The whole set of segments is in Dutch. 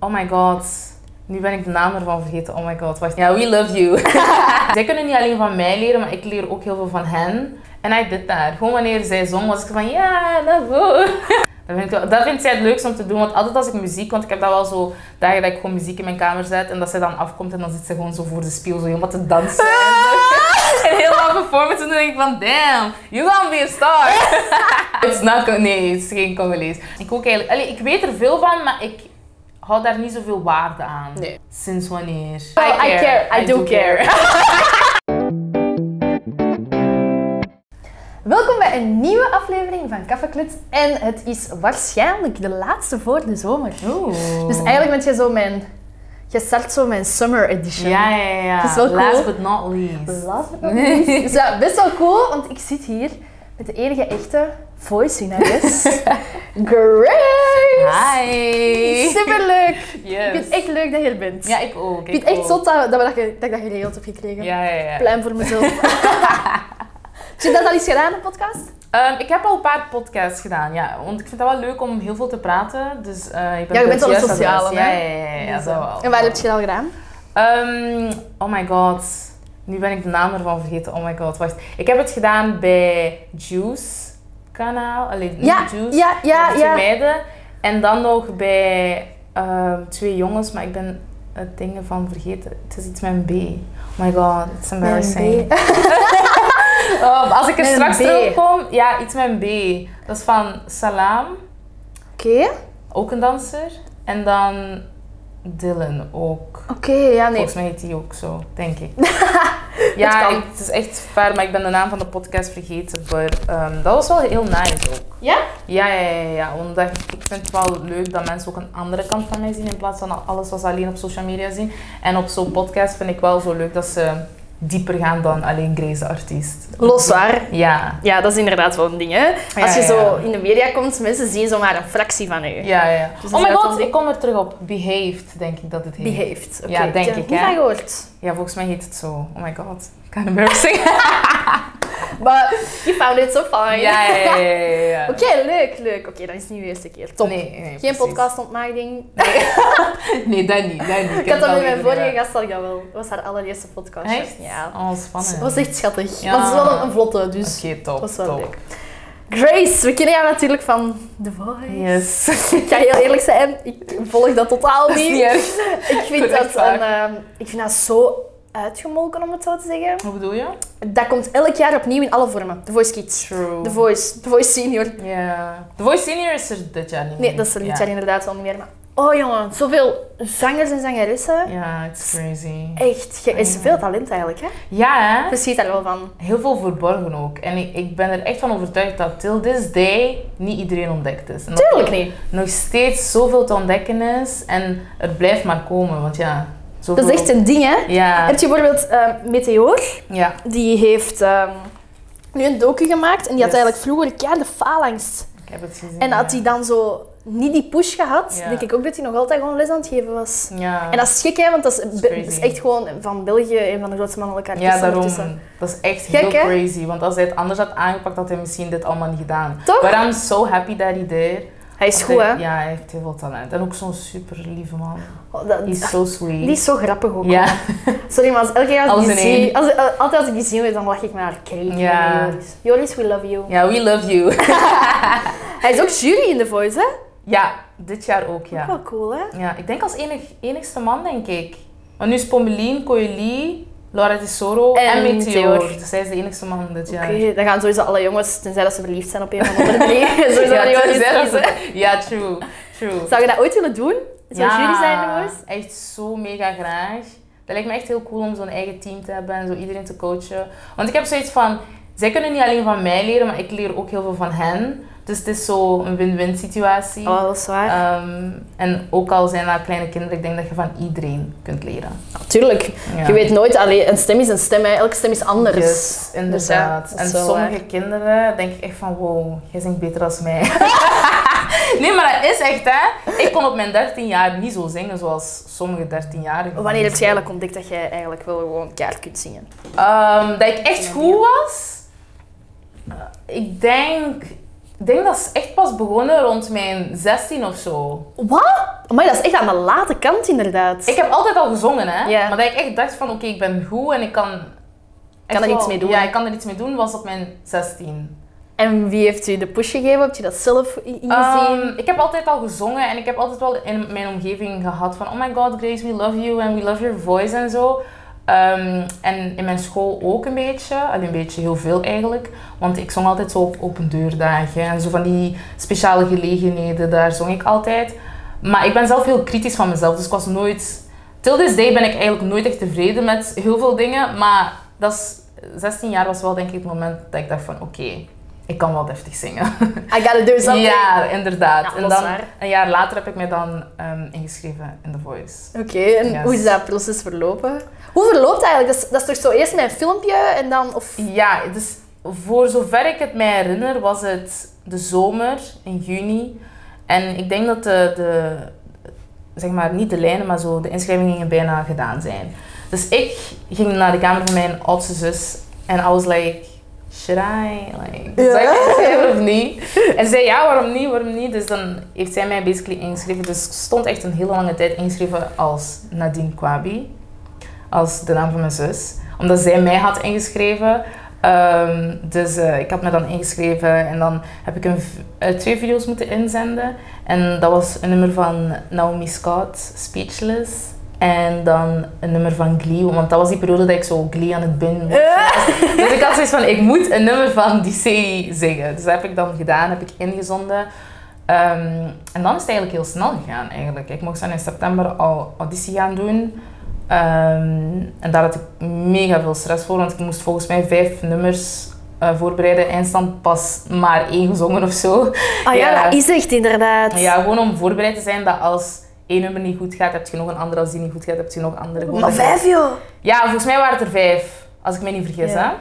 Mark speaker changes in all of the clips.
Speaker 1: Oh my god. Nu ben ik de naam ervan vergeten. Oh my god. Wacht. Ja, we love you. zij kunnen niet alleen van mij leren, maar ik leer ook heel veel van hen. En hij did daar. Gewoon wanneer zij zong, was ik van ja, dat love you. Dat vind, ik, wel- dat vindt zij het leukst om te doen. Want altijd als ik muziek, want ik heb dat wel zo dagen dat ik gewoon muziek in mijn kamer zet. En dat zij dan afkomt en dan zit ze gewoon zo voor de spiegel zo helemaal te dansen. En, en helemaal performance. En dan denk ik van damn, you gonna be a star. It's not, co- nee, het is geen Congolese. Ik ook eigenlijk, allee, ik weet er veel van, maar ik hou daar niet zoveel waarde aan.
Speaker 2: Nee.
Speaker 1: Sinds wanneer?
Speaker 2: Well, I care. I do Welkom bij een nieuwe aflevering van Kaffeklut. En het is waarschijnlijk de laatste voor de zomer.
Speaker 1: Oeh.
Speaker 2: Dus eigenlijk bent jij zo mijn... Je start zo mijn summer edition.
Speaker 1: Ja, ja, ja. ja.
Speaker 2: Het is wel
Speaker 1: Last
Speaker 2: cool.
Speaker 1: but not least.
Speaker 2: Last but not least. Dus ja, best wel cool, want ik zit hier met de enige echte voice zangeres, Grace.
Speaker 1: Hi.
Speaker 2: Superleuk. Ik
Speaker 1: Yes.
Speaker 2: vind het echt leuk dat je er bent.
Speaker 1: Ja, ik ook.
Speaker 2: ik vind het echt
Speaker 1: ook.
Speaker 2: zot dat, dat, we dat, ge- dat ik dat geregeld heb gekregen.
Speaker 1: Ja, ja, ja.
Speaker 2: Pluim voor mezelf. Heb je dat al eens gedaan, een podcast?
Speaker 1: Ehm, ik heb al een paar podcasts gedaan, ja. Want ik vind dat wel leuk om heel veel te praten. Dus, eh, ik ben
Speaker 2: Ja, je
Speaker 1: op
Speaker 2: bent
Speaker 1: het
Speaker 2: wel een
Speaker 1: juiste adres.
Speaker 2: sociale,
Speaker 1: Ja,
Speaker 2: hè? Dus, eh,
Speaker 1: ja, ja, ja, ja, dat wel.
Speaker 2: En waar heb je dat al gedaan?
Speaker 1: Ehm, oh my god. Nu ben ik de naam ervan vergeten. Oh my god, wacht. Ik heb het gedaan bij Juice kanaal. Allee, niet
Speaker 2: Ja,
Speaker 1: Juice.
Speaker 2: ja, ja,
Speaker 1: maar de twee
Speaker 2: ja.
Speaker 1: meiden. En dan nog bij ehm, twee jongens, maar ik ben het dingen van vergeten. Het is iets met een B. Oh my god, it's embarrassing.
Speaker 2: Met een
Speaker 1: Oh, als ik er
Speaker 2: Met een
Speaker 1: straks
Speaker 2: B.
Speaker 1: terug kom, ja, iets met een B. Dat is van Salam,
Speaker 2: Oké,
Speaker 1: ook een danser. En dan Dylan ook.
Speaker 2: oké, ja, Oh, nee.
Speaker 1: Volgens mij heet die ook zo, denk ik. ja,
Speaker 2: kan.
Speaker 1: ik- het is echt ver, maar ik ben de naam van de podcast vergeten. Maar ehm, dat was wel heel nice ook.
Speaker 2: Ja?
Speaker 1: Ja, ja, ja, ja. Omdat ik ik vind het wel leuk dat mensen ook een andere kant van mij zien. In plaats van alles wat ze alleen op social media zien. En op zo'n podcast vind ik wel zo leuk dat ze dieper gaan dan alleen Grace de artiest.
Speaker 2: Los waar.
Speaker 1: Ja.
Speaker 2: Ja, dat is inderdaad wel een ding, hè.
Speaker 1: Ja,
Speaker 2: Als je
Speaker 1: ja,
Speaker 2: zo
Speaker 1: ja.
Speaker 2: in de media komt, mensen zien zomaar een fractie van je.
Speaker 1: Ja, ja, ja.
Speaker 2: Dus
Speaker 1: oh my
Speaker 2: dat
Speaker 1: god,
Speaker 2: dan-
Speaker 1: ik kom er terug op. Behaved, denk ik dat het heet.
Speaker 2: Die heeft. Oké,
Speaker 1: Ja, denk
Speaker 2: heb
Speaker 1: ik,
Speaker 2: niet
Speaker 1: hè.
Speaker 2: van gehoord.
Speaker 1: Ja, volgens mij heet het zo. Oh my god. Kind of embarrassing.
Speaker 2: Maar you found it so
Speaker 1: ja,
Speaker 2: fine.
Speaker 1: ja, ja, ja, ja, ja.
Speaker 2: Oh, Oké, leuk, leuk. Oké, dat is niet de eerste keer. Top.
Speaker 1: Nee, nee,
Speaker 2: Geen
Speaker 1: precies.
Speaker 2: podcastontmaking.
Speaker 1: Nee, dat niet. Dat niet.
Speaker 2: Ik had dat
Speaker 1: al
Speaker 2: met mijn
Speaker 1: eerder
Speaker 2: vorige
Speaker 1: gedaan.
Speaker 2: gast al wel. Dat was haar allereerste podcast.
Speaker 1: Echt?
Speaker 2: Ja.
Speaker 1: Oh,
Speaker 2: Het
Speaker 1: spannend.
Speaker 2: was echt schattig.
Speaker 1: Ja.
Speaker 2: Maar het is wel een, een vlotte, dus
Speaker 1: Oké, top.
Speaker 2: dat was wel
Speaker 1: top.
Speaker 2: leuk. Grace, we kennen jou natuurlijk van The Voice.
Speaker 1: Yes.
Speaker 2: Ik ga heel eerlijk zijn, ik volg dat totaal
Speaker 1: Dat is
Speaker 2: niet.
Speaker 1: niet erg.
Speaker 2: ik, vind
Speaker 1: Dat
Speaker 2: dat
Speaker 1: is waar.
Speaker 2: een, ehm, ik vind dat zo uitgemolken, om het zo te zeggen.
Speaker 1: Hoe bedoel je?
Speaker 2: Dat komt elk jaar opnieuw in alle vormen. The Voice Kids,
Speaker 1: True.
Speaker 2: The Voice, The Voice Senior.
Speaker 1: Ja. The Voice Senior is er dit jaar niet
Speaker 2: Nee,
Speaker 1: meer.
Speaker 2: dat is er dit
Speaker 1: Ja.
Speaker 2: jaar inderdaad wel niet meer. Maar oh jongen, zoveel zangers en zangeressen.
Speaker 1: Ja, it's crazy.
Speaker 2: Echt, je is veel talent eigenlijk, hè?
Speaker 1: Ja, hè?
Speaker 2: Je ziet daar wel van.
Speaker 1: Heel veel verborgen ook. En ik, ik ben er echt van overtuigd dat till this day niet iedereen ontdekt is. En dat
Speaker 2: Tuurlijk
Speaker 1: er
Speaker 2: niet.
Speaker 1: nog steeds zoveel te ontdekken is en er blijft maar komen, want ja... Zoveel...
Speaker 2: Dat is echt een ding, hè?
Speaker 1: Ja,
Speaker 2: Heb je bijvoorbeeld ehm, Meteor,
Speaker 1: ja.
Speaker 2: die heeft ehm, nu een docu gemaakt en die had
Speaker 1: Yes.
Speaker 2: eigenlijk vroeger keihard de phalanx.
Speaker 1: Ik heb het gezien.
Speaker 2: En had
Speaker 1: ja.
Speaker 2: hij dan zo niet die push gehad,
Speaker 1: Ja.
Speaker 2: denk ik ook dat hij nog altijd gewoon les aan het geven was.
Speaker 1: Ja.
Speaker 2: En dat is gek, hè, want dat is,
Speaker 1: is
Speaker 2: be-
Speaker 1: crazy.
Speaker 2: dat is echt gewoon van België een van de grootste mannelijke artiesten
Speaker 1: Ja, daarom.
Speaker 2: ondertussen.
Speaker 1: Dat is echt
Speaker 2: Gek,
Speaker 1: heel
Speaker 2: hè?
Speaker 1: crazy. Want als hij het anders had aangepakt, had hij misschien dit allemaal niet gedaan.
Speaker 2: Toch?
Speaker 1: But I'm so happy that he did.
Speaker 2: Hij is
Speaker 1: Want
Speaker 2: goed, hè?
Speaker 1: hij- Ja, hij heeft heel veel talent. En ook zo'n super lieve man.
Speaker 2: Oh, dat-
Speaker 1: Hij is so sweet.
Speaker 2: die is zo grappig ook.
Speaker 1: Ja.
Speaker 2: Sorry, maar als elke keer als
Speaker 1: Alles
Speaker 2: ik die
Speaker 1: in één.
Speaker 2: zie, als, al- altijd als ik die zie, dan lach ik met haar kreeg.
Speaker 1: Ja.
Speaker 2: Joris. Joris, we love you.
Speaker 1: ja, we love you.
Speaker 2: Hij is ook jury in The Voice, hè?
Speaker 1: ja, dit jaar ook, ja.
Speaker 2: Wel cool, hè?
Speaker 1: Ja, ik denk als enig, enigste man, denk ik. Want nu is Pommelien, Coeli, Laura Tesoro en,
Speaker 2: En
Speaker 1: Meteor.
Speaker 2: Meteor.
Speaker 1: Dus zij is de enigste man dit jaar.
Speaker 2: Oké, dan gaan sowieso alle jongens, tenzij dat ze verliefd zijn op een van de andere drie, sowieso
Speaker 1: ja,
Speaker 2: alle jongens
Speaker 1: tenzij dat
Speaker 2: kiezen.
Speaker 1: ze- ja, true. True.
Speaker 2: Zou je dat ooit willen doen? Zou
Speaker 1: Ja,
Speaker 2: jury zijn in The Voice?
Speaker 1: Echt zo mega graag. Dat lijkt me echt heel cool om zo'n eigen team te hebben en zo iedereen te coachen. Want ik heb zoiets van, zij kunnen niet alleen van mij leren, maar ik leer ook heel veel van hen. Dus het is zo een win-win situatie.
Speaker 2: Oh, dat is waar.
Speaker 1: Ehm, en ook al zijn dat kleine kinderen, ik denk dat je van iedereen kunt leren.
Speaker 2: Tuurlijk.
Speaker 1: Ja.
Speaker 2: Je weet nooit, allee, een stem is een stem, hè. elke stem is anders.
Speaker 1: Dus, inderdaad.
Speaker 2: Dus ja, dat
Speaker 1: en
Speaker 2: is wel
Speaker 1: sommige
Speaker 2: waar.
Speaker 1: kinderen denk ik echt van, wow, jij zingt beter dan mij. nee, maar dat is echt hè. Ik kon op mijn 13 jaar niet zo zingen zoals sommige 13-jarigen.
Speaker 2: Wanneer heb je eigenlijk ontdekt dat jij eigenlijk wel gewoon kaart kunt zingen?
Speaker 1: Ehm, dat ik echt goed was? Eh, ik denk Ik denk dat is echt pas begonnen rond mijn 16 of zo.
Speaker 2: Wat? Maar dat is echt aan de late kant, inderdaad.
Speaker 1: Ik heb altijd al gezongen, hè?
Speaker 2: Ja.
Speaker 1: Maar dat ik echt dacht van, oké, ik ben goed en ik kan... echt
Speaker 2: er
Speaker 1: wel-
Speaker 2: iets mee doen.
Speaker 1: Ja, ik kan er iets mee doen, was op mijn 16.
Speaker 2: En wie heeft u de push gegeven? Heb je dat zelf i- ingezien?
Speaker 1: Ehm, ik heb altijd al gezongen en ik heb altijd wel in mijn omgeving gehad van oh my god Grace, we love you and we love your voice en zo. Ehm, en in mijn school ook een beetje, alleen een beetje heel veel eigenlijk. Want ik zong altijd zo op open deurdagen en zo van die speciale gelegenheden, daar zong ik altijd. Maar ik ben zelf heel kritisch van mezelf, dus ik was nooit... Till this day ben ik eigenlijk nooit echt tevreden met heel veel dingen, maar dat is, 16 jaar was wel denk ik het moment dat ik dacht van oké, ik kan wel deftig zingen.
Speaker 2: I gotta do something.
Speaker 1: Ja, inderdaad.
Speaker 2: Ja,
Speaker 1: en
Speaker 2: dat is
Speaker 1: dan,
Speaker 2: waar.
Speaker 1: een jaar later heb ik mij dan ehm, ingeschreven in The Voice.
Speaker 2: Oké, en
Speaker 1: Yes.
Speaker 2: hoe is dat proces verlopen? Hoe verloopt dat eigenlijk? Dat is, dat is toch zo eerst mijn filmpje en dan... Of...
Speaker 1: Ja, dus voor zover ik het mij herinner was het de zomer in juni. En ik denk dat de, de zeg maar niet de lijnen, maar zo de inschrijvingen bijna gedaan zijn. Dus ik ging naar de kamer van mijn oudste zus en I was like, should I? Like,
Speaker 2: Ja.
Speaker 1: Zou ik inschrijven of niet? En ze zei ja, waarom niet, waarom niet? Dus dan heeft zij mij basically ingeschreven. Dus ik stond echt een hele lange tijd ingeschreven als Nadine Kwabi. Als de naam van mijn zus. Omdat zij mij had ingeschreven. Ehm, dus eh, ik had me dan ingeschreven en dan heb ik een, v- eh, twee video's moeten inzenden. En dat was een nummer van Naomi Scott, Speechless. En dan een nummer van Glee, want dat was die periode dat ik zo Glee aan het bingen was. Dus ik had zoiets van, ik moet een nummer van die serie zingen. Dus dat heb ik dan gedaan, heb ik ingezonden. Ehm, en dan is het eigenlijk heel snel gegaan eigenlijk. Ik mocht dan in september al auditie gaan doen. Ehm, en daar had ik mega veel stress voor, want ik moest volgens mij vijf nummers eh, voorbereiden. Eindstand pas maar één gezongen of zo.
Speaker 2: Ah ja,
Speaker 1: Ja.
Speaker 2: dat is echt inderdaad.
Speaker 1: Ja, gewoon om voorbereid te zijn dat als één nummer niet goed gaat, heb je nog een andere. Als die niet goed gaat, heb je nog een andere. Gewoon
Speaker 2: Maar
Speaker 1: dat je-
Speaker 2: vijf, joh.
Speaker 1: Ja, volgens mij waren het er vijf, als ik me niet vergis.
Speaker 2: Ja.
Speaker 1: Hè?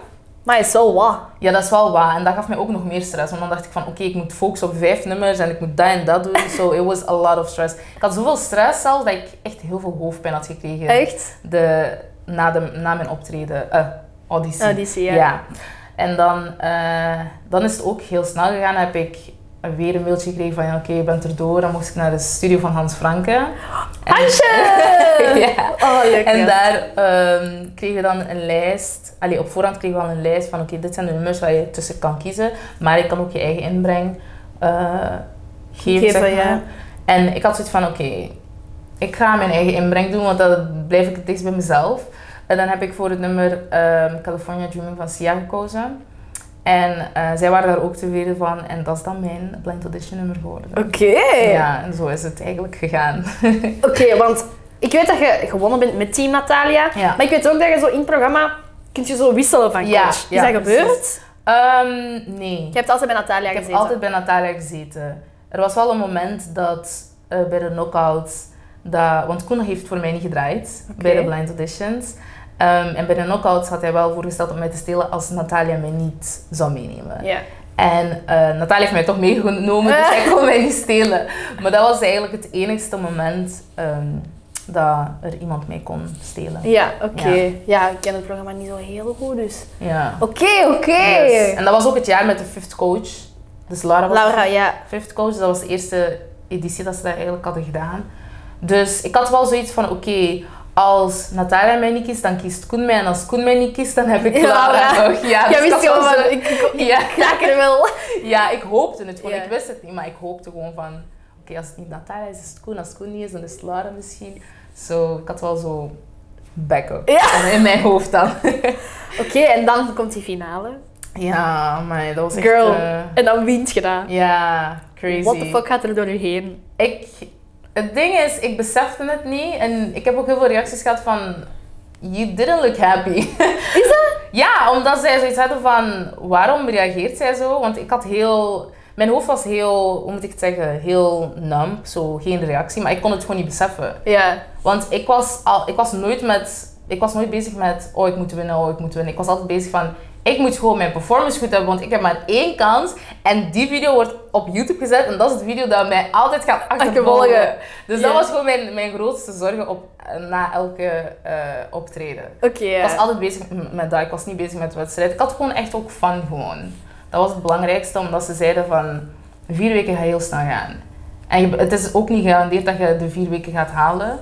Speaker 2: Maar het is wel wat.
Speaker 1: Ja, dat is wel waar. En dat gaf mij ook nog meer stress. Want dan dacht ik van, oké, ik moet focussen op vijf nummers en ik moet dat en dat doen. So, it was a lot of stress. Ik had zoveel stress zelfs dat ik echt heel veel hoofdpijn had gekregen.
Speaker 2: Echt?
Speaker 1: De, na, de, na mijn optreden, eh, auditie.
Speaker 2: Auditie, ja.
Speaker 1: En dan, eh, dan is het ook heel snel gegaan. Dan heb ik weer een mailtje gekregen van, ja, oké, je bent erdoor. Dan moest ik naar de studio van Hans Franke. En-
Speaker 2: Hansje!
Speaker 1: ja.
Speaker 2: Oh, lekker.
Speaker 1: En daar ehm, kregen we dan een lijst. Allee, op voorhand kregen we al een lijst van oké, dit zijn de nummers waar je tussen kan kiezen. Maar je kan ook je eigen inbreng eh geven.
Speaker 2: Geven,
Speaker 1: zeg maar.
Speaker 2: ja.
Speaker 1: En ik had zoiets van oké, ik ga mijn eigen inbreng doen, want dan blijf ik het dichtst bij mezelf. En dan heb ik voor het nummer ehm, California Dreaming van Sia gekozen. En eh, zij waren daar ook tevreden van. En dat is dan mijn Blind Audition nummer geworden.
Speaker 2: Oké.
Speaker 1: Ja, en zo is het eigenlijk gegaan.
Speaker 2: Oké, want ik weet dat je gewonnen bent met team Natalia.
Speaker 1: Ja.
Speaker 2: Maar ik weet ook dat je zo in het programma... Kunt je zo wisselen van coach.
Speaker 1: Ja,
Speaker 2: is
Speaker 1: ja,
Speaker 2: dat
Speaker 1: precies.
Speaker 2: gebeurd?
Speaker 1: Ehm, nee.
Speaker 2: Je hebt altijd bij Natalia
Speaker 1: Ik heb
Speaker 2: gezeten.
Speaker 1: altijd bij Natalia gezeten. Er was wel een moment dat eh, bij de knockouts, dat, want Koen heeft voor mij niet gedraaid
Speaker 2: Oké.
Speaker 1: bij de blind auditions. Ehm, en bij de knockouts had hij wel voorgesteld om mij te stelen als Natalia mij niet zou meenemen.
Speaker 2: Ja.
Speaker 1: En eh Natalia heeft mij toch meegenomen, dus hij kon mij niet stelen. Maar dat was eigenlijk het enigste moment ehm, dat er iemand mij kon stelen.
Speaker 2: Ja, oké. Ja, ik ken het programma niet zo heel goed, dus...
Speaker 1: Ja.
Speaker 2: Oké, oké.
Speaker 1: Yes. En dat was ook het jaar met de fifth coach. Dus Laura was
Speaker 2: Laura, ja.
Speaker 1: Fifth Coach, dat was de eerste editie dat ze dat eigenlijk hadden gedaan. Dus ik had wel zoiets van, oké, als Natalia mij niet kiest, dan kiest Koen mij. En als Koen mij niet kiest, dan heb ik Laura
Speaker 2: Laura.
Speaker 1: nog. Ja, dus
Speaker 2: Jij
Speaker 1: ik
Speaker 2: wist
Speaker 1: had
Speaker 2: gewoon
Speaker 1: wel
Speaker 2: van,
Speaker 1: zo-
Speaker 2: ik, ik, ik
Speaker 1: Ja.
Speaker 2: raak er wel.
Speaker 1: Ja, ik hoopte het gewoon.
Speaker 2: Ja.
Speaker 1: Ik wist het niet, maar ik hoopte gewoon van... Oké, als het niet Natalia is, is het Koen. Als het Koen niet is, dan is het Laura misschien. Zo, ik had wel zo backup
Speaker 2: Ja.
Speaker 1: in mijn hoofd dan.
Speaker 2: Oké, en dan komt die finale.
Speaker 1: Ja, maar dat was echt...
Speaker 2: Girl.
Speaker 1: eh,
Speaker 2: En dan wint je dat.
Speaker 1: ja, crazy.
Speaker 2: What the fuck gaat er door je heen?
Speaker 1: Ik, het ding is, ik besefte het niet en ik heb ook heel veel reacties gehad van. You didn't look happy.
Speaker 2: Is dat?
Speaker 1: ja, omdat zij zoiets hadden van. Waarom reageert zij zo? Want ik had heel. Mijn hoofd was heel, hoe moet ik het zeggen, heel numb, zo geen reactie, maar ik kon het gewoon niet beseffen.
Speaker 2: Ja.
Speaker 1: Want ik was, al, ik was nooit met, ik was nooit bezig met, oh ik moet winnen, oh ik moet winnen. Ik was altijd bezig van, ik moet gewoon mijn performance goed hebben, want ik heb maar één kans. En die video wordt op YouTube gezet en dat is de video dat mij altijd gaat achtervolgen. Dus
Speaker 2: Ja.
Speaker 1: dat was gewoon mijn, mijn grootste zorgen op, na elke eh, optreden.
Speaker 2: Oké, ja.
Speaker 1: Ik was altijd bezig m- met dat, ik was niet bezig met de wedstrijd. Ik had gewoon echt ook fun gewoon. Dat was het belangrijkste, omdat ze zeiden van vier weken gaat heel snel gaan. En je- het is ook niet gegarandeerd dat je de vier weken gaat halen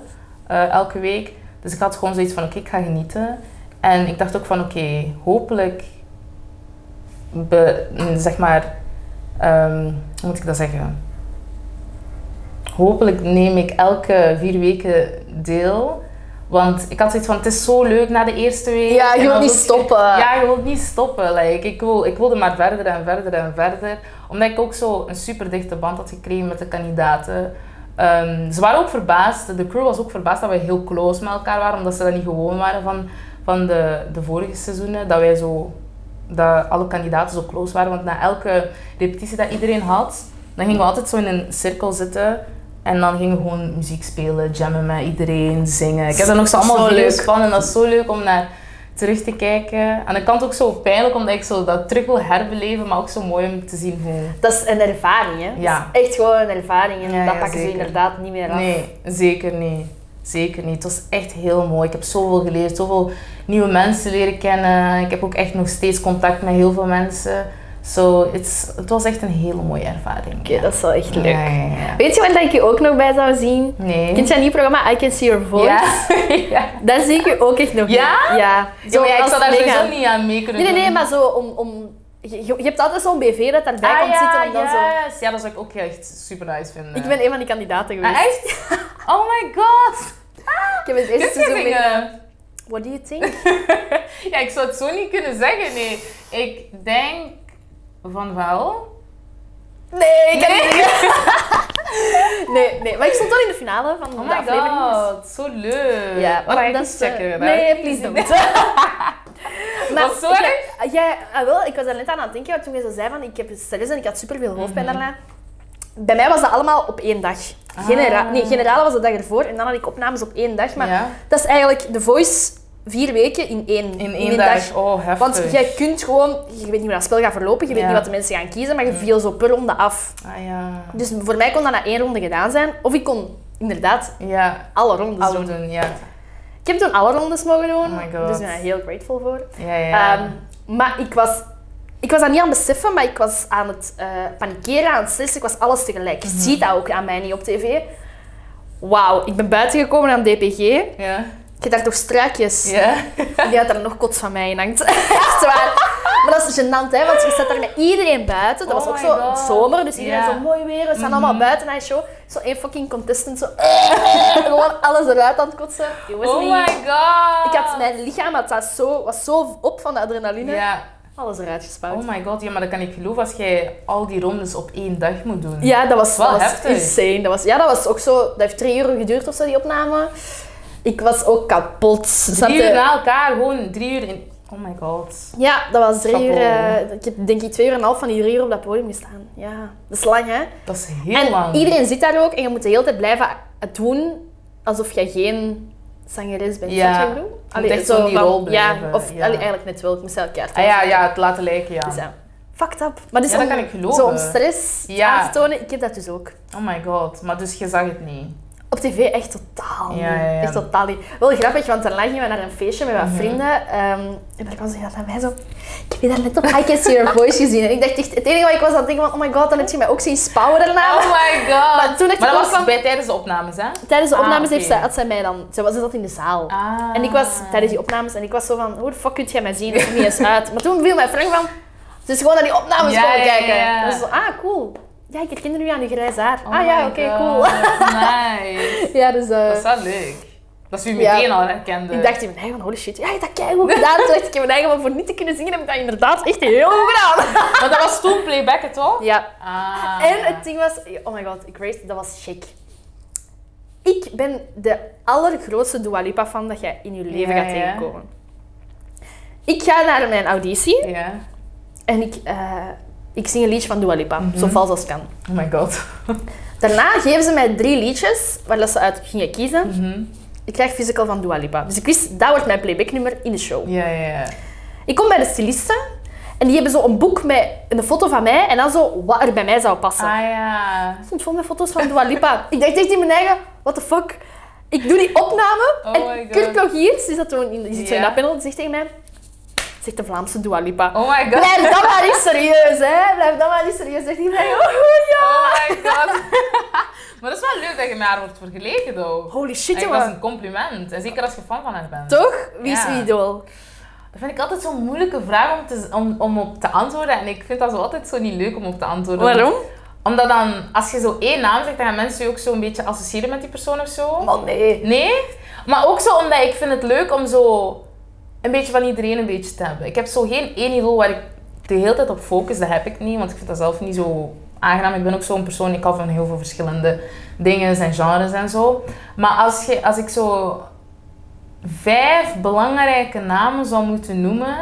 Speaker 1: eh, elke week. Dus ik had gewoon zoiets van oké, ik ga genieten. En ik dacht ook van oké, hopelijk be- mm, zeg maar, ehm, hoe moet ik dat zeggen? Hopelijk neem ik elke vier weken deel. Want ik had zoiets van, het is zo leuk na de eerste week.
Speaker 2: Ja,
Speaker 1: En
Speaker 2: je wilt
Speaker 1: dan
Speaker 2: niet
Speaker 1: wil ik-
Speaker 2: stoppen.
Speaker 1: Ja, je wilt niet stoppen. Like, ik, wil, ik wilde maar verder en verder en verder. Omdat ik ook zo een super dichte band had gekregen met de kandidaten. Ehm, ze waren ook verbaasd, de crew was ook verbaasd dat wij heel close met elkaar waren. Omdat ze dat niet gewoon waren van, van de, de vorige seizoenen. Dat wij zo dat alle kandidaten zo close waren. Want na elke repetitie dat iedereen had, dan gingen we altijd zo in een cirkel zitten. En dan gingen we gewoon muziek spelen, jammen met iedereen, zingen. Ik heb er nog zo allemaal
Speaker 2: Zo
Speaker 1: video's
Speaker 2: leuk.
Speaker 1: van en dat is zo leuk om naar terug te kijken. Aan de kant ook zo pijnlijk, omdat ik zo dat terug wil herbeleven, maar ook zo mooi om te zien hoe...
Speaker 2: Dat is een ervaring, hè?
Speaker 1: Ja.
Speaker 2: Dat is echt gewoon een ervaring en
Speaker 1: Ja,
Speaker 2: dat
Speaker 1: ja,
Speaker 2: pakken ze
Speaker 1: zeker.
Speaker 2: inderdaad niet meer af.
Speaker 1: Nee, zeker niet. Zeker niet. Het was echt heel mooi. Ik heb zoveel geleerd, zoveel nieuwe mensen leren kennen. Ik heb ook echt nog steeds contact met heel veel mensen. So, it's, het was echt een hele mooie ervaring.
Speaker 2: Oké, dat is wel echt leuk.
Speaker 1: Ja, ja, ja.
Speaker 2: Weet je waar dat ik je ook nog bij zou zien?
Speaker 1: Nee.
Speaker 2: Kent je dat nieuw programma I Can See Your Voice?
Speaker 1: Ja. ja.
Speaker 2: Daar zie ik je ook echt nog
Speaker 1: Ja?
Speaker 2: in. Ja.
Speaker 1: Ja, maar ja, ik
Speaker 2: als
Speaker 1: zou daar
Speaker 2: mega-
Speaker 1: sowieso niet aan mee kunnen
Speaker 2: Nee, nee, nee,
Speaker 1: doen.
Speaker 2: maar zo om... om je, je hebt altijd zo'n BV dat daarbij
Speaker 1: Ah,
Speaker 2: komt
Speaker 1: ja,
Speaker 2: zitten om dan zo...
Speaker 1: yes. Ja, dat zou ik ook echt super nice vinden.
Speaker 2: Ik ben een van die kandidaten geweest.
Speaker 1: Ah, echt? Oh my god!
Speaker 2: Ik heb het dus
Speaker 1: Dit eh,
Speaker 2: eerste
Speaker 1: zijn
Speaker 2: seizoen mee...
Speaker 1: dingen.
Speaker 2: What do you think?
Speaker 1: Ja, ik zou het zo niet kunnen zeggen, nee. Ik denk van wel.
Speaker 2: Nee, ik heb
Speaker 1: Nee.
Speaker 2: niet- Nee, nee. Maar ik stond wel in de finale van
Speaker 1: Oh
Speaker 2: de
Speaker 1: my
Speaker 2: aflevering. dus-
Speaker 1: god, zo leuk.
Speaker 2: Ja,
Speaker 1: maar
Speaker 2: maar
Speaker 1: ik
Speaker 2: dat
Speaker 1: eens
Speaker 2: is... eh,
Speaker 1: checken. hè.
Speaker 2: nee, please don't. maar
Speaker 1: Wat, sorry?
Speaker 2: Ik, ja, ah, wel, ik was daar net aan aan het denken, want toen je zo zei van ik heb stress en ik had superveel hoofdpijn daarna. Bij mij was dat allemaal op één dag. Genera
Speaker 1: Mhm. Ah.
Speaker 2: Nee, generale was de dag ervoor en dan had ik opnames op één dag. Maar
Speaker 1: Ja.
Speaker 2: dat is eigenlijk de voice vier weken in één,
Speaker 1: In één dag. Oh, heftig.
Speaker 2: Want jij kunt gewoon, je weet niet hoe dat spel gaat verlopen, je weet
Speaker 1: Ja.
Speaker 2: niet wat de mensen gaan kiezen, maar je viel zo per ronde af.
Speaker 1: Ah ja.
Speaker 2: Dus voor mij kon dat na één ronde gedaan zijn. Of ik kon inderdaad
Speaker 1: Ja,
Speaker 2: alle rondes
Speaker 1: alles
Speaker 2: doen.
Speaker 1: doen, ja.
Speaker 2: Ik heb toen alle rondes mogen doen,
Speaker 1: Oh my God.
Speaker 2: dus ik ben daar heel grateful voor.
Speaker 1: Ja, ja.
Speaker 2: Ehm, maar ik was, ik was dat niet aan het beseffen, maar ik was aan het eh, panikeren, aan het stressen. Ik was alles tegelijk.
Speaker 1: Mhm.
Speaker 2: Je ziet dat ook aan mij niet op tv. Wauw, ik ben buiten gekomen aan DPG. Je
Speaker 1: ja.
Speaker 2: hebt daar toch struikjes?
Speaker 1: Ja.
Speaker 2: Ik denk dat er nog kots van mij in hangt. Echt waar. Maar dat is gênant, hè? want je staat daar met iedereen buiten. Dat
Speaker 1: Oh
Speaker 2: was ook
Speaker 1: my
Speaker 2: zo
Speaker 1: God.
Speaker 2: zomer, dus iedereen
Speaker 1: Ja.
Speaker 2: zo mooi weer. We staan
Speaker 1: Mhm.
Speaker 2: allemaal buiten aan de show. Zo één fucking contestant, zo... gewoon alles eruit aan het kotsen. It was
Speaker 1: Oh
Speaker 2: me.
Speaker 1: my god.
Speaker 2: Ik had mijn lichaam had dat zo, was zo op van de adrenaline.
Speaker 1: Ja.
Speaker 2: Alles eruit gespouwd.
Speaker 1: Oh my god, ja, maar dat kan ik geloven als jij al die rondes op één dag moet doen.
Speaker 2: Ja, dat was,
Speaker 1: Wel
Speaker 2: dat was
Speaker 1: heftig.
Speaker 2: insane. Dat was, ja, dat was ook zo. Dat heeft drie uur geduurd of zo, die opname. Ik was ook kapot. Snap
Speaker 1: Drie
Speaker 2: je?
Speaker 1: uur na elkaar, gewoon drie uur in... Oh my god.
Speaker 2: Ja, dat was drie uur.
Speaker 1: Chapeau.
Speaker 2: eh, ik heb denk ik twee uur en een half van die drie uur op dat podium gestaan. Ja, dat is lang hè.
Speaker 1: Dat is heel
Speaker 2: en
Speaker 1: lang.
Speaker 2: iedereen zit daar ook en je moet de hele tijd blijven het doen alsof je geen zangeres bent.
Speaker 1: Ja.
Speaker 2: snap je wat ik bedoel?
Speaker 1: Je moet echt zo in die rol blijven,
Speaker 2: Ja, of
Speaker 1: ja.
Speaker 2: allee, eigenlijk net wel. Ik moest elkaar
Speaker 1: Ah ja, ja, het laten lijken, ja.
Speaker 2: Dus ja, fucked up. Maar dus
Speaker 1: Ja, dat
Speaker 2: om-
Speaker 1: kan ik geloven.
Speaker 2: Zo om stress
Speaker 1: Ja.
Speaker 2: aan te tonen, ik heb dat dus ook.
Speaker 1: Oh my god, maar dus je zag het niet.
Speaker 2: Op tv echt totaal niet.
Speaker 1: Ja, ja, ja. Mhm.
Speaker 2: Echt totaal niet. Wel grappig, want daarna gingen we naar een feestje met wat vrienden. ehm, en daar kwam ze aan mij zo... Ik heb je daar net op I Can See Your Voice gezien. En ik dacht echt... Het enige wat ik was aan het denken van... Oh my god, dan heb je mij ook zien spouwen daarna.
Speaker 1: Oh my god.
Speaker 2: Maar toen ik
Speaker 1: maar dat was
Speaker 2: terugkwam-
Speaker 1: bij tijdens de opnames, hè?
Speaker 2: Tijdens de
Speaker 1: Ah,
Speaker 2: opnames heeft
Speaker 1: oké.
Speaker 2: zij, had zij mij dan... Zij, was, ze zat in de zaal.
Speaker 1: Ah.
Speaker 2: En ik was tijdens die opnames... En ik was zo van... Hoe de fuck kun jij mij zien? Ik kom niet eens uit. Maar toen viel mij Frank van... Ze is gewoon naar die opnames
Speaker 1: Ja,
Speaker 2: komen
Speaker 1: ja, ja,
Speaker 2: kijken.
Speaker 1: ja.
Speaker 2: Dat is zo... Ah, cool. Ja, ik herkende nu aan je grijs haar.
Speaker 1: Oh
Speaker 2: ah ja,
Speaker 1: my
Speaker 2: oké,
Speaker 1: God,
Speaker 2: cool.
Speaker 1: Nice.
Speaker 2: ja, dus... eh,
Speaker 1: Dat is wel leuk. Dat is wie
Speaker 2: Ja.
Speaker 1: meteen al herkende.
Speaker 2: Ik dacht in mijn eigen, holy shit, ja, ik heb dat keigoed gedaan. Toen dacht ik in mijn eigen, maar voor niet te kunnen zingen heb ik dat inderdaad echt heel goed gedaan.
Speaker 1: Maar dat was toen playbacken, toch?
Speaker 2: Ja.
Speaker 1: Ah.
Speaker 2: En het ding was, oh my god, Grace, dat was chic. Ik ben de allergrootste Dua Lipa fan dat jij in je leven
Speaker 1: Ja,
Speaker 2: gaat
Speaker 1: ja.
Speaker 2: tegenkomen. Ik ga naar mijn auditie
Speaker 1: Ja.
Speaker 2: en ik, eh, ik zing een liedje van Dua Lipa,
Speaker 1: Mhm.
Speaker 2: zo vals als kan.
Speaker 1: Oh my god.
Speaker 2: Daarna geven ze mij drie liedjes waar dat ze uit gingen kiezen.
Speaker 1: Mhm.
Speaker 2: Ik krijg Physical van Dua Lipa. Dus ik wist, dat wordt mijn playbacknummer in de show.
Speaker 1: Ja, ja, ja.
Speaker 2: Ik kom bij de stylisten en die hebben zo een boek met een foto van mij en dan zo wat er bij mij zou passen.
Speaker 1: Ah ja.
Speaker 2: Ik stond vol met foto's van Dua Lipa. ik dacht echt in mijn eigen, what the fuck. Ik doe die opname
Speaker 1: Oh my
Speaker 2: en
Speaker 1: God.
Speaker 2: Kurt Logiers, die, zat toen in, die zit zo in
Speaker 1: Ja.
Speaker 2: dat panel, die zegt tegen mij... Zegt de Vlaamse Dua Lipa.
Speaker 1: Oh my god.
Speaker 2: Blijf dan maar niet serieus, hè. Blijf dan maar niet serieus. Zegt iedereen, oh ja.
Speaker 1: Oh my god. maar dat is wel leuk dat je met haar wordt vergeleken, though.
Speaker 2: Holy
Speaker 1: Ik
Speaker 2: shit,
Speaker 1: dat is
Speaker 2: man.
Speaker 1: Oh. een compliment. En zeker als je fan van haar bent.
Speaker 2: Toch? Wie is
Speaker 1: Ja.
Speaker 2: uw idool?
Speaker 1: Dat vind ik altijd zo'n moeilijke vraag om, te, om, om op te antwoorden. En ik vind dat zo altijd zo niet leuk om op te antwoorden. Omdat dan, als je zo één naam zegt, dan gaan mensen je ook zo'n beetje associëren met die persoon of zo.
Speaker 2: Oh nee.
Speaker 1: Nee? Maar ook zo omdat ik vind het leuk om zo een beetje van iedereen een beetje te hebben. Ik heb zo geen één idool waar ik de hele tijd op focus. Dat heb ik niet, want ik vind dat zelf niet zo aangenaam. Ik ben ook zo'n persoon, ik hou van heel veel verschillende dingen en genres en zo. Maar als, je, als ik zo vijf belangrijke namen zou moeten noemen,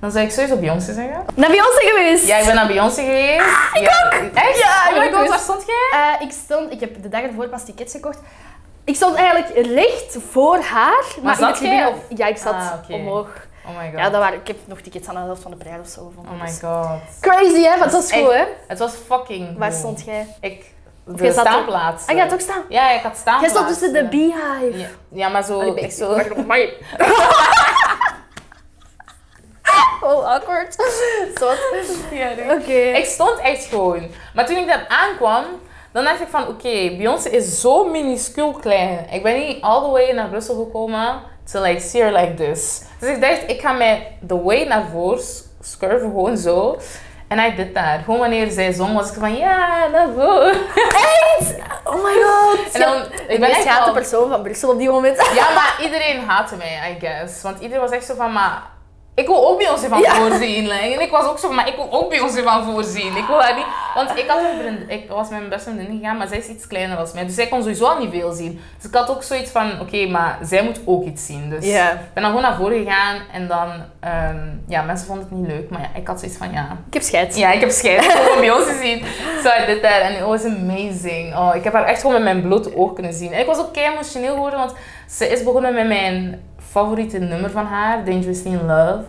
Speaker 1: dan zou ik sowieso Beyoncé zeggen.
Speaker 2: Naar Beyoncé geweest.
Speaker 1: Ja, ik ben naar Beyoncé geweest. ik ook! Echt?
Speaker 2: Ja,
Speaker 1: oh
Speaker 2: ik
Speaker 1: my
Speaker 2: Ah, ook
Speaker 1: god,
Speaker 2: dus.
Speaker 1: waar stond jij?
Speaker 2: Eh, ik stond, ik heb de dag ervoor pas tickets gekocht. Ik stond eigenlijk recht voor haar. Maar, in
Speaker 1: zat
Speaker 2: het
Speaker 1: jij
Speaker 2: tribune- Ja, ik zat
Speaker 1: Ah, oké.
Speaker 2: omhoog.
Speaker 1: Oh my god.
Speaker 2: Ja, dat waren, ik heb nog tickets aan de helft van de prijs of zo gevonden.
Speaker 1: Oh my
Speaker 2: Dus-
Speaker 1: god.
Speaker 2: Crazy, hè? Want dat is
Speaker 1: Echt.
Speaker 2: goed, hè?
Speaker 1: Het was fucking
Speaker 2: Waar
Speaker 1: goed.
Speaker 2: stond jij?
Speaker 1: Ik,
Speaker 2: Of
Speaker 1: de
Speaker 2: jij zat op-
Speaker 1: staanplaats.
Speaker 2: Ah, jij had ook staan.
Speaker 1: Ja, ik had staan.
Speaker 2: Jij stond tussen de beehive.
Speaker 1: Ja, ja, maar zo,
Speaker 2: Allee,
Speaker 1: ik
Speaker 2: back-
Speaker 1: zo...
Speaker 2: back- Oh, awkward. Zot. Oké.
Speaker 1: Ik stond echt gewoon. Maar toen ik daar aankwam, dan dacht ik van, oké, Beyoncé is zo minuscuul klein. Ik ben niet all the way naar Brussel gekomen to like see her like this. Dus ik dacht, ik ga mij the way naar voren s- scurven, gewoon zo. En I did that. Gewoon wanneer zij zong, was ik van, ja, naar voren.
Speaker 2: Echt? Oh my god.
Speaker 1: En dan,
Speaker 2: ik
Speaker 1: ik
Speaker 2: ben
Speaker 1: ben
Speaker 2: de
Speaker 1: echt
Speaker 2: gehate
Speaker 1: wel-
Speaker 2: persoon van Brussel op die moment.
Speaker 1: Ja, maar iedereen haatte mij, I guess. Want iedereen was echt zo van, maar ik wil ook Beyoncé van
Speaker 2: Ja.
Speaker 1: voorzien. like. En ik was ook zo van, maar ik wil ook Beyoncé van voorzien. Ik wil haar niet... Want ik, had een vriend, ik was met mijn beste vriendin gegaan, maar zij is iets kleiner dan mij. Dus zij kon sowieso al niet veel zien. Dus ik had ook zoiets van, oké, maar zij moet ook iets zien. Dus
Speaker 2: Ja.
Speaker 1: ik ben dan gewoon naar voren gegaan. En dan, ehm, ja, mensen vonden het niet leuk. Maar ja, ik had zoiets van, ja...
Speaker 2: Ik heb scheid.
Speaker 1: Ja, ik heb scheid. Ik heb gewoon Beyoncé zien. So I did that. En it was amazing. Oh, ik heb haar echt gewoon met mijn blote oog kunnen zien. En ik was ook kei emotioneel geworden, want ze is begonnen met mijn favoriete nummer van haar, Dangerously in Love.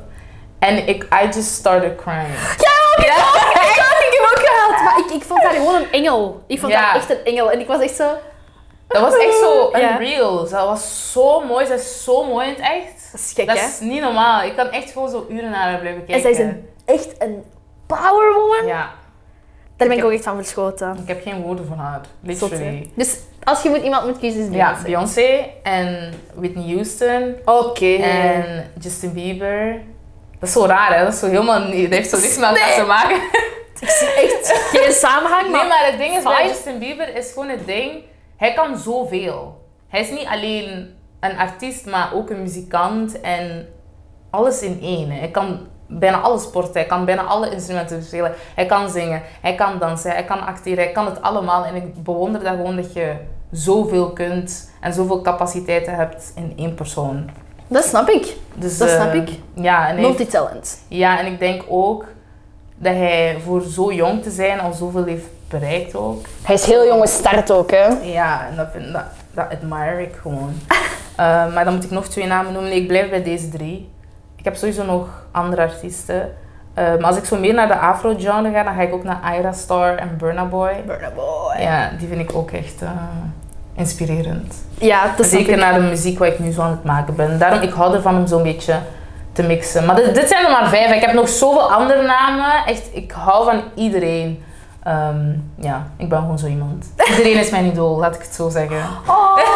Speaker 1: En ik, I just started crying.
Speaker 2: Ja, ik
Speaker 1: Ja.
Speaker 2: ook. Ik ook. Ik heb ook gehaald. Maar ik, ik vond haar gewoon een engel. Ik vond
Speaker 1: Ja.
Speaker 2: haar echt een engel. En ik was echt zo...
Speaker 1: Dat was echt zo
Speaker 2: Ja.
Speaker 1: unreal. Ze was zo mooi. Ze is zo mooi in het echt.
Speaker 2: Dat is gek,
Speaker 1: Dat
Speaker 2: hè?
Speaker 1: is niet normaal. Ik kan echt gewoon zo uren naar haar blijven kijken.
Speaker 2: En zij is een, echt een power woman.
Speaker 1: Ja,
Speaker 2: Daar ben ik ook echt van verschoten.
Speaker 1: ik heb geen woorden voor haar.
Speaker 2: Zot,
Speaker 1: Literally.
Speaker 2: hè? Dus als je moet iemand moet kiezen, is
Speaker 1: ja,
Speaker 2: Beyoncé.
Speaker 1: Beyoncé en Whitney Houston.
Speaker 2: Oké.
Speaker 1: En Justin Bieber. Dat is zo raar, hè? Dat is zo helemaal niet. Dat heeft zo niks met elkaar
Speaker 2: Nee.
Speaker 1: te maken.
Speaker 2: Echt geen samenhang, maar...
Speaker 1: Nee, maar het ding is bij
Speaker 2: Fine.
Speaker 1: Justin Bieber is gewoon het ding. Hij kan zoveel. Hij is niet alleen een artiest, maar ook een muzikant en alles in één. hè. Hij kan bijna alle sporten, hij kan bijna alle instrumenten spelen. Hij kan zingen, hij kan dansen, hij kan acteren, hij kan het allemaal. En ik bewonder dat gewoon dat je zoveel kunt en zoveel capaciteiten hebt in één persoon.
Speaker 2: Dat snap ik.
Speaker 1: Dus,
Speaker 2: Dat
Speaker 1: eh,
Speaker 2: snap ik.
Speaker 1: Ja, en hij heeft-
Speaker 2: Multitalent.
Speaker 1: Ja, en ik denk ook dat hij voor zo jong te zijn al zoveel heeft bereikt ook.
Speaker 2: Hij is heel jonge start ook, hè.
Speaker 1: Ja, en dat, vind, dat, dat admire ik gewoon. Eh, maar dan moet ik nog twee namen noemen. Nee, ik blijf bij deze drie. Ik heb sowieso nog andere artiesten. Eh, maar als ik zo meer naar de afro-genre ga, dan ga ik ook naar Ira Star en Burna Boy.
Speaker 2: Burna Boy.
Speaker 1: Ja, die vind ik ook echt eh, inspirerend.
Speaker 2: Ja, dat snap
Speaker 1: Zeker
Speaker 2: ik.
Speaker 1: naar de muziek wat ik nu zo aan het maken ben. Daarom, ik hou ervan om zo'n beetje te mixen. Maar dit, dit zijn er maar vijf. Ik heb nog zoveel andere namen. Echt, ik hou van iedereen. Ehm, ja, ik ben gewoon zo iemand. Iedereen is mijn idool, laat ik het zo zeggen.
Speaker 2: Oh,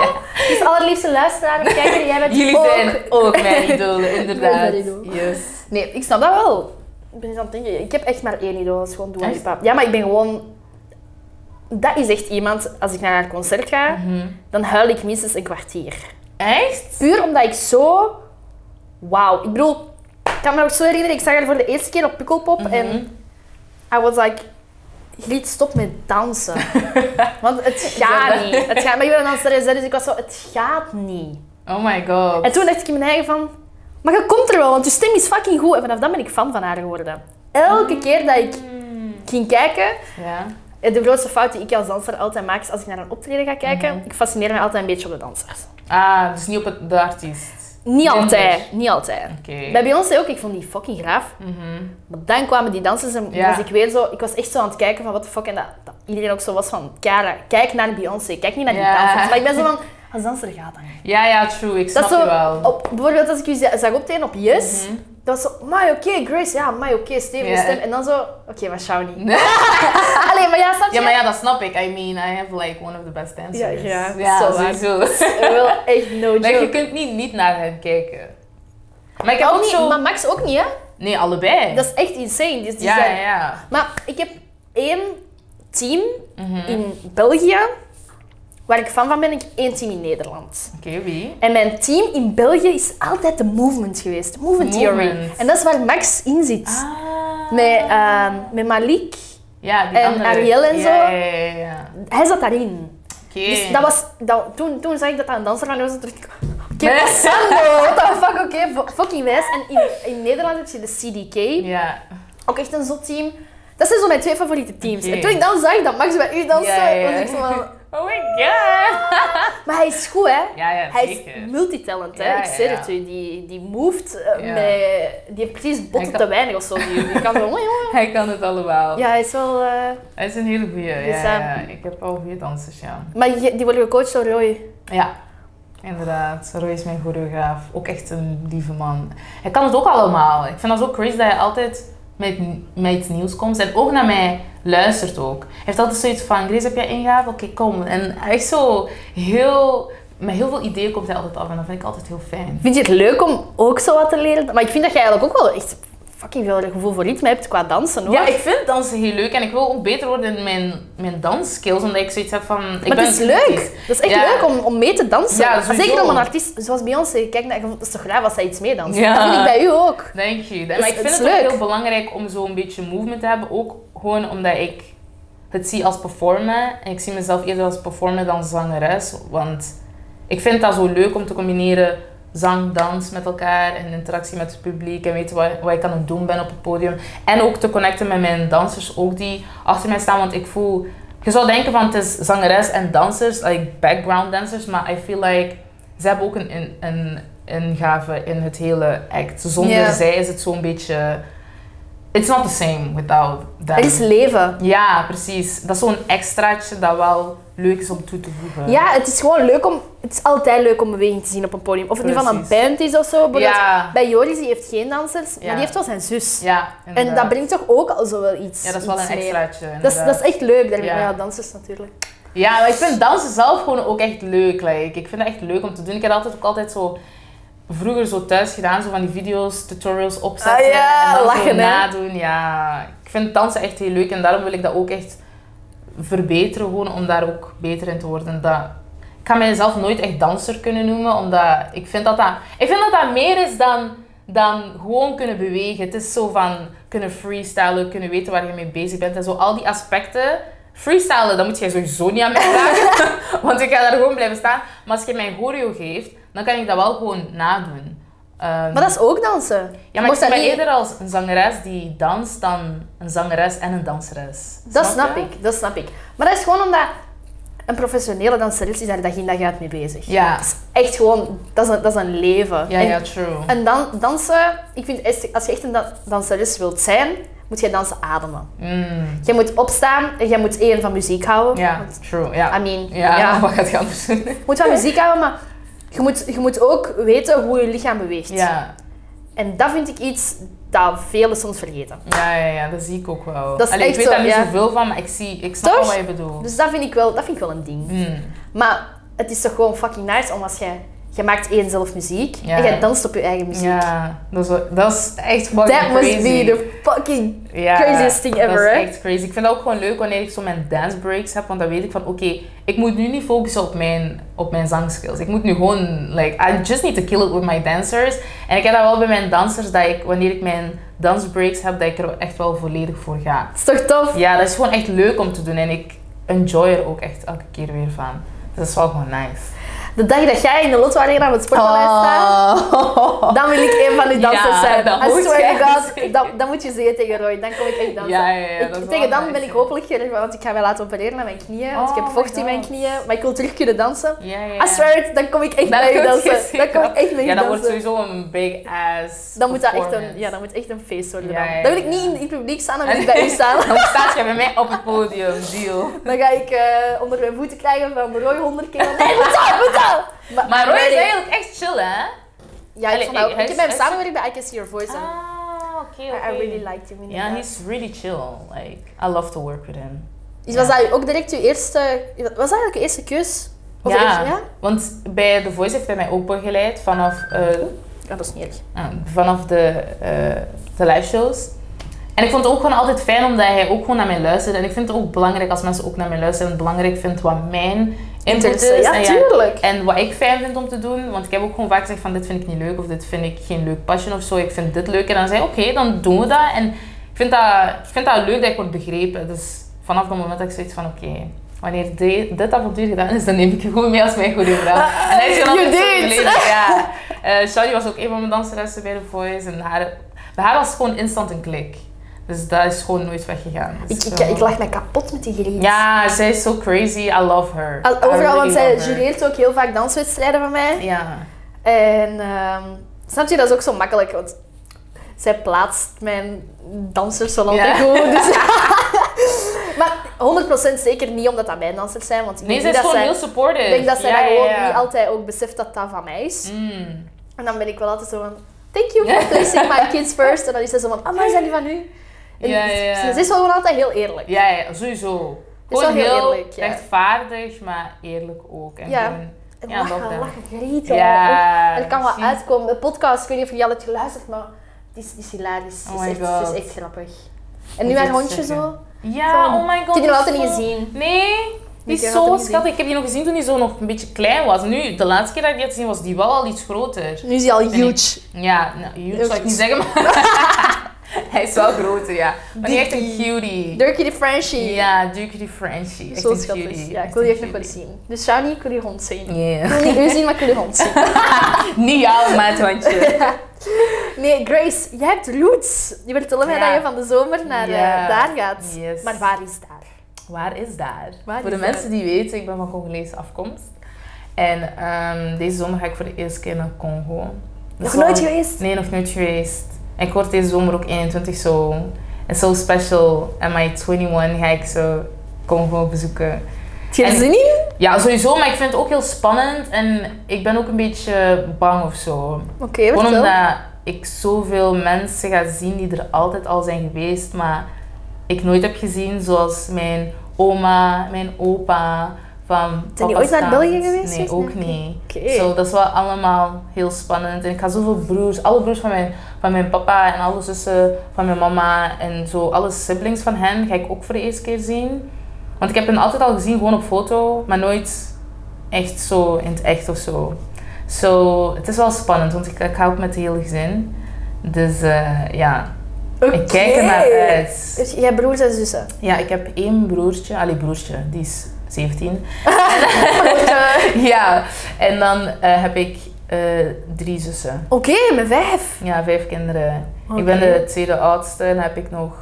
Speaker 1: Ja.
Speaker 2: dus allerliefste luisteraar en kijker, jij bent
Speaker 1: Jullie
Speaker 2: Oh, ook...
Speaker 1: zijn ook mijn idolen, inderdaad.
Speaker 2: Mijn idool.
Speaker 1: Yes.
Speaker 2: Nee, ik snap dat wel. Ik ben eens aan het denken, ik heb echt maar één idool, dat is gewoon Dua
Speaker 1: Echt?
Speaker 2: Lipa. Ja, maar ik ben gewoon... Dat is echt iemand, als ik naar haar concert ga,
Speaker 1: Mhm.
Speaker 2: dan huil ik minstens een kwartier.
Speaker 1: Echt?
Speaker 2: Puur omdat ik zo... Wauw. Ik bedoel, ik kan me nog zo herinneren, ik zag haar voor de eerste keer op Pukkelpop en
Speaker 1: Mhm.
Speaker 2: I was like... Griet, stop met dansen. Want het gaat niet. Het gaat, maar ik ben een danseres, hè, dus ik was zo, het gaat niet.
Speaker 1: Oh my god.
Speaker 2: En toen dacht ik in mijn eigen van, maar je komt er wel, want je stem is fucking goed. En vanaf dan ben ik fan van haar geworden. Elke keer dat ik ging kijken, eh,
Speaker 1: Ja.
Speaker 2: de grootste fout die ik als danser altijd maak, is als ik naar een optreden ga kijken,
Speaker 1: Mhm.
Speaker 2: ik fascineer me altijd een beetje op de dansers.
Speaker 1: Ah, dus niet op het, de artiest.
Speaker 2: Niet
Speaker 1: Minder.
Speaker 2: altijd, niet altijd.
Speaker 1: Oké.
Speaker 2: Bij Beyoncé ook, ik vond die fucking graaf.
Speaker 1: Mhm.
Speaker 2: Maar dan kwamen die dansers en
Speaker 1: Ja.
Speaker 2: was ik weer zo... Ik was echt zo aan het kijken van what the fuck. En dat, dat iedereen ook zo was van... Kara, kijk naar Beyoncé. Kijk niet naar die
Speaker 1: Ja.
Speaker 2: dansers. Maar ik ben zo van... Als danser gaat dat niet.
Speaker 1: Ja, ja, true. Ik
Speaker 2: Dat
Speaker 1: snap
Speaker 2: is
Speaker 1: je
Speaker 2: zo...
Speaker 1: wel.
Speaker 2: Op, bijvoorbeeld als ik u za- zag optreden op Yes.
Speaker 1: Mhm.
Speaker 2: Dat was zo, maar oké, Grace, ja, maar oké, stevige
Speaker 1: Ja.
Speaker 2: stem. En dan zo, oké, maar Shawnee. Allee, maar ja, snap je?
Speaker 1: Ja, maar ja, dat snap ik. I mean, I have like one of the best dancers.
Speaker 2: Ja, ja,
Speaker 1: ja
Speaker 2: zo waar.
Speaker 1: sowieso.
Speaker 2: Eh, Wel echt no joke.
Speaker 1: Like, je kunt niet, niet naar hen kijken. Maar ik heb
Speaker 2: Ook
Speaker 1: ook
Speaker 2: niet-
Speaker 1: zo...
Speaker 2: Oh, Maar Max ook niet, hè?
Speaker 1: Nee, allebei.
Speaker 2: Dat is echt insane. Dus die
Speaker 1: ja,
Speaker 2: zijn-
Speaker 1: ja, ja.
Speaker 2: Maar ik heb één team
Speaker 1: Mhm.
Speaker 2: in België waar ik fan van ben. Ik heb één team in Nederland.
Speaker 1: Oké, wie?
Speaker 2: En mijn team in België is altijd de movement geweest. Movement, theory.
Speaker 1: Movement.
Speaker 2: En dat is waar Max in zit.
Speaker 1: Ah.
Speaker 2: Met, ehm, met Malik.
Speaker 1: Ja, die
Speaker 2: en
Speaker 1: andere.
Speaker 2: Ariel en zo.
Speaker 1: Ja, ja, ja. ja.
Speaker 2: Hij zat daarin.
Speaker 1: Oké.
Speaker 2: Dus dat was, dat, toen, toen zag ik dat dat een danser van was. en toen dacht ik, Oké,
Speaker 1: Nee.
Speaker 2: Sando, what the fuck, oké, fu- fucking wijs. En in, in Nederland heb je de CDK.
Speaker 1: Ja.
Speaker 2: Ook echt een zot team. Dat zijn zo mijn twee favoriete teams.
Speaker 1: Oké.
Speaker 2: En toen ik dan zag dat Max bij u dansen,
Speaker 1: Ja, ja.
Speaker 2: was ik zo van...
Speaker 1: Oh my god.
Speaker 2: Maar hij is goed, hè?
Speaker 1: Ja, ja,
Speaker 2: hij
Speaker 1: zeker.
Speaker 2: is multitalent, hè?
Speaker 1: Ja,
Speaker 2: ik
Speaker 1: ja,
Speaker 2: zeg
Speaker 1: ja.
Speaker 2: het u. Die, die moved eh,
Speaker 1: Ja.
Speaker 2: met... Die heeft precies botten
Speaker 1: Hij kan-
Speaker 2: te weinig of zo. Die, die kan zo... "Oei, oei."
Speaker 1: Hij kan het allemaal.
Speaker 2: Ja, hij is wel... eh,
Speaker 1: Hij is een hele goeie. Ja,
Speaker 2: Dus,
Speaker 1: ja, ja. Ik heb al goede dansers, ja.
Speaker 2: Maar je- die worden gecoacht door Roy.
Speaker 1: Ja, inderdaad. Roy is mijn choreograaf. Ook echt een lieve man. Hij kan het ook allemaal. Ik vind dat zo crazy dat hij altijd met, met iets nieuws komt. En ook naar mij luistert ook. Hij heeft altijd zoiets van, Grace, heb jij ingave? Oké, kom. En hij is zo heel... Met heel veel ideeën komt hij altijd af. En dat vind ik altijd heel fijn.
Speaker 2: Vind je het leuk om ook zo wat te leren? Maar ik vind dat jij eigenlijk ook wel echt fucking veel gevoel voor ritme hebt qua dansen, hoor.
Speaker 1: Ja, ik vind dansen heel leuk. En ik wil ook beter worden in mijn, mijn dansskills. Omdat ik zoiets heb van... Ik
Speaker 2: maar
Speaker 1: ben
Speaker 2: het is leuk. Dat is echt
Speaker 1: Ja.
Speaker 2: leuk om, om mee te dansen.
Speaker 1: Ja, sowieso.
Speaker 2: Zeker om een artiest zoals Beyoncé. Kijk, naar- dat is toch raar als zij iets meedanst.
Speaker 1: Ja.
Speaker 2: Dat vind ik bij u ook.
Speaker 1: Dank je. Maar
Speaker 2: Dus
Speaker 1: ik
Speaker 2: het
Speaker 1: vind
Speaker 2: is
Speaker 1: het ook
Speaker 2: leuk.
Speaker 1: heel belangrijk om zo'n beetje movement te hebben. Ook gewoon omdat ik het zie als performen. En ik zie mezelf eerder als performer dan zangeres. Want ik vind dat zo leuk om te combineren zang, dans met elkaar en interactie met het publiek en weten wat, wat ik aan het doen ben op het podium. En ook te connecten met mijn dansers ook die achter mij staan. Want ik voel... Je zou denken van het is zangeres en dansers, like background dancers. Maar I feel like ze hebben ook een, een, een ingave in het hele act. Zonder
Speaker 2: Ja.
Speaker 1: zij is het zo'n beetje... It's not the same without them.
Speaker 2: Het is leven.
Speaker 1: Ja, precies. Dat is zo'n extraatje dat wel leuk is om toe te voegen.
Speaker 2: Ja, het is gewoon leuk om... Het is altijd leuk om beweging te zien op een podium. Of het nu van een
Speaker 1: Precies.
Speaker 2: band is of zo. Bijvoorbeeld,
Speaker 1: Ja.
Speaker 2: Bij Joris, die heeft geen dansers,
Speaker 1: Ja.
Speaker 2: maar die heeft wel zijn zus.
Speaker 1: Ja,
Speaker 2: en
Speaker 1: inderdaad.
Speaker 2: dat brengt toch ook al zo wel iets
Speaker 1: Ja, dat is wel een
Speaker 2: iets mee.
Speaker 1: extraatje.
Speaker 2: Dat is, dat
Speaker 1: inderdaad.
Speaker 2: is echt leuk. Daar ben ik
Speaker 1: Ja.
Speaker 2: maar ja, dansers natuurlijk.
Speaker 1: Ja, maar ik vind dansen zelf gewoon ook echt leuk. Like. Ik vind dat echt leuk om te doen. Ik heb altijd ook altijd zo vroeger zo thuis gedaan, zo van die video's, tutorials opzetten
Speaker 2: Ah ja,
Speaker 1: en dan
Speaker 2: lachen,
Speaker 1: zo
Speaker 2: hè?
Speaker 1: nadoen. Ja, ik vind dansen echt heel leuk en daarom wil ik dat ook echt verbeteren, gewoon om daar ook beter in te worden. Dat, ik ga mijzelf nooit echt danser kunnen noemen, omdat ik vind dat dat, ik vind dat, dat meer is dan, dan gewoon kunnen bewegen. Het is zo van kunnen freestylen, kunnen weten waar je mee bezig bent en zo. Al die aspecten. Freestylen, dan moet jij sowieso niet aan mij vragen, want ik ga daar gewoon blijven staan. Maar als je mij een choreo geeft, dan kan ik dat wel gewoon nadoen. Ehm,
Speaker 2: Maar dat is ook dansen.
Speaker 1: ja, maar ik zie mij eerder als een zangeres die danst dan een zangeres en een danseres.
Speaker 2: Dat snap
Speaker 1: je?
Speaker 2: ik, dat snap ik. Maar dat is gewoon omdat een professionele danseres is daar dag in dag uit mee bezig.
Speaker 1: Ja.
Speaker 2: Dat is echt gewoon, dat is een, dat is een leven.
Speaker 1: Ja,
Speaker 2: en,
Speaker 1: ja, true.
Speaker 2: en dan, dansen, ik vind echt- als je echt een da- danseres wilt zijn, moet je dansen ademen.
Speaker 1: Mm,
Speaker 2: Je moet opstaan en je moet één van muziek houden.
Speaker 1: Ja,
Speaker 2: Want-
Speaker 1: true. Ja.
Speaker 2: I mean,
Speaker 1: Ja,
Speaker 2: ja.
Speaker 1: wat gaat je anders doen?
Speaker 2: je moet van muziek houden, maar je moet, je moet ook weten hoe je lichaam beweegt.
Speaker 1: Ja.
Speaker 2: En dat vind ik iets dat velen soms vergeten.
Speaker 1: Ja, ja, ja, dat zie ik ook wel.
Speaker 2: Dat is
Speaker 1: Allee, ik
Speaker 2: echt
Speaker 1: weet
Speaker 2: zo,
Speaker 1: daar niet
Speaker 2: ja.
Speaker 1: zoveel van, maar ik, zie, ik snap
Speaker 2: Toch?
Speaker 1: wel wat je bedoelt.
Speaker 2: Dus dat vind ik wel, dat vind ik wel een ding.
Speaker 1: Mm,
Speaker 2: Maar het is toch gewoon fucking nice om als jij... Je maakt één zelf muziek
Speaker 1: Ja.
Speaker 2: en jij danst op je eigen muziek.
Speaker 1: Ja, dat is, wel- dat is echt fucking
Speaker 2: Dus That must
Speaker 1: crazy.
Speaker 2: be the fucking...
Speaker 1: Ja,
Speaker 2: craziest thing ever,
Speaker 1: Dat
Speaker 2: hè?
Speaker 1: is echt crazy. Ik vind dat ook gewoon leuk wanneer ik zo mijn dance breaks heb, want dan weet ik van oké, ik moet nu niet focussen op mijn, op mijn zangskills. Ik moet nu gewoon, like, I just need to kill it with my dancers. En ik heb dat wel bij mijn dansers, dat ik wanneer ik mijn dance breaks heb, dat ik er echt wel volledig voor ga.
Speaker 2: Het is toch tof?
Speaker 1: Ja, dat is gewoon echt leuk om te doen en ik enjoy er ook echt elke keer weer van. Dus dat is wel gewoon nice.
Speaker 2: De dag dat jij in de Lotto Arena op het sportpaleis staat, dan wil ik één van die dansers
Speaker 1: Oh. Ja,
Speaker 2: zijn.
Speaker 1: dat
Speaker 2: I
Speaker 1: moet
Speaker 2: swear to
Speaker 1: jij
Speaker 2: God, dat, dat moet je zeggen tegen Roy. Dan kom ik echt dansen.
Speaker 1: Ja, ja, ja,
Speaker 2: Ik-
Speaker 1: dat is
Speaker 2: tegen
Speaker 1: wel
Speaker 2: dan ben
Speaker 1: nice,
Speaker 2: ik
Speaker 1: hè.
Speaker 2: hopelijk gerust, want ik ga mij laten opereren aan mijn knieën. Want ik
Speaker 1: Oh
Speaker 2: heb
Speaker 1: my
Speaker 2: vocht in mijn
Speaker 1: God.
Speaker 2: knieën, maar ik wil terug kunnen dansen.
Speaker 1: Ja, ja,
Speaker 2: I swear it, dan kom ik echt
Speaker 1: Dan
Speaker 2: bij je
Speaker 1: kun je
Speaker 2: dansen. Dan
Speaker 1: zeker-
Speaker 2: kom ik echt bij je
Speaker 1: Ja, dat
Speaker 2: dansen.
Speaker 1: wordt sowieso een big ass.
Speaker 2: Dus Dan moet dat echt een,
Speaker 1: performance.
Speaker 2: ja, dan moet echt een feest worden.
Speaker 1: Ja,
Speaker 2: dan.
Speaker 1: ja,
Speaker 2: dan wil ik
Speaker 1: ja.
Speaker 2: niet in het publiek staan, dan wil ik bij u staan.
Speaker 1: Dan staat je bij mij op het podium, deal.
Speaker 2: Dan ga ik eh, onder mijn voeten krijgen van Roy honderd keer. Nee, moet dat, moet dat!
Speaker 1: Maar Roy is
Speaker 2: nee, nee.
Speaker 1: eigenlijk echt chill, hè?
Speaker 2: Ja, ik,
Speaker 1: Allee,
Speaker 2: vond dat
Speaker 1: ik-
Speaker 2: ook-
Speaker 1: hij is-
Speaker 2: ik heb met hem
Speaker 1: hij is-
Speaker 2: samengewerkt bij I Can See Your Voice. en
Speaker 1: Ah, oké,
Speaker 2: I-
Speaker 1: oké.
Speaker 2: I really liked him
Speaker 1: Ja,
Speaker 2: inderdaad.
Speaker 1: he's really chill. Like, I love to work with him.
Speaker 2: Dus
Speaker 1: ja.
Speaker 2: was dat ook direct je eerste... Was dat eigenlijk je eerste keus? Of
Speaker 1: Ja.
Speaker 2: eerste- ja?
Speaker 1: Want bij The Voice heeft hij mij opengeleid vanaf, eh,
Speaker 2: Ja, dat is niet erg.
Speaker 1: ah, vanaf de, eh de live shows. En ik vond het ook gewoon altijd fijn omdat hij ook gewoon naar mij luisterde. En ik vind het ook belangrijk als mensen ook naar mij luisteren. En belangrijk vindt wat mijn input
Speaker 2: Interesse.
Speaker 1: is.
Speaker 2: Ja,
Speaker 1: en,
Speaker 2: tuurlijk.
Speaker 1: en wat ik fijn vind om te doen. Want ik heb ook gewoon vaak gezegd van dit vind ik niet leuk. Of dit vind ik geen leuk passion of zo. Ik vind dit leuk. En dan zei hij oké, dan doen we dat. En ik vind dat, ik vind dat leuk dat ik word begrepen. Dus vanaf dat moment dat ik zoiets van oké. Wanneer de- dit avontuur gedaan is, dan neem ik je gewoon mee als mijn goede vrouw.
Speaker 2: Ah,
Speaker 1: En hij is gewoon
Speaker 2: You
Speaker 1: altijd zo
Speaker 2: did.
Speaker 1: geleden, ja. Eh Shadi was ook een van mijn danseressen bij The Voice. En haar, bij haar was het gewoon instant een klik. Dus dat is gewoon nooit weggegaan. Dus
Speaker 2: Ik, ik,
Speaker 1: zo.
Speaker 2: ik lag mij kapot met die griet.
Speaker 1: Ja, zij is zo crazy. I love her.
Speaker 2: Al-
Speaker 1: I
Speaker 2: Overal,
Speaker 1: really
Speaker 2: want zij
Speaker 1: love her.
Speaker 2: jureert ook heel vaak danswedstrijden van mij.
Speaker 1: Ja.
Speaker 2: En ehm, snap je, dat is ook zo makkelijk, want zij plaatst mijn dansers wel altijd
Speaker 1: Ja.
Speaker 2: goed. Dus, maar 100% zeker niet omdat dat mijn dansers zijn, want ik
Speaker 1: Nee,
Speaker 2: denk
Speaker 1: zij is
Speaker 2: dat
Speaker 1: gewoon
Speaker 2: zij,
Speaker 1: heel supportive.
Speaker 2: ik denk dat zij
Speaker 1: Ja,
Speaker 2: dat
Speaker 1: ja,
Speaker 2: gewoon
Speaker 1: ja.
Speaker 2: niet altijd ook beseft dat dat van mij is.
Speaker 1: Mm.
Speaker 2: En dan ben ik wel altijd zo van, thank you for placing my kids first. En dan is zij zo van, ah, maar zijn die van u? En
Speaker 1: Ja, ja, ja.
Speaker 2: Ze is wel gewoon altijd heel eerlijk.
Speaker 1: Ja, ja, sowieso.
Speaker 2: is
Speaker 1: Gewoon
Speaker 2: wel heel
Speaker 1: heel
Speaker 2: eerlijk, ja.
Speaker 1: rechtvaardig, maar eerlijk ook. En
Speaker 2: Ja.
Speaker 1: gewoon-
Speaker 2: En
Speaker 1: Ja, dat
Speaker 2: lachen,
Speaker 1: dan.
Speaker 2: lachen, grieten.
Speaker 1: ja.
Speaker 2: Er kan wel
Speaker 1: precies.
Speaker 2: uitkomen. De podcast, ik weet niet of jullie al hebt geluisterd, maar het is, het is hilarisch.
Speaker 1: Oh
Speaker 2: Het is,
Speaker 1: my
Speaker 2: echt, het
Speaker 1: God.
Speaker 2: is echt grappig. En
Speaker 1: Moet
Speaker 2: nu haar
Speaker 1: ik
Speaker 2: hondje
Speaker 1: zeggen.
Speaker 2: zo.
Speaker 1: Ja,
Speaker 2: Zo.
Speaker 1: oh my god.
Speaker 2: Ik heb die
Speaker 1: die
Speaker 2: nog
Speaker 1: is
Speaker 2: altijd niet
Speaker 1: zo-
Speaker 2: gezien.
Speaker 1: Nee, die
Speaker 2: Die
Speaker 1: is
Speaker 2: heb ik nog altijd
Speaker 1: zo
Speaker 2: niet gezien.
Speaker 1: schattig. Ik heb die nog gezien toen die zo nog een beetje klein was. Nu, de laatste keer dat ik die had gezien, was die wel al iets groter.
Speaker 2: Nu is hij al
Speaker 1: ik-
Speaker 2: huge.
Speaker 1: Ja, nou, huge zou ik
Speaker 2: Huge.
Speaker 1: niet zeggen, maar... Hij is wel groter, ja. Maar die is echt een cutie.
Speaker 2: Durky de Frenchie.
Speaker 1: Ja, Duke die Frenchie. Echt
Speaker 2: Zo
Speaker 1: een
Speaker 2: schattig.
Speaker 1: cutie.
Speaker 2: Ja, ik
Speaker 1: echt
Speaker 2: wil
Speaker 1: een
Speaker 2: die echt nog wel
Speaker 1: cutie.
Speaker 2: eens zien. Dus Shani, ik wil je hond zien.
Speaker 1: Yeah.
Speaker 2: Ik wil niet u zien, maar ik wil je hond zien.
Speaker 1: Niet jou, maar het hondje.
Speaker 2: Nee, Grace, jij hebt roots. Je vertelde mij
Speaker 1: Ja.
Speaker 2: dat je van de zomer naar eh,
Speaker 1: Ja.
Speaker 2: daar gaat.
Speaker 1: Yes.
Speaker 2: Maar waar is daar?
Speaker 1: Waar is daar?
Speaker 2: Waar
Speaker 1: voor
Speaker 2: is
Speaker 1: de
Speaker 2: daar?
Speaker 1: mensen die weten, ik ben van Congolese afkomst. En ehm, deze zomer ga ik voor de eerste keer naar Congo.
Speaker 2: Nog
Speaker 1: Dus
Speaker 2: nooit
Speaker 1: wel-
Speaker 2: geweest?
Speaker 1: Nee, nog nooit geweest. En ik word deze zomer ook 21 zo. En zo special. En my 21 ga ik zo Congo bezoeken.
Speaker 2: Heb je er
Speaker 1: En-
Speaker 2: zin in?
Speaker 1: Ja, sowieso, maar ik vind het ook heel spannend. En ik ben ook een beetje bang of zo.
Speaker 2: Oké,
Speaker 1: Gewoon
Speaker 2: vertel.
Speaker 1: omdat ik zoveel mensen ga zien die er altijd al zijn geweest, maar ik nooit heb gezien, zoals mijn oma, mijn opa. Van
Speaker 2: Zijn die
Speaker 1: papa's
Speaker 2: ooit naar
Speaker 1: kant.
Speaker 2: België geweest?
Speaker 1: Nee, ook
Speaker 2: Nee.
Speaker 1: niet.
Speaker 2: Oké.
Speaker 1: Zo, dat is wel allemaal heel spannend. En ik ga zoveel broers, alle broers van mijn, van mijn papa en alle zussen van mijn mama en zo, alle siblings van hen ga ik ook voor de eerste keer zien. Want ik heb hen altijd al gezien, gewoon op foto, maar nooit echt zo in het echt of zo. Zo, het is wel spannend, want ik, ik ga ook met het hele gezin. Dus eh, ja, ik kijk er naar
Speaker 2: Oké.
Speaker 1: uit.
Speaker 2: Dus jij hebt broers en zussen.
Speaker 1: Ja, ik heb één broertje, allee broertje, die is 17.
Speaker 2: Oké,
Speaker 1: ja, en dan eh, heb ik eh, drie zussen.
Speaker 2: met vijf.
Speaker 1: Ja, vijf kinderen.
Speaker 2: Oké.
Speaker 1: Ik ben de tweede oudste. Dan heb ik nog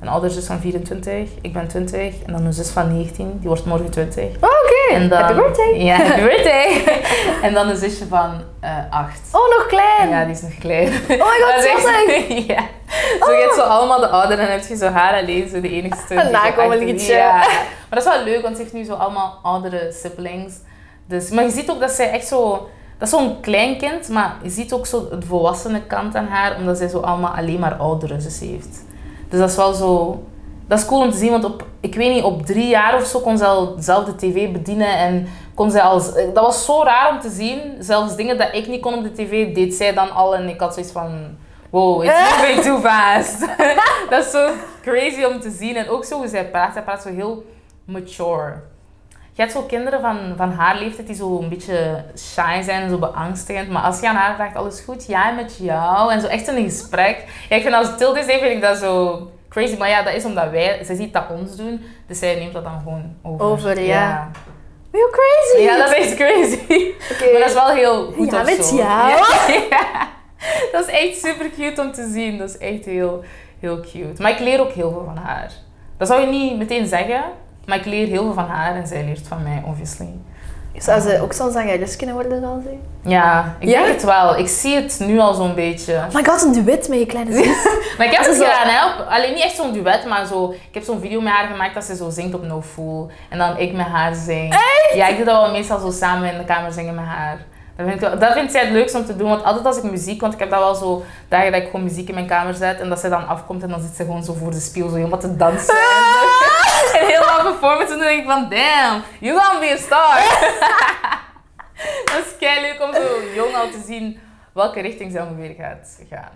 Speaker 1: een oudere zus van 24. Ik ben 20. En dan een zus van 19. Die wordt morgen 20.
Speaker 2: Oh, Oké,
Speaker 1: En dan,
Speaker 2: happy birthday.
Speaker 1: Ja, happy birthday. en dan een zusje van eh, 8.
Speaker 2: Oh, nog klein.
Speaker 1: Ja, die is nog klein.
Speaker 2: Oh my god,
Speaker 1: Dat is echt-
Speaker 2: schattig.
Speaker 1: ja. Zo, je hebt zo allemaal de ouderen en dan heb je zo haar alleen, zo de enigste. die zo
Speaker 2: Een nakomelingetje.
Speaker 1: achter- Ja. Maar dat is wel leuk, want ze heeft nu zo allemaal oudere siblings. Dus, maar je ziet ook dat zij echt zo... Dat is zo'n klein kind, maar je ziet ook zo de volwassene kant aan haar, omdat zij zo allemaal alleen maar oudere zussen heeft. Dus dat is wel zo... Dat is cool om te zien, want op, ik weet niet, op drie jaar of zo kon ze al zelf de tv bedienen en kon zij als... eh, Dat was zo raar om te zien. Zelfs dingen dat ik niet kon op de tv, deed zij dan al en ik had zoiets van... Wow, it's moving too fast. dat is zo crazy om te zien. En ook zo hoe zij praat. Zij praat zo heel mature. Je hebt zo kinderen van, van haar leeftijd die zo een beetje shy zijn en zo beangstigend. Maar als je aan haar vraagt, alles goed? Ja, en met jou? En zo echt in een gesprek. Ja, ik vind als Tilde is, vind ik dat zo crazy. Maar ja, dat is omdat wij, zij ziet dat ons doen. Dus zij neemt dat dan gewoon over.
Speaker 2: Over, ja. You're crazy.
Speaker 1: Ja, dat is echt crazy.
Speaker 2: Oké.
Speaker 1: Maar dat is wel heel goed
Speaker 2: Ja,
Speaker 1: of
Speaker 2: met
Speaker 1: zo.
Speaker 2: jou.
Speaker 1: Ja, ja. Dat is echt super cute om te zien. Dat is echt heel, heel cute. Maar ik leer ook heel veel van haar. Dat zou je niet meteen zeggen, maar ik leer heel veel van haar en zij leert van mij, obviously.
Speaker 2: Zou ze ook zo'n zangeres kunnen worden dan? ze?
Speaker 1: Ja, ik
Speaker 2: Ja?
Speaker 1: denk het wel. Ik zie het nu al zo'n beetje.
Speaker 2: Oh my god, een duet met je kleine zus.
Speaker 1: Maar ik heb
Speaker 2: Dat
Speaker 1: het
Speaker 2: is wel-
Speaker 1: gedaan, hè. Alleen niet echt zo'n duet, maar zo... Ik heb zo'n video met haar gemaakt dat ze zo zingt op No Fool. En dan ik met haar zing. Ja, ik doe dat wel meestal zo samen in de kamer zingen met haar. Dat vind, ik wel- dat vindt zij het leukst om te doen. Want altijd als ik muziek, want ik heb dat wel zo dagen dat ik gewoon muziek in mijn kamer zet en dat zij dan afkomt en dan zit ze gewoon zo voor de spiegel zo helemaal te dansen. En, en helemaal performance. En dan denk ik van damn, you gonna be a star. dat is kei leuk om zo jong al te zien welke richting ze ongeveer gaat gaan.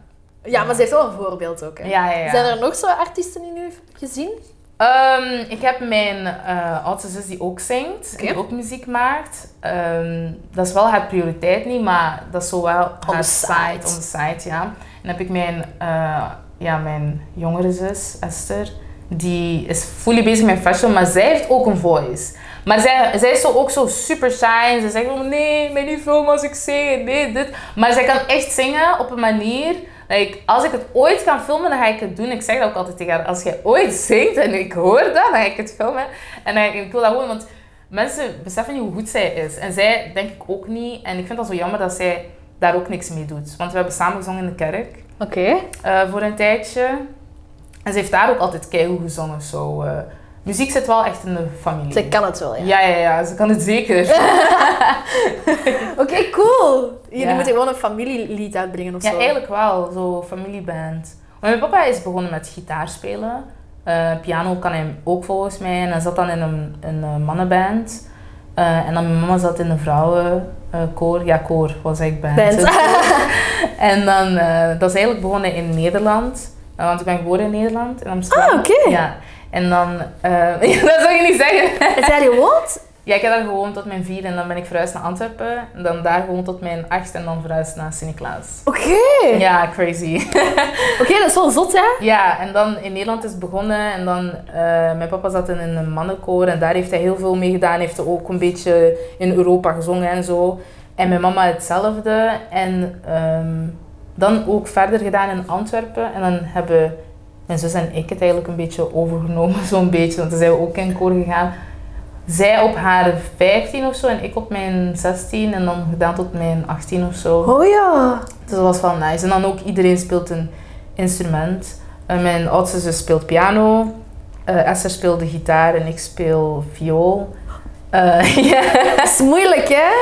Speaker 2: Ja, maar ze heeft wel een voorbeeld ook. Hè.
Speaker 1: Ja, ja, ja.
Speaker 2: Zijn er nog zo artiesten in u gezien?
Speaker 1: Ehm, ik heb mijn eh oudste zus die ook zingt,
Speaker 2: Oké.
Speaker 1: die ook muziek maakt. Ehm, dat is wel haar prioriteit niet, maar dat is zo wel
Speaker 2: On
Speaker 1: haar
Speaker 2: the side.
Speaker 1: on the side, ja. En dan heb ik mijn, eh, ja, mijn jongere zus, Esther, die is fully bezig met fashion, maar zij heeft ook een voice. Maar zij, zij is zo ook zo super shy en ze zegt van nee, mij niet filmen als ik zing, nee, dit. Maar zij kan echt zingen op een manier, like, als ik het ooit kan filmen, dan ga ik het doen. Ik zeg dat ook altijd tegen haar, als jij ooit zingt en ik hoor dat, dan ga ik het filmen. En dan- ik wil dat gewoon, want mensen beseffen niet hoe goed zij is. En zij denk ik ook niet. En ik vind dat zo jammer dat zij daar ook niks mee doet. Want we hebben samen gezongen in de kerk
Speaker 2: Oké.
Speaker 1: eh, voor een tijdje. En ze heeft daar ook altijd keihard gezongen. Zo, eh, muziek zit wel echt in de familie.
Speaker 2: Ze kan het wel, ja.
Speaker 1: ja, ja, ja, ze kan het zeker.
Speaker 2: Oké, cool. Jullie
Speaker 1: Ja.
Speaker 2: moeten gewoon een familielied uitbrengen of
Speaker 1: Ja,
Speaker 2: zo.
Speaker 1: eigenlijk wel. Zo familieband. Want mijn papa is begonnen met gitaar spelen. Eh, piano kan hij ook volgens mij. En hij zat dan in een, een eh, mannenband. Eh, en dan mijn mama zat in een vrouwenkoor. ja, koor was eigenlijk band.
Speaker 2: Band.
Speaker 1: en dan, eh, dat is eigenlijk begonnen in Nederland. Eh, want ik ben geboren in Nederland, in Amsterdam.
Speaker 2: Ah, oké.
Speaker 1: Ja. En dan, eh, dat zou je niet zeggen.
Speaker 2: Zei je wat?
Speaker 1: Ja, ik heb daar gewoond tot mijn vier en dan ben ik verhuisd naar Antwerpen. En dan daar gewoond tot mijn acht en dan verhuisd naar Sint-Niklaas.
Speaker 2: Oké.
Speaker 1: Ja, crazy.
Speaker 2: Oké, dat is wel zot, hè?
Speaker 1: Ja, en dan in Nederland is het begonnen en dan, eh, mijn papa zat in een mannenkoor en daar heeft hij heel veel mee gedaan. Heeft hij ook een beetje in Europa gezongen en zo. En mijn mama hetzelfde. En ehm, dan ook verder gedaan in Antwerpen. En dan hebben mijn zus en ik het eigenlijk een beetje overgenomen, zo'n beetje. Want dan zijn we ook in koor gegaan. Zij op haar 15 of zo en ik op mijn 16 en dan gedaan tot mijn 18 of zo.
Speaker 2: Oh ja.
Speaker 1: Dus dat was wel nice. En dan ook iedereen speelt een instrument. Eh, mijn oudste zus speelt piano. eh Esther speelde gitaar en ik speel viool. Eh, ja.
Speaker 2: Dat is moeilijk, hè?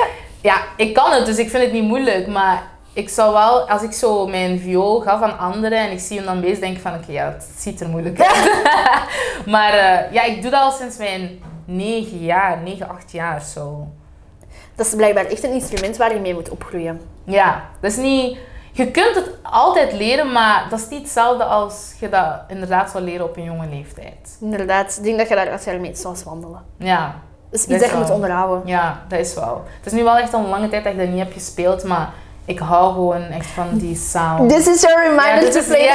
Speaker 1: ja, ik kan het, dus ik vind het niet moeilijk. Maar ik zou wel, als ik zo mijn viool gaf aan anderen en ik zie hem dan bezig, denk ik van oké, ja, het ziet er moeilijk uit. maar eh, ja, ik doe dat al sinds mijn 9 jaar, 9, 8 jaar zo.
Speaker 2: Dat is blijkbaar echt een instrument waar je mee moet opgroeien.
Speaker 1: Ja, dat is niet. Je kunt het altijd leren, maar dat is niet hetzelfde als je dat inderdaad zou leren op een jonge leeftijd.
Speaker 2: Inderdaad. Ik denk dat je daar als je mee zoals wandelen.
Speaker 1: Ja,
Speaker 2: Dat is iets
Speaker 1: Dat
Speaker 2: dat,
Speaker 1: is
Speaker 2: je
Speaker 1: wel.
Speaker 2: moet onderhouden.
Speaker 1: ja, dat is wel. Het is nu wel echt al een lange tijd dat ik dat niet heb gespeeld, maar ik hou gewoon echt van die sound.
Speaker 2: This is your
Speaker 1: Ja,
Speaker 2: reminder
Speaker 1: dit
Speaker 2: to
Speaker 1: is-
Speaker 2: play the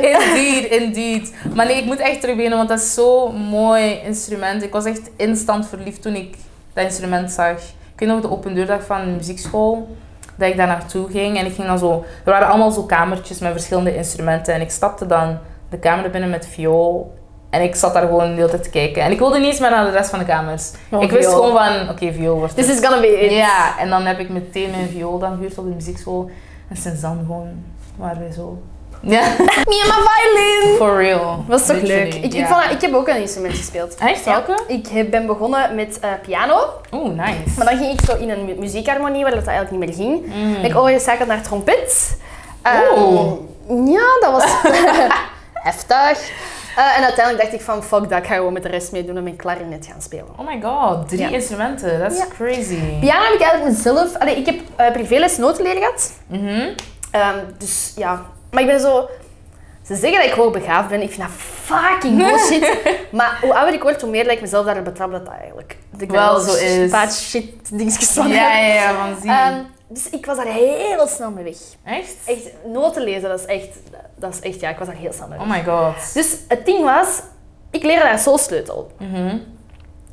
Speaker 1: ja,
Speaker 2: violin.
Speaker 1: Indeed, indeed. Maar nee, ik moet echt terug beginnen, want dat is zo'n mooi instrument. Ik was echt instant verliefd toen ik dat instrument zag. Ik weet nog de open deurdag van de muziekschool, dat ik daar naartoe ging. En ik ging dan zo... Er waren allemaal zo kamertjes met verschillende instrumenten. En ik stapte dan de kamer binnen met viool. En ik zat daar gewoon de hele tijd te kijken. En ik wilde niet eens meer naar de rest van de kamers.
Speaker 2: Gewoon
Speaker 1: ik wist
Speaker 2: Oh, viool.
Speaker 1: gewoon van, oké, viool wordt
Speaker 2: This
Speaker 1: het.
Speaker 2: is gonna be it.
Speaker 1: Ja, en dan heb ik meteen mijn viool dan gehuurd op de muziekschool. En sinds dan gewoon waren wij zo... Ja.
Speaker 2: Me and my violin.
Speaker 1: For real.
Speaker 2: Dat is toch
Speaker 1: Literally,
Speaker 2: leuk? Ik, ik,
Speaker 1: ja. Ah,
Speaker 2: vond Ah, dat- ik heb ook een instrument gespeeld.
Speaker 1: Echt? Welke?
Speaker 2: Ik heb- ben begonnen met eh, piano,
Speaker 1: Oeh, nice.
Speaker 2: maar dan ging ik zo in een mu- muziekharmonie waar dat eigenlijk niet meer ging.
Speaker 1: Mm.
Speaker 2: Ik overgeschakeld naar trompet. Ehm,
Speaker 1: Oeh.
Speaker 2: ja, dat was heftig. Eh, en uiteindelijk dacht ik van fuck dat, ik ga gewoon met de rest meedoen en mijn klarinet gaan spelen.
Speaker 1: Oh my god, drie
Speaker 2: Ja.
Speaker 1: instrumenten. That's
Speaker 2: Ja.
Speaker 1: crazy.
Speaker 2: Piano heb ik eigenlijk zelf... Allee, ik heb eh privéles notenleer gehad.
Speaker 1: Mhm.
Speaker 2: Ehm, dus ja, maar ik ben zo... Ze zeggen dat ik gewoon begaafd ben. Ik vind dat fucking bullshit. maar hoe ouder ik word, hoe meer dat ik mezelf daarin betrap dat dat eigenlijk... dat ik ben
Speaker 1: Wel zo
Speaker 2: sh-
Speaker 1: is.
Speaker 2: Een paar shit dingetjes van
Speaker 1: Ja,
Speaker 2: heb.
Speaker 1: ja, ja, van zien.
Speaker 2: Ehm, dus ik was daar heel snel mee weg.
Speaker 1: echt?
Speaker 2: Echt, noten lezen, dat is echt... Dat is echt, ja, ik was daar heel snel mee weg.
Speaker 1: Oh my god.
Speaker 2: Dus het ding was, ik leerde daar solsleutel.
Speaker 1: Mhm.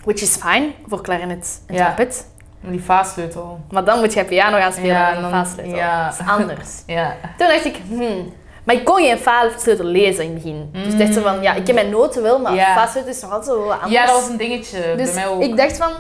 Speaker 2: Which is fine, voor klarinet en
Speaker 1: Ja.
Speaker 2: trompet.
Speaker 1: Met die vaassleutel.
Speaker 2: Maar dan moet je piano gaan spelen
Speaker 1: Ja,
Speaker 2: en
Speaker 1: dan-
Speaker 2: een vaassleutel.
Speaker 1: ja.
Speaker 2: Dat is anders.
Speaker 1: Ja.
Speaker 2: Toen dacht ik, hmm. Maar ik kon geen vaassleutel lezen in het begin. Dus ik dacht zo van, ja, ik ken mijn noten wel, maar
Speaker 1: Ja.
Speaker 2: vaassleutel is nog altijd zo wat anders.
Speaker 1: Ja, dat was een dingetje.
Speaker 2: dus
Speaker 1: bij mij ook.
Speaker 2: ik dacht van,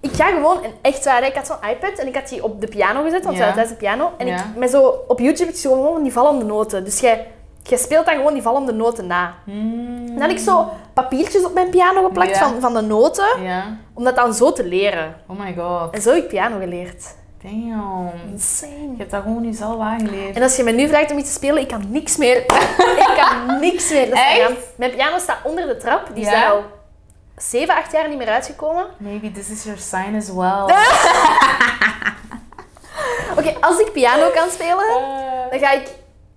Speaker 2: ik ga gewoon, en echt waar, ik had zo'n iPad en ik had die op de piano gezet, want
Speaker 1: Ja.
Speaker 2: we hadden thuis de piano. En
Speaker 1: Ja.
Speaker 2: ik, met zo, op YouTube heb je zo gewoon die vallende noten. Dus jij, jij speelt dan gewoon die vallende noten na.
Speaker 1: Mm.
Speaker 2: En dan had ik zo papiertjes op mijn piano geplakt
Speaker 1: Ja.
Speaker 2: van, van de noten,
Speaker 1: Ja.
Speaker 2: om dat dan zo te leren.
Speaker 1: Oh my god.
Speaker 2: En zo heb ik piano geleerd.
Speaker 1: Damn.
Speaker 2: Insane.
Speaker 1: Je hebt dat gewoon jezelf aangeleerd.
Speaker 2: En als je me nu vraagt om iets te spelen, ik kan niks meer. ik kan niks meer. Dat is
Speaker 1: Echt?
Speaker 2: gedaan. Mijn piano staat onder de trap. Die is
Speaker 1: Ja?
Speaker 2: daar al 7, 8 jaar niet meer uitgekomen.
Speaker 1: Maybe this is your sign as well.
Speaker 2: Ah! Oké, als ik piano kan spelen,
Speaker 1: Eh,
Speaker 2: dan ga ik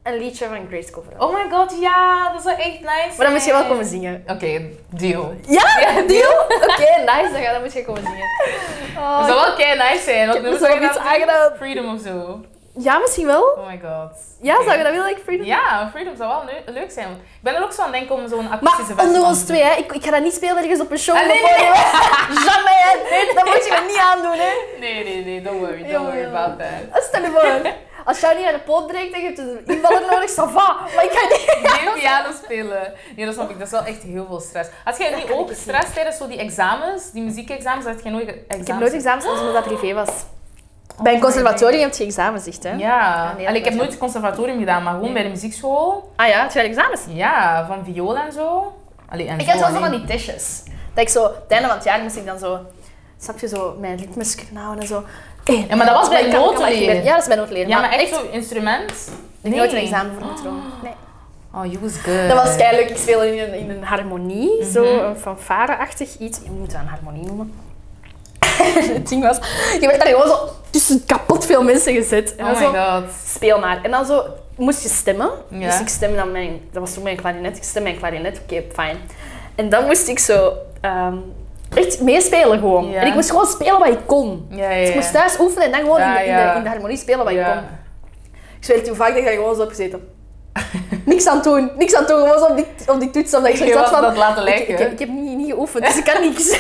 Speaker 2: een liedje van Grace coveren.
Speaker 1: oh my god, ja, dat zou echt nice
Speaker 2: Maar dan moet je wel
Speaker 1: zijn.
Speaker 2: komen zingen.
Speaker 1: Oké, deal.
Speaker 2: Ja, deal? Oké, nice. Dan, ga, dan moet je komen zingen. Oh,
Speaker 1: Dat zou wel kei nice zijn. want
Speaker 2: ik heb
Speaker 1: nu
Speaker 2: me
Speaker 1: zou je
Speaker 2: zo iets
Speaker 1: dat-
Speaker 2: aangedaan.
Speaker 1: Freedom of zo.
Speaker 2: Ja, misschien wel.
Speaker 1: Oh my god.
Speaker 2: Ja,
Speaker 1: Oké.
Speaker 2: zou je dat willen? Ik freedom.
Speaker 1: Ja, Freedom zou wel le- leuk zijn. want Ik ben er ook zo aan het denken om zo'n
Speaker 2: Maar
Speaker 1: akoestische versie
Speaker 2: onder
Speaker 1: van
Speaker 2: ons
Speaker 1: te
Speaker 2: twee, hè. Ik, ik ga dat niet spelen ergens op een show.
Speaker 1: Ah, nee, nee, nee.
Speaker 2: Jamais. Nee, dat moet je me niet aandoen, hè.
Speaker 1: doen. Nee, nee, nee, don't worry,
Speaker 2: Ja,
Speaker 1: don't worry
Speaker 2: ja.
Speaker 1: about that.
Speaker 2: Stel je voor, als jou niet aan de poot breekt en je hebt een invaller nodig, ça va. Maar ik ga niet...
Speaker 1: Geen piano spelen. Nee, dat snap ik. Dat is wel echt heel veel stress. Had jij
Speaker 2: Dat
Speaker 1: niet
Speaker 2: kan
Speaker 1: ook
Speaker 2: ik niet.
Speaker 1: stress tijdens zo die examens, die muziekexamens, had jij nooit examens?
Speaker 2: Ik heb nooit examens gehad omdat dat privé was. Bij een
Speaker 1: my
Speaker 2: conservatorium heb je examens, echt, hè.
Speaker 1: Ja,
Speaker 2: Ja, nee,
Speaker 1: Allee, ik
Speaker 2: dat
Speaker 1: heb
Speaker 2: was
Speaker 1: nooit conservatorium gedaan, maar gewoon bij de muziekschool.
Speaker 2: Ah ja, had je wel examens?
Speaker 1: Ja, van viool en zo. Allee, en
Speaker 2: Ik had
Speaker 1: zo
Speaker 2: wel zo van
Speaker 1: alleen.
Speaker 2: die testjes. Dat ik zo, op het einde van het jaar moest ik dan zo, snap je, zo mijn ritmes kunnen houden en zo.
Speaker 1: Ja, maar dat was bij
Speaker 2: Ik kan- ik kan maar
Speaker 1: notenleren.
Speaker 2: leren. Ja, dat is bij notenleren.
Speaker 1: Ja, maar echt zo'n instrument?
Speaker 2: Ik heb nooit een examen voor moeten doen. Nee.
Speaker 1: Oh, you was good.
Speaker 2: Dat was kei leuk. Ik speelde in een, in een harmonie,
Speaker 1: Mhm.
Speaker 2: zo een fanfare-achtig iets. Je moet dat een harmonie noemen. het ding was, je werd daar gewoon zo tussen kapot veel mensen gezet. En dan
Speaker 1: Oh
Speaker 2: zo,
Speaker 1: my god.
Speaker 2: speel maar. En dan zo moest je stemmen.
Speaker 1: Ja.
Speaker 2: Dus ik stemde dan mijn, dat was toen mijn klarinet. Ik stem mijn klarinet, oké, fijn. En dan moest ik zo ehm, echt meespelen gewoon.
Speaker 1: Ja.
Speaker 2: En ik moest gewoon spelen wat ik kon.
Speaker 1: Ja, ja,
Speaker 2: Dus ik
Speaker 1: ja.
Speaker 2: moest thuis oefenen en dan gewoon
Speaker 1: Ja,
Speaker 2: in, de, in,
Speaker 1: ja.
Speaker 2: de, in de harmonie spelen wat ik
Speaker 1: Ja.
Speaker 2: kon. Ik zweer het je, hoe vaak dat ik daar gewoon zo op gezeten. niks aan doen, niks aan doen. Gewoon zo op die, op die toets. Omdat ik
Speaker 1: Je
Speaker 2: zo
Speaker 1: was
Speaker 2: zat van...
Speaker 1: dat laten
Speaker 2: ik, ik,
Speaker 1: lijken.
Speaker 2: heb- ik heb niet, niet geoefend, dus ik kan niks.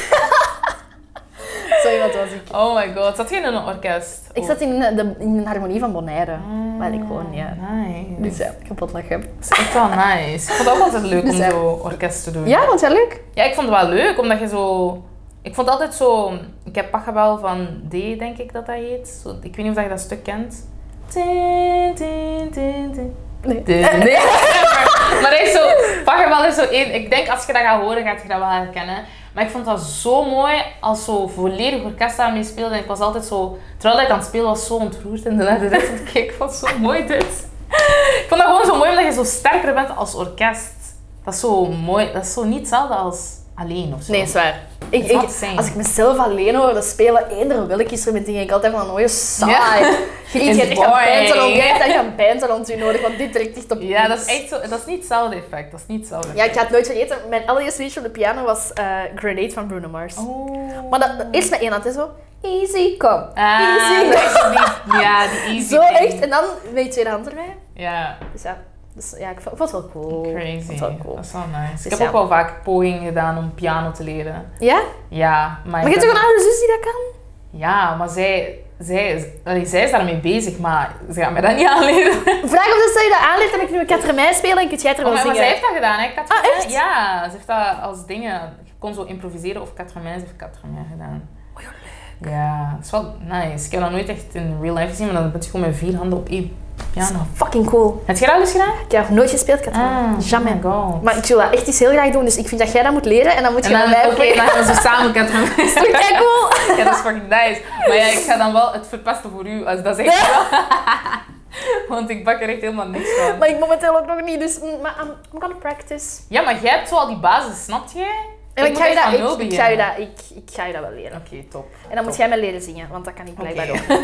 Speaker 2: Zo iemand was ik.
Speaker 1: Oh my god, zat je in een orkest?
Speaker 2: Ik zat in, de, in een harmonie van Bonaire.
Speaker 1: Oh.
Speaker 2: Waar ik gewoon, ja...
Speaker 1: Nice.
Speaker 2: Ah. Dus ja, kapot lachen.
Speaker 1: Dat is echt wel nice. Ik vond het ook altijd leuk om
Speaker 2: Dus ja.
Speaker 1: zo orkest te doen.
Speaker 2: Ja, want jij leuk.
Speaker 1: Ja, ik vond het wel leuk, omdat je zo... Ik vond altijd zo... Ik heb Pachelbel van D, denk ik dat dat heet. Zo, ik weet niet of je dat stuk kent. Tin, tin, tin, tin.
Speaker 2: Nee. Eh,
Speaker 1: Tin, Nee, maar, maar hij is zo... Pachelbel is zo één... Ik denk, als je dat gaat horen, gaat je dat wel herkennen. Maar ik vond dat zo mooi als zo volledig orkest daarmee speelde. En ik was altijd zo... Terwijl ik aan het spelen was, zo ontroerd. En naar de rest aan het kijken was zo mooi dit. Ik vond dat gewoon zo mooi omdat je zo sterker bent als orkest. Dat is zo mooi. Dat is zo niet hetzelfde als alleen of zo.
Speaker 2: Nee, is waar. Ik,
Speaker 1: It's not
Speaker 2: ik-
Speaker 1: the same.
Speaker 2: als ik mezelf alleen hoorde spelen, eender welk instrument, denk ik altijd van, oh je saai.
Speaker 1: Ja.
Speaker 2: Je
Speaker 1: It's
Speaker 2: je hebt echt een
Speaker 1: boring.
Speaker 2: pijntalent, je hebt echt een pijntalent u nodig, want dit trekt echt op
Speaker 1: Ja, dat is
Speaker 2: niets.
Speaker 1: echt zo. Dat is niet hetzelfde effect. Dat is niet hetzelfde.
Speaker 2: Ja, ik ga het nooit vergeten. Mijn allereerste liedje op de piano was eh, Grenade van Bruno Mars.
Speaker 1: Oh.
Speaker 2: Maar dat, dat- eerst met één hand, hè, zo. Easy, come.
Speaker 1: Ah,
Speaker 2: easy,
Speaker 1: dat
Speaker 2: come.
Speaker 1: is die, ja, die easy
Speaker 2: Zo
Speaker 1: thing.
Speaker 2: echt. En dan met je tweede hand erbij.
Speaker 1: Ja,
Speaker 2: Dus ja, dus, ja ik vond ik vond het wel cool. Ik
Speaker 1: crazy.
Speaker 2: vond het wel cool.
Speaker 1: Dat is wel nice. Ik
Speaker 2: Dus
Speaker 1: heb ook
Speaker 2: ja.
Speaker 1: wel vaak pogingen gedaan om piano te leren.
Speaker 2: Ja?
Speaker 1: Ja, maar...
Speaker 2: Maar je hebt toch een oude zus die dat kan?
Speaker 1: Ja, maar zij... Zij is, allee, zij is daarmee bezig, maar ze gaat mij dat niet aanleren.
Speaker 2: Vraag of dat zij je dat aanleert en ik nu een katermijn spelen en kun jij er
Speaker 1: Oh,
Speaker 2: wel
Speaker 1: maar, maar
Speaker 2: zingen.
Speaker 1: zij heeft dat gedaan, hè? Quatre
Speaker 2: Ah,
Speaker 1: Mains.
Speaker 2: echt?
Speaker 1: Ja, ze heeft dat als dingen. Je kon zo improviseren of Catremain, ze heeft Catremain gedaan.
Speaker 2: Oh, ja,
Speaker 1: Ja, dat is wel nice. Ik heb dat nooit echt in real life gezien, maar dan ben je gewoon met vier handen op één piano.
Speaker 2: Fucking cool.
Speaker 1: Heb je dat al eens gedaan?
Speaker 2: Ik heb nog nooit gespeeld katermijn. Jamais.
Speaker 1: oh my god.
Speaker 2: Maar ik wil dat echt iets heel graag doen, dus ik vind dat jij dat moet leren en dan moet je
Speaker 1: en dan,
Speaker 2: naar mij
Speaker 1: oké,
Speaker 2: oké.
Speaker 1: dan gaan we zo samen Catremain.
Speaker 2: Dat is toch kei cool?
Speaker 1: Ja, dat is fucking nice. Maar ja, ik ga dan wel het verpesten voor u, als dat zeg ik wel. Want ik bak er echt helemaal niks van.
Speaker 2: Maar ik momenteel ook nog niet, dus mm, maar I'm, I'm gonna practice.
Speaker 1: Ja, maar jij hebt zo al die basis, snap je?
Speaker 2: En ik,
Speaker 1: moet
Speaker 2: ga je
Speaker 1: echt
Speaker 2: dat,
Speaker 1: van nul
Speaker 2: ik, ik ga je
Speaker 1: beginnen.
Speaker 2: dat, ik, ik ga je dat wel leren.
Speaker 1: Oké, top.
Speaker 2: En dan moet jij mij leren zingen, want dat kan ik blijkbaar ook.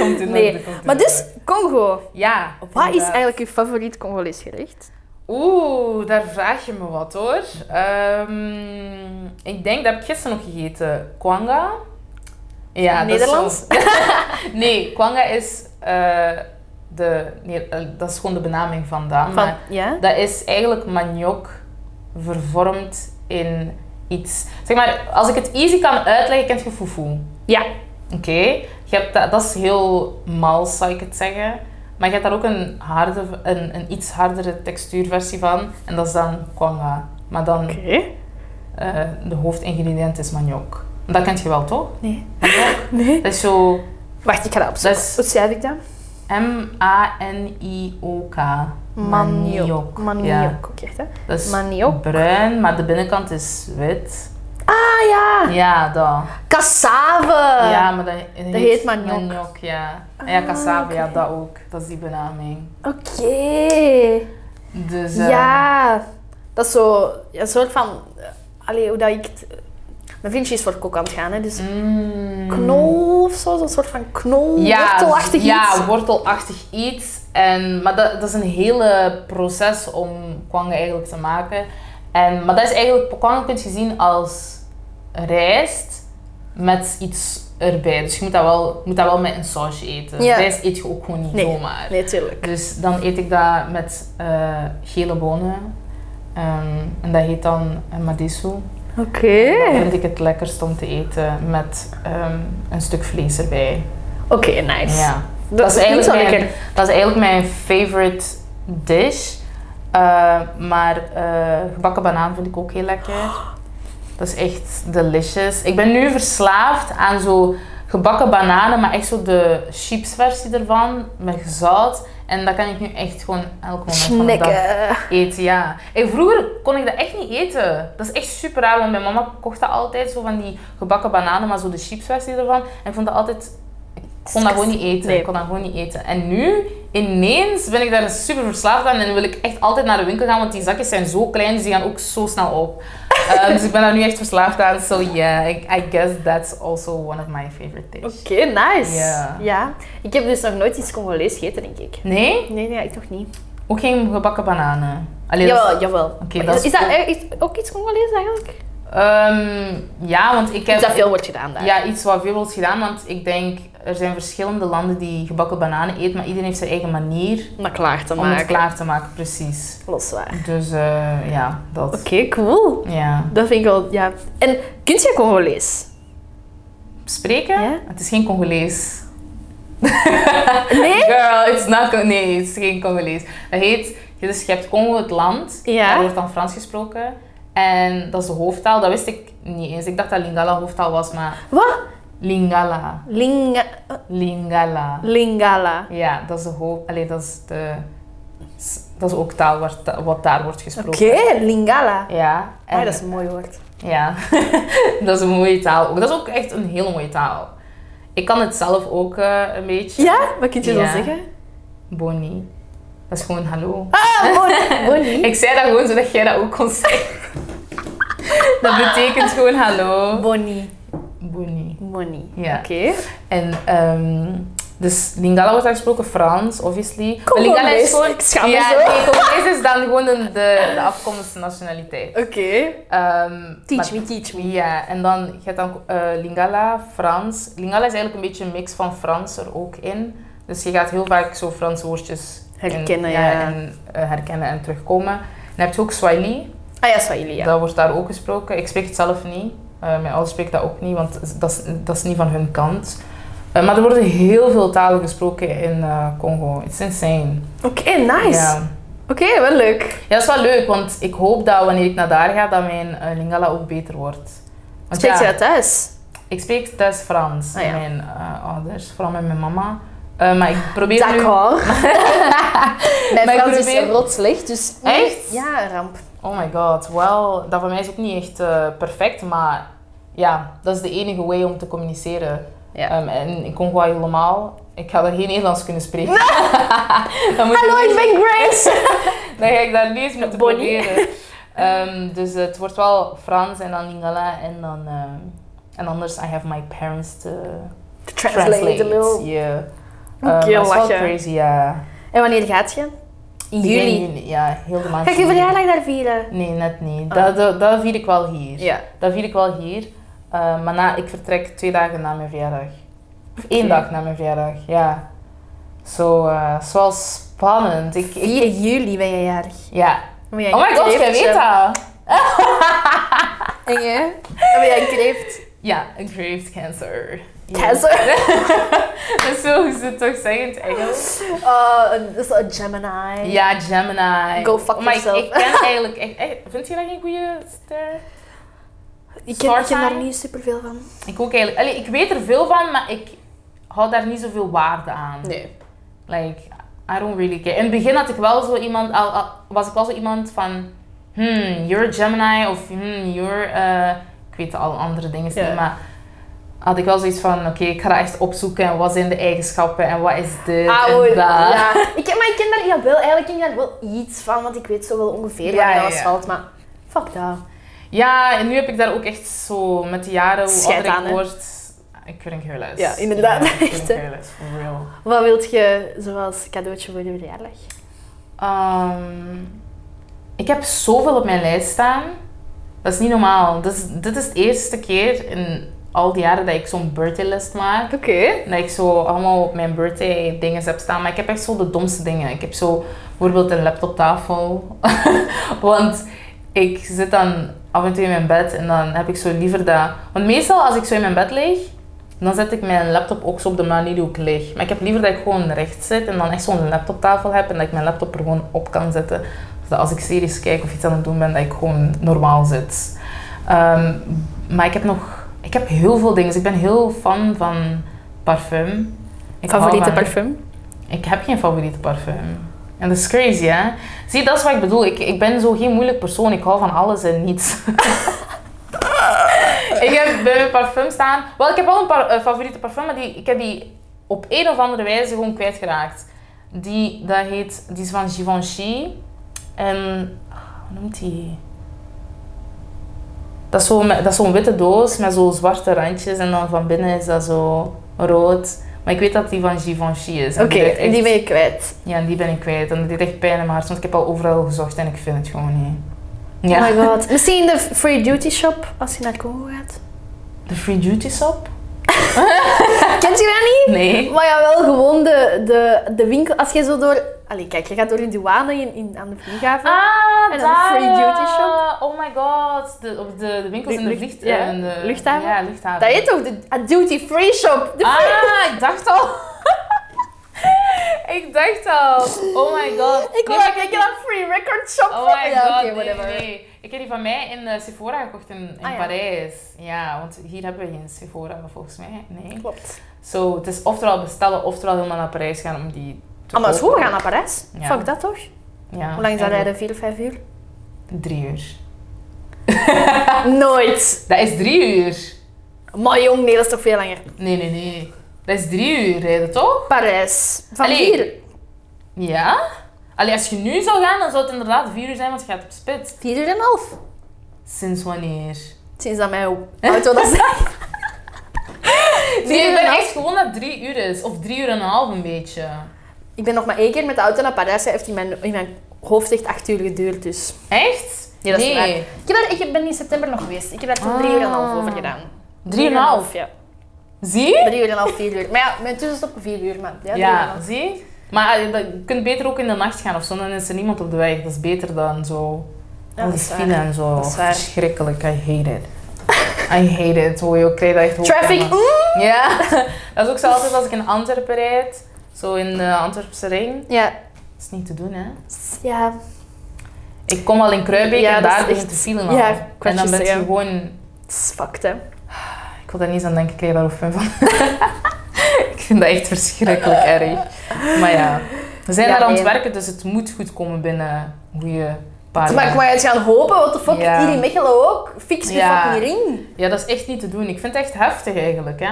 Speaker 1: komt in orde,
Speaker 2: Nee.
Speaker 1: komt in
Speaker 2: Maar dus,
Speaker 1: orde.
Speaker 2: Congo.
Speaker 1: Ja.
Speaker 2: Wat is
Speaker 1: inderdaad.
Speaker 2: eigenlijk je favoriet Congolees gerecht?
Speaker 1: Oeh, daar vraag je me wat hoor. Ehm, ik denk, dat heb ik gisteren nog gegeten. Kwanga. Ja, dat is
Speaker 2: Nederlands?
Speaker 1: zo- nee, kwanga is... eh, de, nee, eh, dat is gewoon de benaming vandaan.
Speaker 2: Van,
Speaker 1: maar
Speaker 2: ja?
Speaker 1: dat is eigenlijk maniok vervormd in iets. Zeg maar, als ik het easy kan uitleggen, kent je fufu.
Speaker 2: Ja.
Speaker 1: Oké, je hebt dat, dat is heel mals, zou ik het zeggen. Maar je hebt daar ook een, harde, een, een iets hardere textuurversie van. En dat is dan kwanga. Maar dan
Speaker 2: Oké.
Speaker 1: eh, de hoofdingrediënt is maniok. Dat kent je wel, toch?
Speaker 2: Nee. Dus
Speaker 1: Maniok?
Speaker 2: Nee.
Speaker 1: Dat is zo
Speaker 2: Wacht, ik ga dat opzoeken.
Speaker 1: Dat is-
Speaker 2: Hoe schrijf ik dat?
Speaker 1: M-A-N-I-O-K.
Speaker 2: Maniok.
Speaker 1: Ja,
Speaker 2: Dus- Maniok. Oké, echt, hè?
Speaker 1: dat is
Speaker 2: Maniok.
Speaker 1: bruin, maar de binnenkant is wit.
Speaker 2: Ah ja,
Speaker 1: Ja, dat.
Speaker 2: cassave.
Speaker 1: ja, maar dat, dat
Speaker 2: Eh, heet maar gnocchi.
Speaker 1: gnocchi, ja. En ja,
Speaker 2: Ah,
Speaker 1: cassave, ja,
Speaker 2: oké.
Speaker 1: dat ook. Dat is die benaming.
Speaker 2: Oké.
Speaker 1: Dus, eh,
Speaker 2: Ja, dat is zo een soort van. eh, Allee, hoe dat ik. het- Mijn vriendje is voor kok aan het gaan, hè, dus
Speaker 1: mm.
Speaker 2: knol of zo, zo'n soort van knol.
Speaker 1: Ja,
Speaker 2: wortelachtig
Speaker 1: ja,
Speaker 2: iets.
Speaker 1: wortelachtig iets. En, maar dat, dat is een hele proces om kwangen eigenlijk te maken. En, maar dat is eigenlijk, kwangen kun je zien als rijst met iets erbij. Dus je moet dat wel, je moet dat wel met een sausje eten.
Speaker 2: Ja.
Speaker 1: Rijst eet je ook gewoon niet
Speaker 2: Nee.
Speaker 1: zomaar.
Speaker 2: Nee, tuurlijk.
Speaker 1: Dus dan eet ik dat met eh, gele bonen. Ehm, en dat heet dan een madiso.
Speaker 2: Oké.
Speaker 1: Dat vind ik het lekkerst om te eten met ehm, een stuk vlees erbij.
Speaker 2: Oké, nice.
Speaker 1: Ja.
Speaker 2: Dat,
Speaker 1: Dat is,
Speaker 2: zo
Speaker 1: eigenlijk mijn,
Speaker 2: lekker.
Speaker 1: dat is eigenlijk mijn favorite dish. Eh, maar eh, gebakken banaan vind ik ook heel lekker. Dat is echt delicious. Ik ben nu verslaafd aan zo gebakken bananen, maar echt zo de chipsversie ervan met zout. En dat kan ik nu echt gewoon elk moment van de dag
Speaker 2: Snikken.
Speaker 1: eten. Ja. Ik, vroeger kon ik dat echt niet eten. Dat is echt super raar, want mijn mama kocht dat altijd zo van die gebakken bananen, maar zo de chipsversie ervan. En ik vond dat altijd. Ik kon dat gewoon niet eten.
Speaker 2: Nee.
Speaker 1: Ik kon dat gewoon niet eten. En nu, ineens, ben ik daar super verslaafd aan en wil ik echt altijd naar de winkel gaan, want die zakjes zijn zo klein, dus die gaan ook zo snel op. Eh, dus ik ben daar nu echt verslaafd aan. So yeah, I, I guess that's also one of my favorite things.
Speaker 2: Oké, nice.
Speaker 1: Ja.
Speaker 2: ja. Ik heb dus nog nooit iets Congolees gegeten, denk ik.
Speaker 1: Nee?
Speaker 2: Nee, nee, ik toch niet.
Speaker 1: Ook geen gebakken bananen. Alleen
Speaker 2: Jawel, jawel.
Speaker 1: Oké,
Speaker 2: Maar
Speaker 1: dat
Speaker 2: is,
Speaker 1: is
Speaker 2: is dat
Speaker 1: cool.
Speaker 2: eh, is ook iets Congolees eigenlijk?
Speaker 1: Ehm, ja, want ik heb...
Speaker 2: Is dat veel wordt gedaan daar?
Speaker 1: Ja, iets wat veel wordt gedaan, want ik denk er zijn verschillende landen die gebakken bananen eten, maar iedereen heeft zijn eigen manier
Speaker 2: Om dat klaar te
Speaker 1: om het
Speaker 2: maken.
Speaker 1: klaar te maken, precies.
Speaker 2: Los waar.
Speaker 1: Dus eh, ja, dat.
Speaker 2: Oké, cool.
Speaker 1: Ja.
Speaker 2: Dat vind ik wel, ja. En kunt jij Congolees?
Speaker 1: Spreken?
Speaker 2: Ja?
Speaker 1: Het is geen Congolees.
Speaker 2: Nee?
Speaker 1: Girl, it's not Con- Nee, het is geen Congolees. Dat heet, dus je hebt Congo het land,
Speaker 2: Ja.
Speaker 1: daar wordt dan Frans gesproken. En dat is de hoofdtaal, dat wist ik niet eens. Ik dacht dat Lingala hoofdtaal was, maar
Speaker 2: Wat?
Speaker 1: Lingala.
Speaker 2: Linga,
Speaker 1: Lingala.
Speaker 2: lingala.
Speaker 1: Ja, dat is de hoop. Allee, dat is de. s- Dat is ook taal waar ta- wat daar wordt gesproken.
Speaker 2: Oké, lingala.
Speaker 1: Ja. en-
Speaker 2: Ah, dat is een mooi woord.
Speaker 1: Ja. dat is een mooie taal ook. Dat is ook echt een hele mooie taal. Ik kan het zelf ook eh, een beetje.
Speaker 2: Ja? Wat kun je
Speaker 1: Ja.
Speaker 2: dan zeggen?
Speaker 1: Boni. Dat is gewoon hallo.
Speaker 2: Ah, mooi. Bonnie.
Speaker 1: Ik zei dat gewoon zodat jij dat ook kon zeggen. dat betekent gewoon hallo.
Speaker 2: Bonnie.
Speaker 1: Boni.
Speaker 2: Bonnie.
Speaker 1: Ja.
Speaker 2: Oké.
Speaker 1: En ehm, dus Lingala wordt daar gesproken, Frans, obviously.
Speaker 2: Kom,
Speaker 1: Maar Lingala
Speaker 2: Congolees.
Speaker 1: is gewoon...
Speaker 2: Ik schaam me
Speaker 1: ja,
Speaker 2: zo.
Speaker 1: nee, Congolees is dan gewoon de, de, de afkomstige nationaliteit.
Speaker 2: Oké.
Speaker 1: Ehm,
Speaker 2: Teach
Speaker 1: maar-
Speaker 2: me, teach me.
Speaker 1: Ja, en dan je hebt dan eh, Lingala, Frans. Lingala is eigenlijk een beetje een mix van Frans er ook in. Dus je gaat heel vaak zo Franse woordjes in-
Speaker 2: Herkennen, ja.
Speaker 1: en, eh, herkennen en terugkomen. Dan heb je ook Swahili,
Speaker 2: Ah ja, Swahili, ja.
Speaker 1: dat wordt daar ook gesproken. Ik spreek het zelf niet. Eh, mijn ouders spreken dat ook niet, want dat is, dat is niet van hun kant. Eh, maar er worden heel veel talen gesproken in eh, Congo. It's insane.
Speaker 2: Oké, nice.
Speaker 1: Ja.
Speaker 2: Oké, wel leuk.
Speaker 1: Ja, dat is wel leuk, want ik hoop dat wanneer ik naar daar ga, dat mijn eh, Lingala ook beter wordt. Want
Speaker 2: Spreek
Speaker 1: ja,
Speaker 2: je dat thuis?
Speaker 1: ik spreek thuis Frans
Speaker 2: Ah, ja.
Speaker 1: met mijn eh, ouders, vooral met mijn mama. Eh, maar ik probeer nu...
Speaker 2: D'accord. Mijn
Speaker 1: Maar ik
Speaker 2: Frans is
Speaker 1: probeer-
Speaker 2: rot slecht, dus...
Speaker 1: Echt?
Speaker 2: Ja, een ramp.
Speaker 1: Oh my god, wel, dat van mij is ook niet echt eh, perfect, maar ja, dat is de enige way om te communiceren.
Speaker 2: Ja.
Speaker 1: Ehm, en in Congo helemaal, ik ga daar geen Nederlands kunnen spreken. Dan moet
Speaker 2: Hallo, ik ben Grace.
Speaker 1: Dan ga ik daar niet eens moeten
Speaker 2: Bonnie.
Speaker 1: proberen. Ehm, dus het wordt wel Frans en dan Lingala en dan... ehm, en anders, I have my parents to translate.
Speaker 2: Translate a little.
Speaker 1: Yeah.
Speaker 2: Oké,
Speaker 1: Ehm, dat is wel
Speaker 2: lachen.
Speaker 1: crazy, ja.
Speaker 2: En wanneer gaat je? In
Speaker 1: Begin
Speaker 2: juli.
Speaker 1: juni, Ja, heel de maand.
Speaker 2: Ga ik je
Speaker 1: juli.
Speaker 2: verjaardag daar vieren?
Speaker 1: Nee, net niet.
Speaker 2: Ah.
Speaker 1: Dat, dat, dat vier ik wel hier.
Speaker 2: Ja.
Speaker 1: Dat vier ik wel hier. Eh, maar na, ik vertrek twee dagen na mijn verjaardag. Of één
Speaker 2: Oké.
Speaker 1: dag na mijn verjaardag, ja. Zo, eh, het is wel spannend. Ik, ik-
Speaker 2: 4 juli ben je jarig.
Speaker 1: ja.
Speaker 2: Maar jij
Speaker 1: Oh my god, jij
Speaker 2: kreeft,
Speaker 1: weet
Speaker 2: ja.
Speaker 1: dat!
Speaker 2: En jij? En jij kreeft.
Speaker 1: Ja, een grave cancer. Ja.
Speaker 2: Cancer.
Speaker 1: Dus zo is het toch zeggen in het Engels?
Speaker 2: Uh, een- dat is een Gemini.
Speaker 1: Ja, Gemini.
Speaker 2: Go fuck
Speaker 1: maar ik-
Speaker 2: yourself.
Speaker 1: Ik, ken eigenlijk echt, echt- Vind je dat geen goede ster?
Speaker 2: Ik ken, ik ken daar
Speaker 1: Starsign.
Speaker 2: niet superveel van.
Speaker 1: Ik ook eigenlijk. Allee, ik weet er veel van, maar ik hou daar niet zoveel waarde aan.
Speaker 2: Nee.
Speaker 1: Like, I don't really care. In het begin had ik wel zo iemand, al, al- was ik wel zo iemand van, hmm, you're a Gemini of hmm, you're a weet alle andere dingen
Speaker 2: Ja.
Speaker 1: niet, maar had ik wel zoiets van, oké, ik ga dat echt opzoeken en wat zijn de eigenschappen en wat is dit
Speaker 2: Ah,
Speaker 1: Eh, en
Speaker 2: hoor,
Speaker 1: dat.
Speaker 2: ja. Ik, ken- maar ik ken daar ja, wel, eigenlijk ken ik daar wel iets van, want ik weet zo wel ongeveer
Speaker 1: Ja,
Speaker 2: waar
Speaker 1: ja,
Speaker 2: alles
Speaker 1: ja.
Speaker 2: valt, maar fuck dat.
Speaker 1: Ja, en nu heb ik daar ook echt zo met de jaren, hoe
Speaker 2: Scheid
Speaker 1: ouder
Speaker 2: aan,
Speaker 1: ik
Speaker 2: hè?
Speaker 1: word, ik couldn't care less.
Speaker 2: Ja, inderdaad,
Speaker 1: Ja, I
Speaker 2: echt,
Speaker 1: couldn't
Speaker 2: hè.
Speaker 1: care less, for real.
Speaker 2: Wat wilt je zoals cadeautje voor je verjaardag?
Speaker 1: Ehm, ik heb zoveel op mijn lijst staan. Dat is niet normaal. Dit is, dit is de eerste keer in al die jaren dat ik zo'n birthday list maak.
Speaker 2: Oké.
Speaker 1: Dat ik zo allemaal op mijn birthday dingen heb staan. Maar ik heb echt zo de domste dingen. Ik heb zo bijvoorbeeld een laptoptafel. Want ik zit dan af en toe in mijn bed en dan heb ik zo liever dat... Want meestal als ik zo in mijn bed lig, dan zet ik mijn laptop ook zo op de manier hoe ik lig. Maar ik heb liever dat ik gewoon recht zit en dan echt zo'n laptoptafel heb en dat ik mijn laptop er gewoon op kan zetten. Zodat als ik series kijk of iets aan het doen ben, dat ik gewoon normaal zit. Ehm, maar ik heb nog... Ik heb heel veel dingen. Dus ik ben heel fan van parfum. Ik hou
Speaker 2: Favoriete
Speaker 1: van-
Speaker 2: parfum?
Speaker 1: ik heb geen favoriete parfum. En dat is crazy, hè? Zie, dat is wat ik bedoel. Ik, ik ben zo geen moeilijk persoon. Ik hou van alles en niets. ik heb bij mijn parfum staan... Wel, ik heb wel een par- eh, favoriete parfum, maar die, ik heb die op een of andere wijze gewoon kwijtgeraakt. Die, dat heet, die is van Givenchy. En... ah, Hoe noemt die? Dat is zo met- dat is zo'n witte doos met zo'n zwarte randjes. En dan van binnen is dat zo rood. Maar ik weet dat die van Givenchy is. En
Speaker 2: Oké,
Speaker 1: die ruikt
Speaker 2: en die
Speaker 1: echt-
Speaker 2: ben je kwijt.
Speaker 1: ja, en die ben ik kwijt. En dat deed echt pijn in mijn hart, want ik heb al overal gezocht en ik vind het gewoon niet. Ja.
Speaker 2: Oh my god. Misschien de Free Duty Shop als je naar Congo gaat.
Speaker 1: De Free Duty Shop?
Speaker 2: Kent je dat niet?
Speaker 1: Nee.
Speaker 2: Maar ja, wel gewoon de, de, de winkel. Als je zo door. Allee, kijk, je gaat door de douane in, in, aan de vlieghaven.
Speaker 1: Ah,
Speaker 2: En dan de
Speaker 1: daar,
Speaker 2: Free Duty Shop.
Speaker 1: ja. Oh my god. De, op de, de winkels in de,
Speaker 2: Lucht-
Speaker 1: vliegt, eh,
Speaker 2: ja,
Speaker 1: in de
Speaker 2: luchthaven?
Speaker 1: Ja, luchthaven.
Speaker 2: dat heet toch de a Duty Free Shop? De
Speaker 1: Ah, ik dacht al. ik dacht al. Oh my god.
Speaker 2: Ik wil
Speaker 1: Nee,
Speaker 2: dat ik een free record shop
Speaker 1: Oh my
Speaker 2: Ja,
Speaker 1: god,
Speaker 2: oké,
Speaker 1: nee, nee. Ik heb die van mij in eh, Sephora gekocht in, in
Speaker 2: Ah, ja.
Speaker 1: Parijs. Ja, want hier hebben we geen Sephora volgens mij. Nee.
Speaker 2: Klopt.
Speaker 1: Zo, het is oftewel bestellen, oftewel helemaal naar Parijs gaan om die te
Speaker 2: Ah, maar school
Speaker 1: kopen.
Speaker 2: gaan naar Parijs?
Speaker 1: Ja.
Speaker 2: Fuck dat toch?
Speaker 1: Ja,
Speaker 2: Hoe lang is
Speaker 1: eigenlijk
Speaker 2: dat rijden? Vier, vijf uur?
Speaker 1: Drie uur.
Speaker 2: Nooit.
Speaker 1: Dat is drie uur.
Speaker 2: Maar jong, nee, dat is toch veel langer.
Speaker 1: Nee, nee, nee. Dat is drie uur rijden, toch?
Speaker 2: Parijs. Van
Speaker 1: Allee.
Speaker 2: vier.
Speaker 1: Ja. Allee, als je nu zou gaan, dan zou het inderdaad vier uur zijn, want je gaat op spits.
Speaker 2: Vier uur en een half.
Speaker 1: Sinds wanneer?
Speaker 2: Sinds dat mijn auto dat zegt.
Speaker 1: Nee,
Speaker 2: uur
Speaker 1: ik
Speaker 2: en een
Speaker 1: ben
Speaker 2: half.
Speaker 1: echt gewoon dat drie uur is. Of drie uur en een half een beetje.
Speaker 2: Ik ben nog maar één keer met de auto naar Parijs. Hij heeft in mijn, in mijn hoofd echt acht uur geduurd, dus...
Speaker 1: Echt?
Speaker 2: Ja, dat is waar.
Speaker 1: nee.
Speaker 2: Ik, heb daar, ik ben in september nog geweest. Ik heb daar toen drie uur en een half over gedaan.
Speaker 1: Drie en een half?
Speaker 2: Ja.
Speaker 1: Zie? je?
Speaker 2: Drie uur en een half, vier uur. Maar ja, mijn tussenstop vier uur, maar... Ja, drie uur en een
Speaker 1: Ja,
Speaker 2: half.
Speaker 1: zie? je? Maar eh, dat- je kunt beter ook in de nacht gaan of zo, dan is er niemand op de weg. Dat is beter dan zo.
Speaker 2: Ja,
Speaker 1: al
Speaker 2: dat
Speaker 1: die
Speaker 2: is waar.
Speaker 1: file en zo.
Speaker 2: Dat is waar.
Speaker 1: Verschrikkelijk, I hate it. I hate it. Hoor je, ik krijg dat echt
Speaker 2: Traffic,
Speaker 1: hoofdpijn van.
Speaker 2: mm.
Speaker 1: Ja, dat is ook zo altijd als ik in Antwerpen rijd. Zo in de Antwerpse ring.
Speaker 2: Ja.
Speaker 1: Dat is niet te doen, hè.
Speaker 2: Ja,
Speaker 1: Ik kom al in Kruibeek
Speaker 2: Ja,
Speaker 1: en
Speaker 2: dat is
Speaker 1: daar begint
Speaker 2: echt-
Speaker 1: te file al.
Speaker 2: ja,
Speaker 1: en dan
Speaker 2: kwetsjes,
Speaker 1: ben je
Speaker 2: ja.
Speaker 1: gewoon...
Speaker 2: het is fucked, hè.
Speaker 1: Ik wil daar niet eens aan denken, ik krijg daar hoofdpijn van. ik vind dat echt verschrikkelijk erg. Maar ja, we zijn
Speaker 2: Ja,
Speaker 1: daar aan het
Speaker 2: nee.
Speaker 1: werken, dus het moet goed komen binnen een goede paar
Speaker 2: Maar
Speaker 1: jaar.
Speaker 2: ik mag het gaan hopen, what the fuck,
Speaker 1: Ja.
Speaker 2: hier in Mechelen ook. Fix je
Speaker 1: Ja.
Speaker 2: fucking ring.
Speaker 1: Ja, dat is echt niet te doen. Ik vind het echt heftig eigenlijk, hè.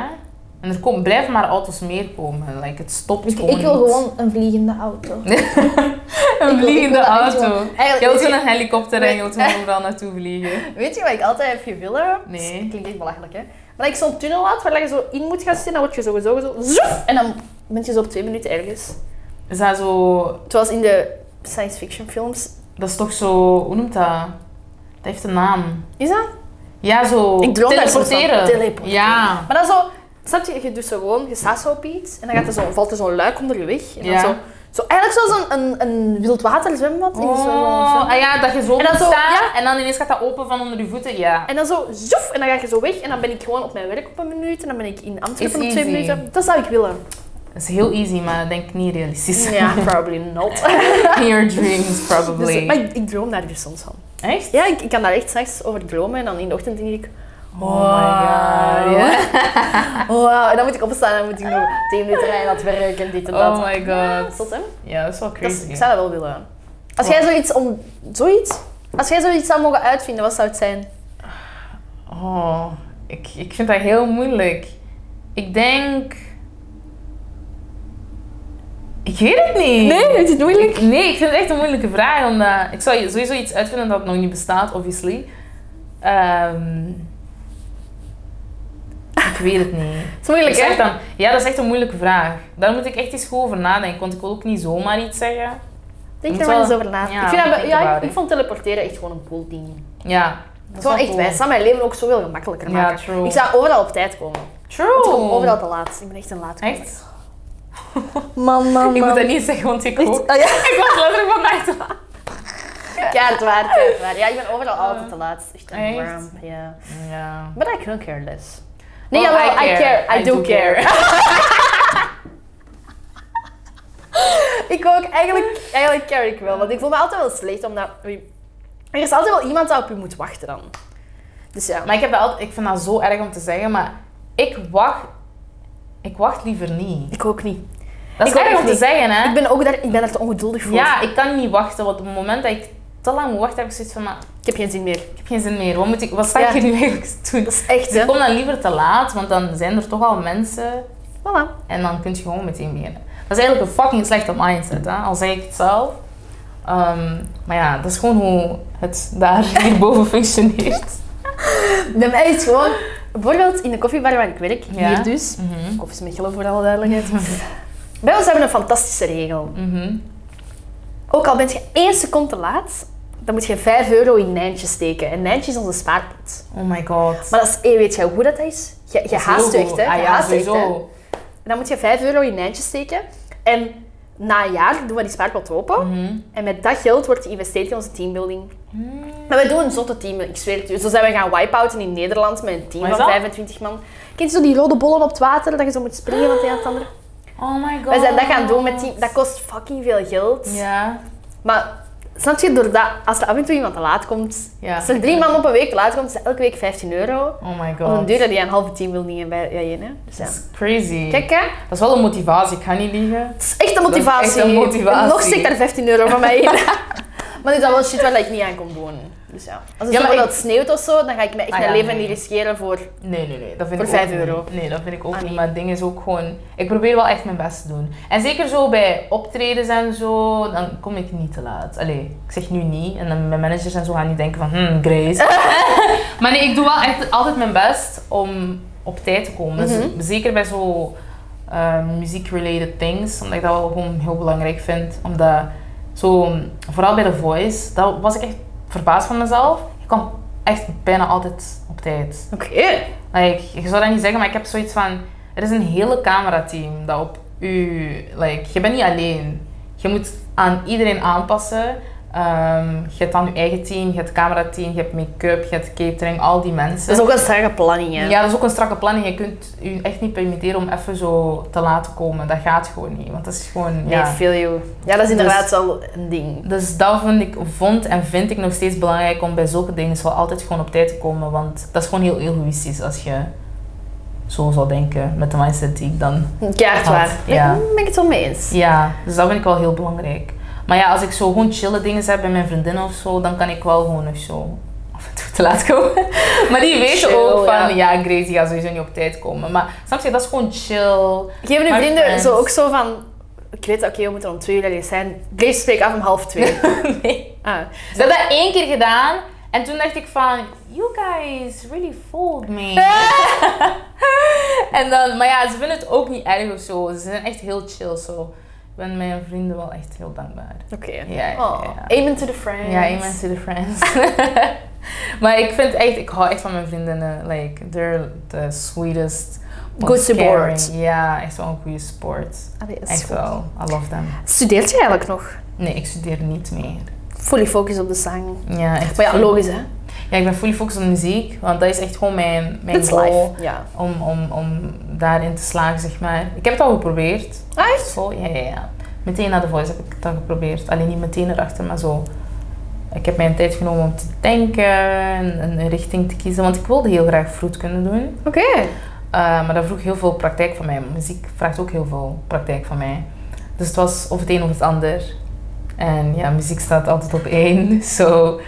Speaker 1: En er kom, blijven maar auto's meer komen. Like, het
Speaker 2: Dus
Speaker 1: stopt gewoon niet.
Speaker 2: een vliegende auto.
Speaker 1: Een
Speaker 2: ik wil- ik
Speaker 1: vliegende
Speaker 2: wil echt
Speaker 1: auto.
Speaker 2: gewoon- eigenlijk-
Speaker 1: Je wilt
Speaker 2: weet
Speaker 1: gewoon
Speaker 2: je-
Speaker 1: een helikopter en je wilt gewoon
Speaker 2: Nee.
Speaker 1: overal naartoe vliegen.
Speaker 2: Weet je wat ik altijd heb gewillen?
Speaker 1: Nee.
Speaker 2: Dat klinkt echt belachelijk, hè. Maar dat ik zo'n tunnel had waar je zo in moet gaan zitten, dan word je sowieso zo... Zoef, en dan ben je zo op twee minuten ergens.
Speaker 1: Is dat zo...
Speaker 2: Het was in de science fiction films.
Speaker 1: Dat is toch zo... Hoe noemt dat? Dat heeft een naam.
Speaker 2: Is dat?
Speaker 1: Ja, zo...
Speaker 2: Ik droom daar soms van.
Speaker 1: teleporteren.
Speaker 2: Teleporteren.
Speaker 1: Ja.
Speaker 2: Maar dan zo... Snap je, je doet zo gewoon, je staat zo op iets en dan gaat er zo, valt er zo'n luik onder je weg. En dan
Speaker 1: Ja.
Speaker 2: zo, zo, eigenlijk zoals een, een, een wildwater zwembad. En, je zo, zo,
Speaker 1: Oh, ah ja, dat je zo
Speaker 2: En dan
Speaker 1: moet
Speaker 2: zo,
Speaker 1: staan
Speaker 2: ja.
Speaker 1: en dan ineens gaat dat open van onder je voeten. Ja.
Speaker 2: En dan zo, zoef, en dan ga je zo weg. En dan ben ik gewoon op mijn werk op een minuut. En dan ben ik in Amsterdam
Speaker 1: Is
Speaker 2: op twee
Speaker 1: easy.
Speaker 2: minuten. Dat zou ik willen.
Speaker 1: Dat is heel easy, maar ik denk niet realistisch.
Speaker 2: Ja, probably not.
Speaker 1: In your dreams,
Speaker 2: Dus,
Speaker 1: probably.
Speaker 2: maar ik, ik droom daar dus soms van.
Speaker 1: Echt?
Speaker 2: Ja, ik, ik kan daar echt s'nachts over dromen. En dan in de ochtend denk ik...
Speaker 1: Oh my god. ja.
Speaker 2: oh, Wauw. En dan moet ik opstaan en dan moet ik nog twee minuten rijden naar het werk en dit en dat.
Speaker 1: Oh my
Speaker 2: Dat
Speaker 1: god.
Speaker 2: is tot hem.
Speaker 1: Ja, dat is wel
Speaker 2: Dat is-
Speaker 1: crazy.
Speaker 2: ik zou dat wel willen. Als jij zoiets om... Zoiets? Als jij zoiets zou mogen uitvinden, wat zou het zijn?
Speaker 1: Oh, Oh, ik, ik vind dat heel moeilijk. Ik denk. Ik weet het niet.
Speaker 2: Nee, is het moeilijk?
Speaker 1: Ik- nee, ik vind het echt een moeilijke vraag. Omdat ik zou sowieso iets uitvinden dat nog niet bestaat, obviously. Ehm, ik weet het niet.
Speaker 2: Het is moeilijk,
Speaker 1: Ik zeg
Speaker 2: hè?
Speaker 1: dan, ja, dat is echt een moeilijke vraag. Daar moet ik echt eens goed over nadenken, want ik wil ook niet zomaar iets zeggen.
Speaker 2: Denk
Speaker 1: Moet
Speaker 2: er maar eens
Speaker 1: wel-
Speaker 2: over na.
Speaker 1: ja,
Speaker 2: ik, vind dat,
Speaker 1: think
Speaker 2: ja,
Speaker 1: about
Speaker 2: ik, ik
Speaker 1: it.
Speaker 2: vond teleporteren echt gewoon een cool ding.
Speaker 1: Ja.
Speaker 2: Het is gewoon echt wijs. Het zou mijn leven ook zoveel gemakkelijker
Speaker 1: Ja,
Speaker 2: maken.
Speaker 1: true.
Speaker 2: Ik zou overal op tijd komen. Ik kom
Speaker 1: True.
Speaker 2: overal te laat. Ik ben echt een laat.
Speaker 1: Echt?
Speaker 2: Man, man,
Speaker 1: Ik moet dat niet zeggen, want ik ook.
Speaker 2: Ah, ja.
Speaker 1: Ik was letterlijk vandaag
Speaker 2: Keihard waar, keihard waar. Ja, ik ben overal altijd te laat. Echt een
Speaker 1: Ah. echt?
Speaker 2: worm. Ja.
Speaker 1: Ja.
Speaker 2: But I couldn't care less. Nee,
Speaker 1: Well,
Speaker 2: jawel, I, care. I, do, care. ik ook. Eigenlijk, eigenlijk care ik wel. Want ik voel me altijd wel slecht, omdat... oei, Er is altijd wel iemand dat op je moet wachten dan. Dus ja.
Speaker 1: Maar ik, heb dat altijd, ik vind dat zo erg om te zeggen, maar ik wacht, ik wacht liever niet.
Speaker 2: Ik ook niet.
Speaker 1: Dat is
Speaker 2: Ik ook
Speaker 1: erg om
Speaker 2: echt
Speaker 1: te
Speaker 2: niet.
Speaker 1: zeggen, hè?
Speaker 2: Ik ben, ook daar, ik ben daar te ongeduldig voor.
Speaker 1: Ja, ik kan niet wachten, want op het moment dat ik te lang moet wachten, heb ik zoiets van, maar
Speaker 2: Ik heb geen zin meer.
Speaker 1: ik heb geen zin meer. Wat, moet ik, wat sta ik
Speaker 2: Ja.
Speaker 1: hier nu eigenlijk te doen?
Speaker 2: Dat is echt,
Speaker 1: Dus
Speaker 2: hè.
Speaker 1: ik kom dan liever te laat, want dan zijn er toch al mensen
Speaker 2: Voilà.
Speaker 1: en dan kun je gewoon meteen beginnen. Dat is eigenlijk een fucking slechte mindset, hè? al zeg ik het zelf. Ehm, maar ja, dat is gewoon hoe het daar hierboven functioneert.
Speaker 2: Bij mij is gewoon... Bijvoorbeeld in de koffiebar waar ik werk,
Speaker 1: Ja.
Speaker 2: hier dus.
Speaker 1: Mhm.
Speaker 2: Koffies met gillen voor alle duidelijkheid. Bij ons hebben we een fantastische regel.
Speaker 1: Mhm.
Speaker 2: Ook al bent je één seconde te laat, dan moet je 5 euro in Nijntje steken. En Nijntje is onze spaarpot.
Speaker 1: Oh my god.
Speaker 2: Maar dat is, eh, weet je hoe dat is? Je, je
Speaker 1: Dat is
Speaker 2: haast je
Speaker 1: heel
Speaker 2: echt,
Speaker 1: goed.
Speaker 2: hè?
Speaker 1: Ah
Speaker 2: je
Speaker 1: ja,
Speaker 2: haast je echt, hè.
Speaker 1: sowieso.
Speaker 2: En dan moet je 5 euro in Nijntje steken. En na een jaar doen we die spaarpot open.
Speaker 1: Mhm.
Speaker 2: En met dat geld wordt geïnvesteerd in onze teambuilding.
Speaker 1: Mm.
Speaker 2: Maar we doen een zotte team, ik zweer het u. Zo zijn we gaan wipeouten in Nederland met een team
Speaker 1: Wat is
Speaker 2: van
Speaker 1: dat?
Speaker 2: 25 man. Kent je zo die rode bollen op het water, dat je zo moet springen van het een naar het ander?
Speaker 1: Oh my god.
Speaker 2: Wij zijn dat gaan doen met team. Dat kost fucking veel geld.
Speaker 1: Ja.
Speaker 2: Maar snap je, doordat als er af en toe iemand te laat komt,
Speaker 1: Ja.
Speaker 2: als er drie man op een week te laat komt, is dat elke week 15 euro.
Speaker 1: Oh my
Speaker 2: Op een
Speaker 1: god.
Speaker 2: duur dat je een halve team wil niet bij bij je. Hè? Dus ja.
Speaker 1: Dat is crazy.
Speaker 2: Kijk hè,
Speaker 1: Dat is wel een motivatie, ik ga niet liegen.
Speaker 2: het is echt een
Speaker 1: is echt
Speaker 2: motivatie.
Speaker 1: een motivatie.
Speaker 2: En nog steek daar 15 euro van mij in. maar dit is dat wel shit waar ik niet aan kon doen. Dus ja. Als het
Speaker 1: Ja, maar
Speaker 2: bijvoorbeeld sneeuwt of zo, dan ga ik me echt
Speaker 1: Ah,
Speaker 2: mijn
Speaker 1: ja,
Speaker 2: leven
Speaker 1: nee.
Speaker 2: niet riskeren voor...
Speaker 1: Nee, nee, nee. Dat vind
Speaker 2: Voor
Speaker 1: ik
Speaker 2: vijf
Speaker 1: ook
Speaker 2: euro.
Speaker 1: Niet. Nee, dat vind ik ook
Speaker 2: Ah,
Speaker 1: niet.
Speaker 2: nee.
Speaker 1: Maar het ding is ook gewoon... Ik probeer wel echt mijn best te doen. En zeker zo bij optredens en zo, dan kom ik niet te laat. Allee, ik zeg nu niet. En dan mijn managers en zo gaan niet denken van... Hmm, Grace. maar nee, ik doe wel echt altijd mijn best om op tijd te komen. Dus
Speaker 2: Mhm.
Speaker 1: zeker bij zo eh, muziek-related things. Omdat ik dat wel gewoon heel belangrijk vind. Omdat zo, vooral bij The Voice, dat was ik echt verbaasd van mezelf. Ik kwam echt bijna altijd op tijd.
Speaker 2: Oké.
Speaker 1: Like, je zou dat niet zeggen, maar ik heb zoiets van... Er is een hele camerateam dat op u... Like, je bent niet alleen. Je moet aan iedereen aanpassen. Ehm, je hebt dan je eigen team, je hebt camerateam, je hebt make-up, je hebt catering, al die mensen.
Speaker 2: Dat is ook een strenge planning hè.
Speaker 1: Ja, dat is ook een strakke planning. Je kunt je echt niet permitteren om even zo te laten komen. Dat gaat gewoon niet, want dat is gewoon...
Speaker 2: Nee,
Speaker 1: ja.
Speaker 2: feel you. Ja, dat is inderdaad
Speaker 1: Dus-
Speaker 2: wel een ding.
Speaker 1: Dus dat vond ik, vond en vind ik nog steeds belangrijk om bij zulke dingen wel altijd gewoon op tijd te komen. Want dat is gewoon heel egoïstisch als je zo zou denken met de mindset die ik dan...
Speaker 2: Keihard waar.
Speaker 1: Dat,
Speaker 2: Nee,
Speaker 1: ja.
Speaker 2: Ben ik het wel mee eens.
Speaker 1: Ja, dus dat vind ik wel heel belangrijk. Maar ja, als ik zo gewoon chille dingen heb bij mijn vriendinnen of zo, dan kan ik wel gewoon nog zo af en toe te laat komen. Maar die weten
Speaker 2: Chill,
Speaker 1: ook
Speaker 2: ja.
Speaker 1: van, ja, Grace die gaat sowieso niet op tijd komen. Maar snap je, dat is gewoon chill.
Speaker 2: Geven de
Speaker 1: My
Speaker 2: vrienden
Speaker 1: friends.
Speaker 2: zo ook zo van... Ik weet, oké, we moeten om twee uur ergens zijn. Deze spreek af om half twee.
Speaker 1: nee.
Speaker 2: ah.
Speaker 1: Ze hebben dat één keer gedaan en toen dacht ik van, you guys really fooled me. en dan, maar ja, ze vinden het ook niet erg of zo. Ze zijn echt heel chill. Zo. Ik ben mijn vrienden wel echt heel dankbaar.
Speaker 2: Oké.
Speaker 1: Ja, ja,
Speaker 2: Oh,
Speaker 1: ja.
Speaker 2: Amen to the friends.
Speaker 1: Ja, amen to the friends. maar ik vind echt, ik hou echt van mijn vriendinnen. Like, they're the sweetest.
Speaker 2: Good
Speaker 1: most caring.
Speaker 2: support.
Speaker 1: Ja, echt wel een goede support.
Speaker 2: Allee, dat is
Speaker 1: Echt
Speaker 2: goed.
Speaker 1: wel. I love them.
Speaker 2: Studeert je eigenlijk nog?
Speaker 1: Nee, ik studeer niet meer.
Speaker 2: Fully focus op de zang.
Speaker 1: Ja, echt.
Speaker 2: Maar ja,
Speaker 1: full-
Speaker 2: logisch hè.
Speaker 1: Ja, ik ben fully focused op muziek, want dat is echt gewoon mijn, mijn
Speaker 2: That's
Speaker 1: goal
Speaker 2: life. Ja.
Speaker 1: om, om, om daarin te slagen, zeg maar. Ik heb het al geprobeerd.
Speaker 2: Ah, echt?
Speaker 1: Zo, ja, ja, ja. Meteen na de voice heb ik het al geprobeerd. Alleen niet meteen erachter, maar zo. Ik heb mijn tijd genomen om te denken en een richting te kiezen, want ik wilde heel graag vroet kunnen doen.
Speaker 2: Oké.
Speaker 1: Uh, maar dat vroeg heel veel praktijk van mij. Muziek vraagt ook heel veel praktijk van mij. Dus het was of het een of het ander. En ja, muziek staat altijd op één. So,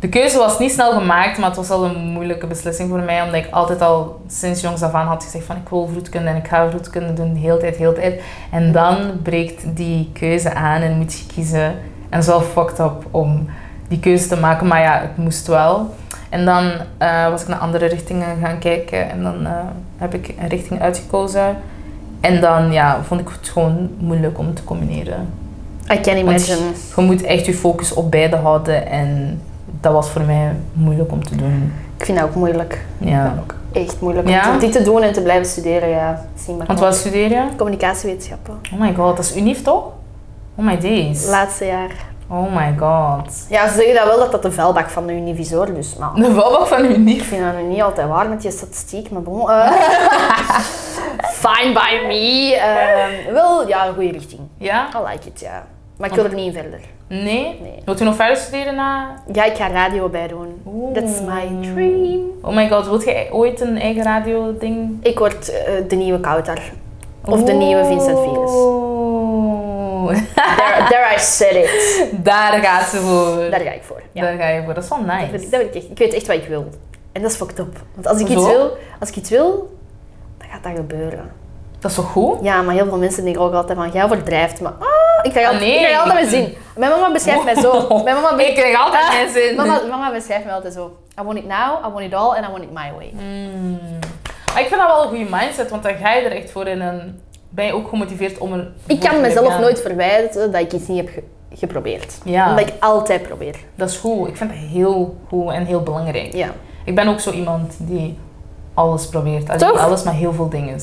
Speaker 1: De keuze was niet snel gemaakt, maar het was al een moeilijke beslissing voor mij. Omdat ik altijd al sinds jongs af aan had gezegd van ik wil vroedkunde en ik ga vroedkunde doen, de hele tijd, heel tijd. En dan breekt die keuze aan en moet je kiezen. En zo fucked up om die keuze te maken, maar ja, het moest wel. En dan eh, was ik naar andere richtingen gaan kijken en dan eh, heb ik een richting uitgekozen. En dan ja, vond ik het gewoon moeilijk om te combineren.
Speaker 2: I can imagine.
Speaker 1: Je moet echt je focus op beide houden en dat was voor mij moeilijk om te doen.
Speaker 2: Ik vind dat ook moeilijk.
Speaker 1: Ja.
Speaker 2: Echt moeilijk
Speaker 1: Ja?
Speaker 2: om dit te doen en te blijven studeren, ja. Dat is niet
Speaker 1: Want
Speaker 2: makkelijk.
Speaker 1: wat studeer je?
Speaker 2: Communicatiewetenschappen.
Speaker 1: Oh my god, dat is unief toch? Oh my days.
Speaker 2: Laatste jaar.
Speaker 1: Oh my god.
Speaker 2: Ja, ze zeggen dat wel dat dat de vuilbak van de univisor dus, maar...
Speaker 1: De valbak van
Speaker 2: Ik
Speaker 1: unief.
Speaker 2: vind dat nu niet altijd waar met je statistiek, maar bon. eh. fine by me. Eh, wel, ja, een goede richting.
Speaker 1: Ja?
Speaker 2: I like it, ja. Maar ik wil er niet in verder.
Speaker 1: Nee?
Speaker 2: Nee.
Speaker 1: Wilt u nog verder studeren na?
Speaker 2: Ja, ik ga radio bij doen.
Speaker 1: Oeh.
Speaker 2: That's my dream.
Speaker 1: Oh my god, wilt jij ooit een eigen radio ding?
Speaker 2: Ik word eh, de nieuwe Kouter. Of de nieuwe Vincent Venus.
Speaker 1: Oeh.
Speaker 2: There, there I said it.
Speaker 1: Oh, Daar gaat ze voor.
Speaker 2: Daar ga ik voor. Ja.
Speaker 1: Daar ga je voor. Dat is wel
Speaker 2: Dat wil ik-
Speaker 1: nice.
Speaker 2: dat wil ik echt. Ik weet echt wat ik wil. En dat is fucked up. Want als ik iets
Speaker 1: Hoezo?
Speaker 2: wil, als ik iets wil, dan gaat dat gebeuren.
Speaker 1: Dat is toch goed?
Speaker 2: Ja, maar heel veel mensen denken ook altijd van, jij overdrijft, maar ah, ik krijg altijd,
Speaker 1: nee.
Speaker 2: ik krijg altijd mijn zin. Mijn mama beschrijft mij zo. Mijn mama, be-
Speaker 1: Ik krijg altijd mijn zin.
Speaker 2: Ah, Mama, mama beschrijft mij altijd zo. I want it now, I want it all, and I want it my way.
Speaker 1: Mm. Maar ik vind dat wel een goede mindset, want dan ga je er echt voor in en ben je ook gemotiveerd om er. voor
Speaker 2: Ik
Speaker 1: te
Speaker 2: kan mezelf
Speaker 1: gaan.
Speaker 2: nooit verwijten dat ik iets niet heb ge- geprobeerd.
Speaker 1: Ja.
Speaker 2: Omdat ik altijd probeer.
Speaker 1: Dat is goed. Ik vind dat heel goed en heel belangrijk.
Speaker 2: Ja.
Speaker 1: Ik ben ook zo iemand die alles probeert. Allee,
Speaker 2: Toch?
Speaker 1: niet alles, maar heel veel dingen.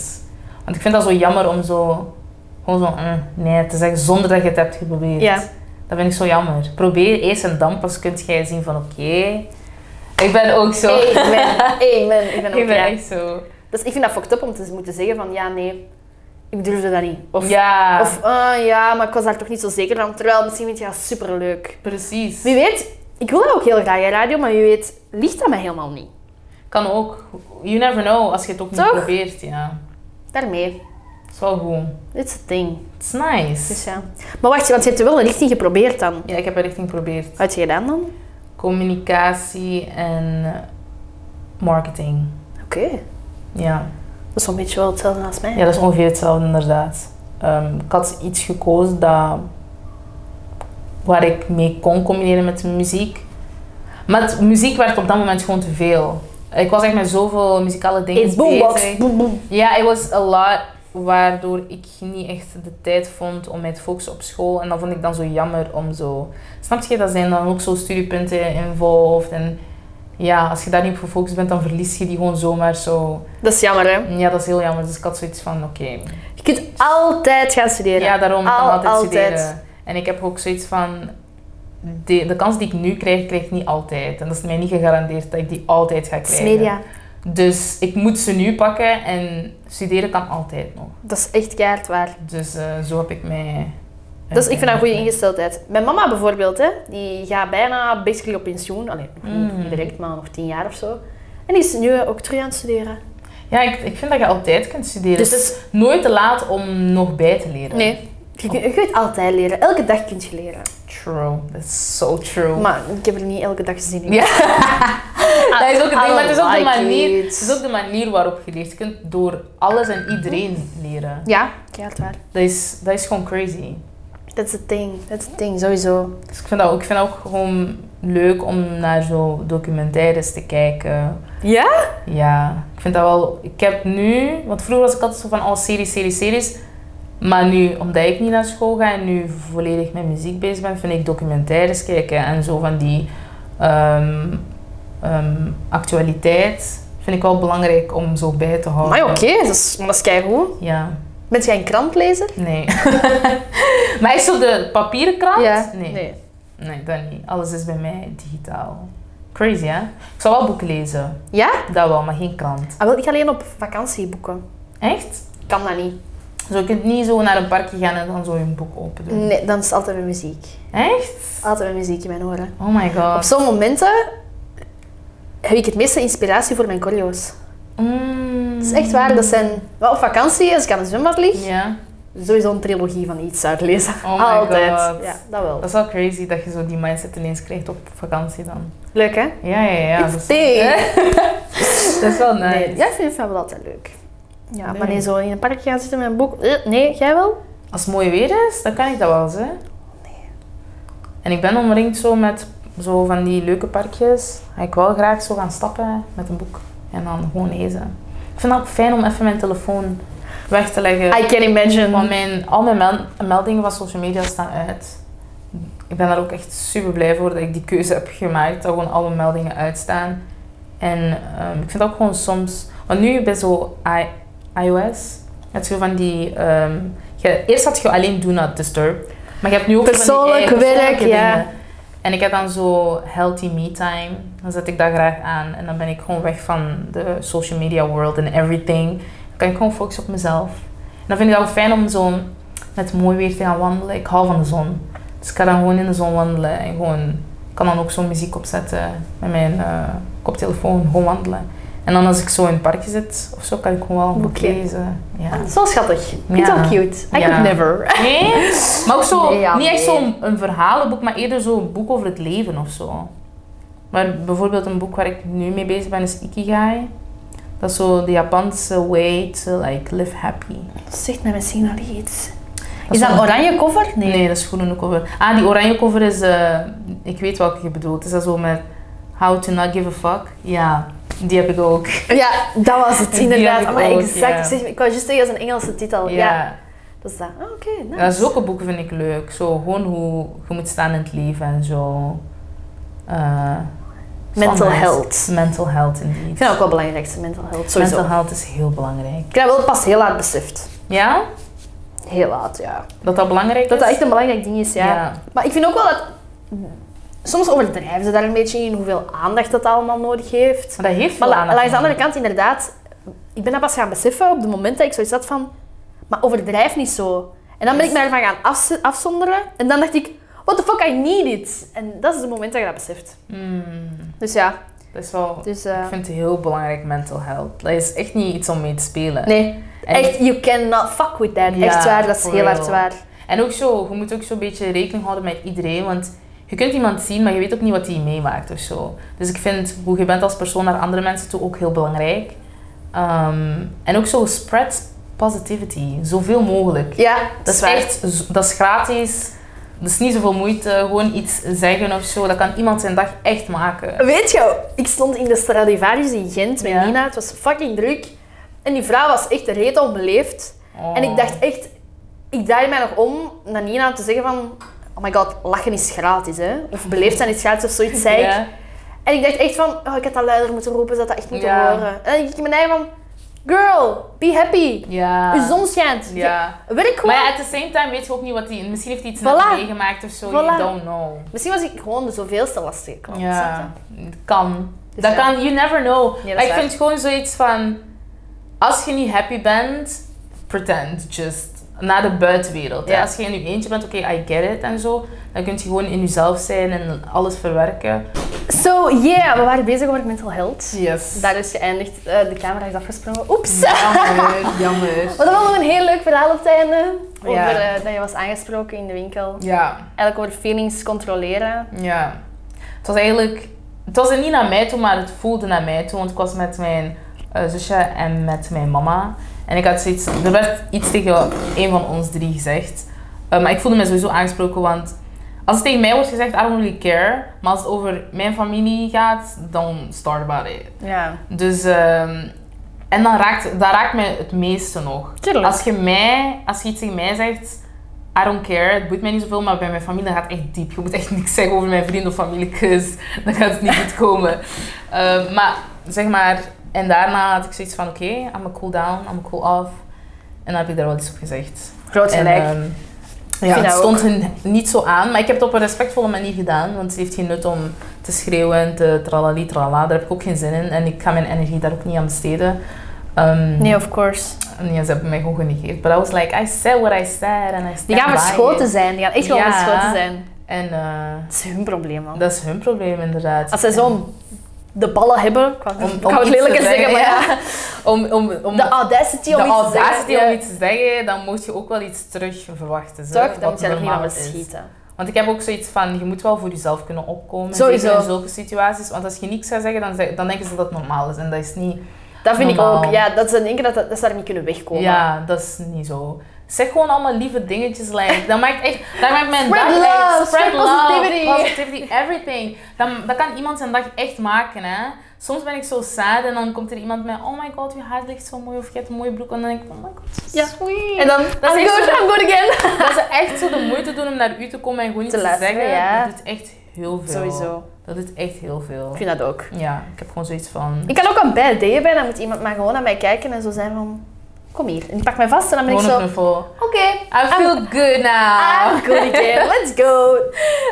Speaker 1: Want ik vind dat zo jammer om zo... Gewoon zo... "Mm, nee, te zeggen zonder dat je het hebt geprobeerd.
Speaker 2: Ja.
Speaker 1: Dat vind ik zo jammer. Probeer eerst en dan pas kunt jij zien van... Oké... ik ben ook zo...
Speaker 2: Hey, ik ben, hey, ik ben, ik ben ook
Speaker 1: ik ben
Speaker 2: ja.
Speaker 1: echt zo...
Speaker 2: Dus ik vind dat fucked up om te moeten zeggen van, ja, nee, ik durfde dat niet. Of,
Speaker 1: ja,
Speaker 2: of ah, ja, maar ik was daar toch niet zo zeker van. Terwijl misschien vind je dat superleuk.
Speaker 1: precies.
Speaker 2: Wie weet, ik wil dat ook heel graag, hè, radio, maar wie weet, ligt dat mij helemaal niet.
Speaker 1: Kan ook. You never know als je het ook niet
Speaker 2: Toch?
Speaker 1: probeert. Ja.
Speaker 2: Daarmee.
Speaker 1: Dat is wel goed.
Speaker 2: It's a thing.
Speaker 1: It's nice.
Speaker 2: Dus ja. Maar wacht, want je hebt wel een richting geprobeerd dan.
Speaker 1: Ja, ik heb een richting geprobeerd.
Speaker 2: Wat had je gedaan dan?
Speaker 1: Communicatie en marketing.
Speaker 2: Oké.
Speaker 1: Ja.
Speaker 2: Dat is een beetje wel hetzelfde als mij.
Speaker 1: Ja, dat is ongeveer hetzelfde inderdaad. Ehm, ik had iets gekozen dat, waar ik mee kon combineren met de muziek. Maar het- muziek werd op dat moment gewoon te veel. Ik was echt met zoveel muzikale dingen
Speaker 2: It's boombox.
Speaker 1: bezig.
Speaker 2: Boom, boom.
Speaker 1: Ja, it was a lot. Waardoor ik niet echt de tijd vond om mij te focussen op school. En dat vond ik dan zo jammer om zo... Snap je? Dat zijn dan ook zo studiepunten involved. En ja, als je daar niet op gefocust bent, dan verlies je die gewoon zomaar zo.
Speaker 2: Dat is jammer, hè?
Speaker 1: Ja, dat is heel jammer. Dus ik had zoiets van, oké.
Speaker 2: Je kunt altijd gaan studeren.
Speaker 1: Ja, daarom. Ik kan
Speaker 2: Al-
Speaker 1: altijd,
Speaker 2: altijd.
Speaker 1: studeren. En ik heb ook zoiets van... De, de kans die ik nu krijg, krijg ik niet altijd. En dat is mij niet gegarandeerd dat ik die altijd ga
Speaker 2: Dat is
Speaker 1: krijgen.
Speaker 2: media.
Speaker 1: Dus ik moet ze nu pakken en studeren kan altijd nog.
Speaker 2: Dat is echt keihard waar.
Speaker 1: Dus eh, zo heb ik mij... eh,
Speaker 2: Dat is, Dus ik vind dat een goede ingesteldheid. Mijn mama bijvoorbeeld, hè, die gaat bijna basically op pensioen. Allee, nog niet-
Speaker 1: Mm.
Speaker 2: niet direct, maar nog tien jaar of zo. En die is nu ook terug aan het studeren.
Speaker 1: Ja, ik, ik vind dat je altijd kunt studeren.
Speaker 2: Dus-
Speaker 1: het is nooit te laat om nog bij te leren.
Speaker 2: Nee. Je, kunt- je kunt altijd leren. Elke dag kun je leren.
Speaker 1: True. That's so true.
Speaker 2: Maar ik heb er niet elke dag zin in.
Speaker 1: Ja. dat is ook het
Speaker 2: I
Speaker 1: ding, maar het is ook, de
Speaker 2: Ah, like
Speaker 1: manier,
Speaker 2: it.
Speaker 1: het is ook de manier waarop je leert. Je kunt door alles en iedereen leren.
Speaker 2: Ja, keihard waar.
Speaker 1: Dat is, dat is gewoon crazy.
Speaker 2: That's the thing. That's the thing, sowieso.
Speaker 1: Dus ik vind, dat ook, ik vind dat ook gewoon leuk om naar zo documentaires te kijken.
Speaker 2: Ja?
Speaker 1: Ja, ik vind dat wel... Ik heb nu... Want vroeger was ik altijd zo van, al series, series, series. Maar nu, omdat ik niet naar school ga en nu volledig met muziek bezig ben, vind ik documentaires kijken en zo van die ehm, ehm, actualiteit vind ik wel belangrijk om zo bij te houden.
Speaker 2: Maar oké, dat is, dat is keigoed.
Speaker 1: Ja,
Speaker 2: Bent jij een krantlezer?
Speaker 1: nee. maar is zo de papieren krant?
Speaker 2: nee.
Speaker 1: Nee, dat niet. Alles is bij mij digitaal. Crazy, hè? Ik zou wel boeken lezen.
Speaker 2: Ja?
Speaker 1: Dat wel, maar geen krant.
Speaker 2: Ah, wil ik alleen op vakantie boeken?
Speaker 1: Echt?
Speaker 2: Kan dat niet.
Speaker 1: Zo, je kunt niet zo naar een parkje gaan en dan zo je boek open doen.
Speaker 2: Nee, dan is het altijd met muziek.
Speaker 1: Echt?
Speaker 2: Altijd met muziek in mijn oren.
Speaker 1: Oh my
Speaker 2: Op
Speaker 1: god.
Speaker 2: zo'n momenten heb ik het meeste inspiratie voor mijn choreo's.
Speaker 1: Mm.
Speaker 2: Dat is echt waar. Dat zijn... Wel, op vakantie, als ik aan het zwembad lig,
Speaker 1: Ja.
Speaker 2: sowieso een trilogie van iets uitlezen.
Speaker 1: Oh my
Speaker 2: altijd.
Speaker 1: God.
Speaker 2: Ja, dat wel.
Speaker 1: Dat is wel crazy dat je zo die mindset ineens krijgt op vakantie dan.
Speaker 2: Leuk, hè?
Speaker 1: Ja, ja, ja.
Speaker 2: It's
Speaker 1: dat is-
Speaker 2: thee.
Speaker 1: Dat is wel nice.
Speaker 2: Nee, ja, ik vind het wel altijd leuk. Ja,
Speaker 1: Nee.
Speaker 2: maar nee, zo in een park gaan zitten met een boek. Eh, nee, jij wel?
Speaker 1: Als het mooi weer is, dan kan ik dat wel eens, hè. En ik ben omringd zo met zo van die leuke parkjes. Ga ik wel graag zo gaan stappen met een boek. En dan gewoon lezen. Ik vind het ook fijn om even mijn telefoon weg te leggen.
Speaker 2: I can
Speaker 1: Want
Speaker 2: imagine.
Speaker 1: mijn, al mijn mel- meldingen van social media staan uit. Ik ben daar ook echt super blij voor dat ik die keuze heb gemaakt. Dat gewoon al mijn meldingen uitstaan. En ehm, ik vind ook gewoon soms... Want nu bij zo I- iOS heb je zo van die... ehm, je- eerst had je alleen Do Not Disturb. Maar je hebt nu ook
Speaker 2: Persoonlijk
Speaker 1: van die eigen
Speaker 2: werk,
Speaker 1: persoonlijke
Speaker 2: ja.
Speaker 1: dingen. En ik heb dan zo healthy me time. Dan zet ik dat graag aan. En dan ben ik gewoon weg van de social media world en everything. Dan kan ik gewoon focussen op mezelf. En dan vind ik dat wel fijn om zo met mooi weer te gaan wandelen. Ik hou van de zon. Dus ik ga dan gewoon in de zon wandelen. En gewoon, ik kan dan ook zo'n muziek opzetten met mijn eh, koptelefoon. Gewoon wandelen. En dan als ik zo in het parkje zit of zo, kan ik gewoon wel een boek
Speaker 2: Boekje.
Speaker 1: lezen. Ja.
Speaker 2: Dat is wel schattig. Ik vind
Speaker 1: Ja.
Speaker 2: het wel cute. I
Speaker 1: Ja.
Speaker 2: could never.
Speaker 1: Nee, maar ook zo,
Speaker 2: Nee, ja,
Speaker 1: niet echt
Speaker 2: nee.
Speaker 1: zo'n een verhalenboek, maar eerder zo'n boek over het leven of zo. Maar bijvoorbeeld een boek waar ik nu mee bezig ben is Ikigai. Dat is zo de Japanse way to like live happy.
Speaker 2: Zegt mij misschien nog iets. Is
Speaker 1: is
Speaker 2: dat een
Speaker 1: wel-
Speaker 2: oranje cover?
Speaker 1: Nee, dat is groene cover. Ah, die oranje cover is, eh, ik weet welke je bedoelt. Is dat zo met How to not give a fuck? Ja, die heb ik ook.
Speaker 2: Ja, dat was het
Speaker 1: Die had
Speaker 2: inderdaad. Oh,
Speaker 1: ik
Speaker 2: Maar
Speaker 1: ook,
Speaker 2: exact.
Speaker 1: ja.
Speaker 2: Zeg, ik wou juist zeggen, dat is een Engelse titel. Oh, Ja.
Speaker 1: ja.
Speaker 2: Dat is dat. Ah, Oké, nice.
Speaker 1: Ja, zulke boeken vind ik leuk. Zo gewoon hoe je moet staan in het leven en zo. Eh,
Speaker 2: Mental
Speaker 1: standaard.
Speaker 2: health.
Speaker 1: Mental health, indeed.
Speaker 2: Ik vind dat ook wel belangrijk, zijn mental health. Sowieso.
Speaker 1: Mental health is heel belangrijk.
Speaker 2: Ik heb dat wel pas heel laat beseft.
Speaker 1: Ja?
Speaker 2: Heel laat, ja.
Speaker 1: Dat dat belangrijk
Speaker 2: Dat
Speaker 1: is?
Speaker 2: dat echt een belangrijk ding is, ja.
Speaker 1: Ja.
Speaker 2: Maar ik vind ook wel dat... Soms overdrijven ze daar een beetje in hoeveel aandacht dat allemaal nodig heeft.
Speaker 1: Maar dat heeft
Speaker 2: Maar
Speaker 1: wel
Speaker 2: la-
Speaker 1: aandacht
Speaker 2: langs de andere
Speaker 1: nodig.
Speaker 2: kant, inderdaad, ik ben dat pas gaan beseffen op het moment dat ik zoiets had van, maar overdrijf niet zo. En dan ben ik me ervan gaan afz- afzonderen en dan dacht ik, what the fuck, I need it. En dat is het moment dat je dat beseft.
Speaker 1: Mm,
Speaker 2: Dus ja,
Speaker 1: dat is wel...
Speaker 2: dus eh,
Speaker 1: Ik vind het heel belangrijk, mental health. Dat is echt niet iets om mee te spelen.
Speaker 2: nee,
Speaker 1: En-
Speaker 2: echt, you cannot fuck with that.
Speaker 1: Ja,
Speaker 2: echt waar, dat is
Speaker 1: for
Speaker 2: heel
Speaker 1: real.
Speaker 2: hard waar.
Speaker 1: En ook zo, je moet ook zo'n beetje rekening houden met iedereen, want je kunt iemand zien, maar je weet ook niet wat hij meemaakt of zo. Dus ik vind hoe je bent als persoon naar andere mensen toe ook heel belangrijk. Ehm, en ook zo spread positivity, zoveel mogelijk.
Speaker 2: Ja,
Speaker 1: Dat is
Speaker 2: waar.
Speaker 1: echt, z- dat is gratis, dat is niet zoveel moeite, gewoon iets zeggen of zo. Dat kan iemand zijn dag echt maken.
Speaker 2: Weet je, ik stond in de Stradivarius in Gent met
Speaker 1: Ja.
Speaker 2: Nina, het was fucking druk. En die vrouw was echt reet onbeleefd.
Speaker 1: Oh.
Speaker 2: En ik dacht echt, ik draaide mij nog om naar Nina om te zeggen van, oh my god, lachen is gratis hè. Of beleefd zijn is gratis of zoiets zei ik.
Speaker 1: Ja.
Speaker 2: En ik dacht echt van, oh ik had dat luider moeten roepen, ze had dat echt moeten
Speaker 1: Ja.
Speaker 2: horen. En dan denk ik in mijn eigen van, girl, be happy.
Speaker 1: Ja.
Speaker 2: Uw zon schijnt.
Speaker 1: Ja.
Speaker 2: Je- Werk gewoon.
Speaker 1: Maar ja, at the same time weet je ook niet wat hij... Misschien heeft hij iets
Speaker 2: Voilà.
Speaker 1: net meegemaakt of zo, you
Speaker 2: Voilà.
Speaker 1: don't know.
Speaker 2: Misschien was ik gewoon de zoveelste lastige klant. snap
Speaker 1: Ja,
Speaker 2: je?
Speaker 1: het kan.
Speaker 2: Dus
Speaker 1: dat
Speaker 2: ja.
Speaker 1: kan, you never know.
Speaker 2: dat is
Speaker 1: maar ik
Speaker 2: waar.
Speaker 1: vind gewoon zoiets van, als je niet happy bent, pretend just. Naar de buitenwereld. hè.
Speaker 2: Ja.
Speaker 1: Als je in je eentje bent, oké, I get it en zo. Dan kun je gewoon in jezelf zijn en alles verwerken.
Speaker 2: So yeah, we waren bezig over mental health.
Speaker 1: Yes.
Speaker 2: Daar is geëindigd. Eh, de camera is afgesprongen. Oeps.
Speaker 1: Jammer, jammer.
Speaker 2: Maar dat was nog een heel leuk verhaal op het einde. Over
Speaker 1: Ja.
Speaker 2: eh, dat je was aangesproken in de winkel.
Speaker 1: Ja,
Speaker 2: Eigenlijk over feelings controleren.
Speaker 1: ja. Het was eigenlijk... Het was er niet naar mij toe, maar het voelde naar mij toe. Want ik was met mijn eh, zusje en met mijn mama. En ik had zoiets... Er werd iets tegen een van ons drie gezegd. Eh, maar ik voelde me sowieso aangesproken, want... Als het tegen mij wordt gezegd, I don't really care. Maar als het over mijn familie gaat, dan start about it.
Speaker 2: Ja.
Speaker 1: Dus, ehm, en dan raakt, dat raakt mij het meeste nog.
Speaker 2: Tuurlijk.
Speaker 1: Als je, mij, als je iets tegen mij zegt, I don't care, het boeit mij niet zoveel, maar bij mijn familie dat gaat echt diep. Je moet echt niks zeggen over mijn vrienden of familiekes, dan gaat het niet goed komen. Ehm, maar zeg maar, en daarna had ik zoiets van: oké, I'm a cool down, I'm a cool off. En dan heb ik daar wel iets op gezegd.
Speaker 2: Groot
Speaker 1: En,
Speaker 2: gelijk.
Speaker 1: ehm,
Speaker 2: vind
Speaker 1: ja, het
Speaker 2: dat ook.
Speaker 1: stond hun niet zo aan, maar ik heb het op een respectvolle manier gedaan. Want het heeft geen nut om te schreeuwen en te tralali, tralala. Daar heb ik ook geen zin in en ik ga mijn energie daar ook niet aan besteden. Ehm,
Speaker 2: nee, of course.
Speaker 1: nee, ze hebben mij gewoon genegeerd. But I was like, I said what I said and I stand
Speaker 2: Die gaan
Speaker 1: by
Speaker 2: verschoten
Speaker 1: it.
Speaker 2: zijn. Die gaan echt wel
Speaker 1: Ja.
Speaker 2: verschoten zijn.
Speaker 1: En eh,
Speaker 2: Dat is hun probleem, man.
Speaker 1: dat is hun probleem inderdaad.
Speaker 2: Als zij zo'n de ballen hebben, ik wou-
Speaker 1: Om-
Speaker 2: ik
Speaker 1: om
Speaker 2: wou het
Speaker 1: iets te
Speaker 2: lelijker zeggen,
Speaker 1: zeggen,
Speaker 2: maar ja.
Speaker 1: om, om, om
Speaker 2: De audacity om
Speaker 1: de
Speaker 2: iets te
Speaker 1: audacity
Speaker 2: zeggen.
Speaker 1: om iets te zeggen, dan moet je ook wel iets terug verwachten. zo,
Speaker 2: Toch? Dan
Speaker 1: wat
Speaker 2: moet je er niet
Speaker 1: normaal
Speaker 2: van
Speaker 1: is.
Speaker 2: schieten.
Speaker 1: Want ik heb ook zoiets van, je moet wel voor jezelf kunnen opkomen.
Speaker 2: Sowieso.
Speaker 1: Zeker in zulke situaties. Want als je niks zou zeggen, dan, zeg- dan denken ze dat dat normaal is. En dat is niet...
Speaker 2: Dat vind ik
Speaker 1: Normaal.
Speaker 2: ook. Ja, dat ze denken dat, dat, dat ze daar niet kunnen wegkomen.
Speaker 1: Ja, dat is niet zo. Zeg gewoon allemaal lieve dingetjes. Like, dat maakt echt... Dat maakt mijn
Speaker 2: Spread
Speaker 1: dag echt-
Speaker 2: love, spread positivity.
Speaker 1: positivity, everything. Dan, dat kan iemand zijn dag echt maken, hè. Soms ben ik zo sad en dan komt er iemand met... Oh my god, je haar ligt zo mooi. Of je hebt een mooie broek. En dan denk ik, oh my god, so
Speaker 2: Ja.
Speaker 1: sweet.
Speaker 2: En dan,
Speaker 1: Dat
Speaker 2: I'm
Speaker 1: is
Speaker 2: good,
Speaker 1: echt zo-
Speaker 2: I'm good again.
Speaker 1: dat ze echt zo de moeite doen om naar u te komen en gewoon iets
Speaker 2: Te
Speaker 1: te,
Speaker 2: luisteren,
Speaker 1: zeggen.
Speaker 2: ja.
Speaker 1: Dat doet echt heel veel.
Speaker 2: Sowieso.
Speaker 1: Dat doet echt heel veel.
Speaker 2: Ik vind dat ook.
Speaker 1: Ja, ik heb gewoon zoiets van...
Speaker 2: Ik kan ook een bad day hebben, dan moet iemand maar gewoon naar mij kijken en zo zijn van... Kom hier. En die pakt mij vast en dan ben ik
Speaker 1: gewoon
Speaker 2: zo...
Speaker 1: een
Speaker 2: Oké,
Speaker 1: knuffel. I
Speaker 2: I'm-
Speaker 1: feel good now.
Speaker 2: I'm good again, let's go. Dan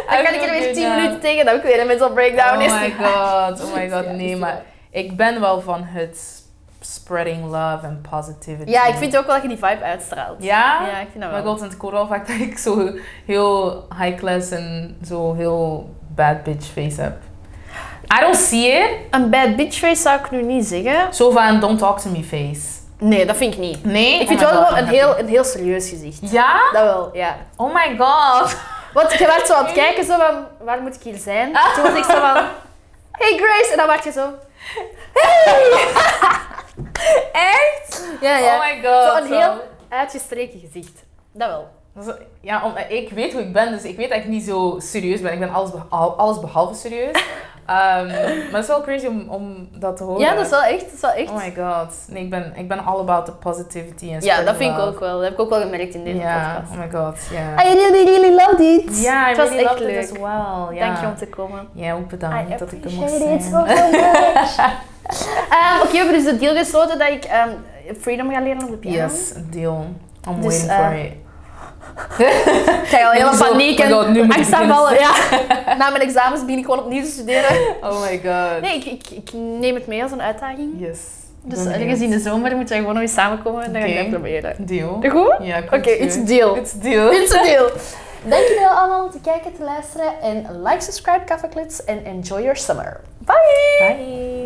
Speaker 1: Ah. I
Speaker 2: kan ik
Speaker 1: feel
Speaker 2: er weer
Speaker 1: good
Speaker 2: 10
Speaker 1: now.
Speaker 2: minuten tegen dat ik weer een mental breakdown is.
Speaker 1: Oh my god, oh my god,
Speaker 2: Ja,
Speaker 1: nee,
Speaker 2: is
Speaker 1: maar ik ben wel van het spreading love en positivity.
Speaker 2: Ja, ik vind ook wel dat je die vibe uitstraalt.
Speaker 1: Ja?
Speaker 2: Ja, ik vind dat
Speaker 1: Oh my
Speaker 2: wel.
Speaker 1: god, want ik hoor wel vaak dat ik zo heel high class en zo heel bad bitch face heb. I don't see it.
Speaker 2: Een bad bitch face zou ik nu niet zeggen.
Speaker 1: Zo van don't talk to me face.
Speaker 2: Nee, dat vind ik niet.
Speaker 1: Nee?
Speaker 2: Ik vind
Speaker 1: Oh my
Speaker 2: wel
Speaker 1: god,
Speaker 2: gewoon een
Speaker 1: I'm
Speaker 2: heel,
Speaker 1: happy.
Speaker 2: een heel serieus gezicht.
Speaker 1: Ja?
Speaker 2: Dat wel, ja.
Speaker 1: Oh my god.
Speaker 2: Want je werd zo aan het kijken, zo van, waar moet ik hier zijn? Toen was ik zo van, hey Grace. En dan werd je zo,
Speaker 1: Echt?
Speaker 2: ja,
Speaker 1: Oh
Speaker 2: ja.
Speaker 1: my god.
Speaker 2: Zo'n heel uitgestreken gezicht. Dat wel.
Speaker 1: Dat is- Ja, om, ik weet hoe ik ben, dus ik weet dat ik niet zo serieus ben. Ik ben alles, beha- alles behalve serieus. Ehm, maar het is wel crazy om, om dat te horen.
Speaker 2: Ja, dat is wel echt, dat is wel echt.
Speaker 1: Oh my god. Nee, ik ben, ik ben all about the positivity en
Speaker 2: ja, dat vind ik ook wel. Dat heb ik ook wel gemerkt in
Speaker 1: Ja,
Speaker 2: deze podcast.
Speaker 1: oh my god, ja.
Speaker 2: I really, really loved it.
Speaker 1: Ja,
Speaker 2: het
Speaker 1: ik
Speaker 2: was
Speaker 1: really
Speaker 2: echt
Speaker 1: loved it
Speaker 2: leuk.
Speaker 1: as well. Ja.
Speaker 2: Dank je om te komen.
Speaker 1: Ja, ook
Speaker 2: I
Speaker 1: bedankt dat ik er mocht
Speaker 2: appreciate
Speaker 1: zijn.
Speaker 2: it so much. Ehm, Oké, we hebben dus de deal gesloten dat ik ehm, Freedom ga leren op de piano.
Speaker 1: Yes, deal. I'm
Speaker 2: Dus,
Speaker 1: waiting
Speaker 2: eh,
Speaker 1: for it.
Speaker 2: Ik ga
Speaker 1: Nee,
Speaker 2: al helemaal
Speaker 1: zo,
Speaker 2: paniek
Speaker 1: oh my God, nu
Speaker 2: en
Speaker 1: moet ik
Speaker 2: angst
Speaker 1: beginnen.
Speaker 2: aanvallen. Ja. Na mijn examens begin ik gewoon opnieuw te studeren.
Speaker 1: Oh my god.
Speaker 2: Nee, ik, ik, ik neem het mee als een uitdaging.
Speaker 1: Yes.
Speaker 2: Dus
Speaker 1: Ben
Speaker 2: ergens in de zomer moet jij gewoon nog eens samenkomen en dan ga ik
Speaker 1: Oké.
Speaker 2: dat proberen.
Speaker 1: benieuwd. Deal.
Speaker 2: Goed?
Speaker 1: Ja,
Speaker 2: Oké, it's a deal.
Speaker 1: It's deal.
Speaker 2: It's a deal. Dankjewel allemaal om te kijken, te luisteren en like, subscribe, Kaffaklits en enjoy your summer. Bye!
Speaker 1: Bye.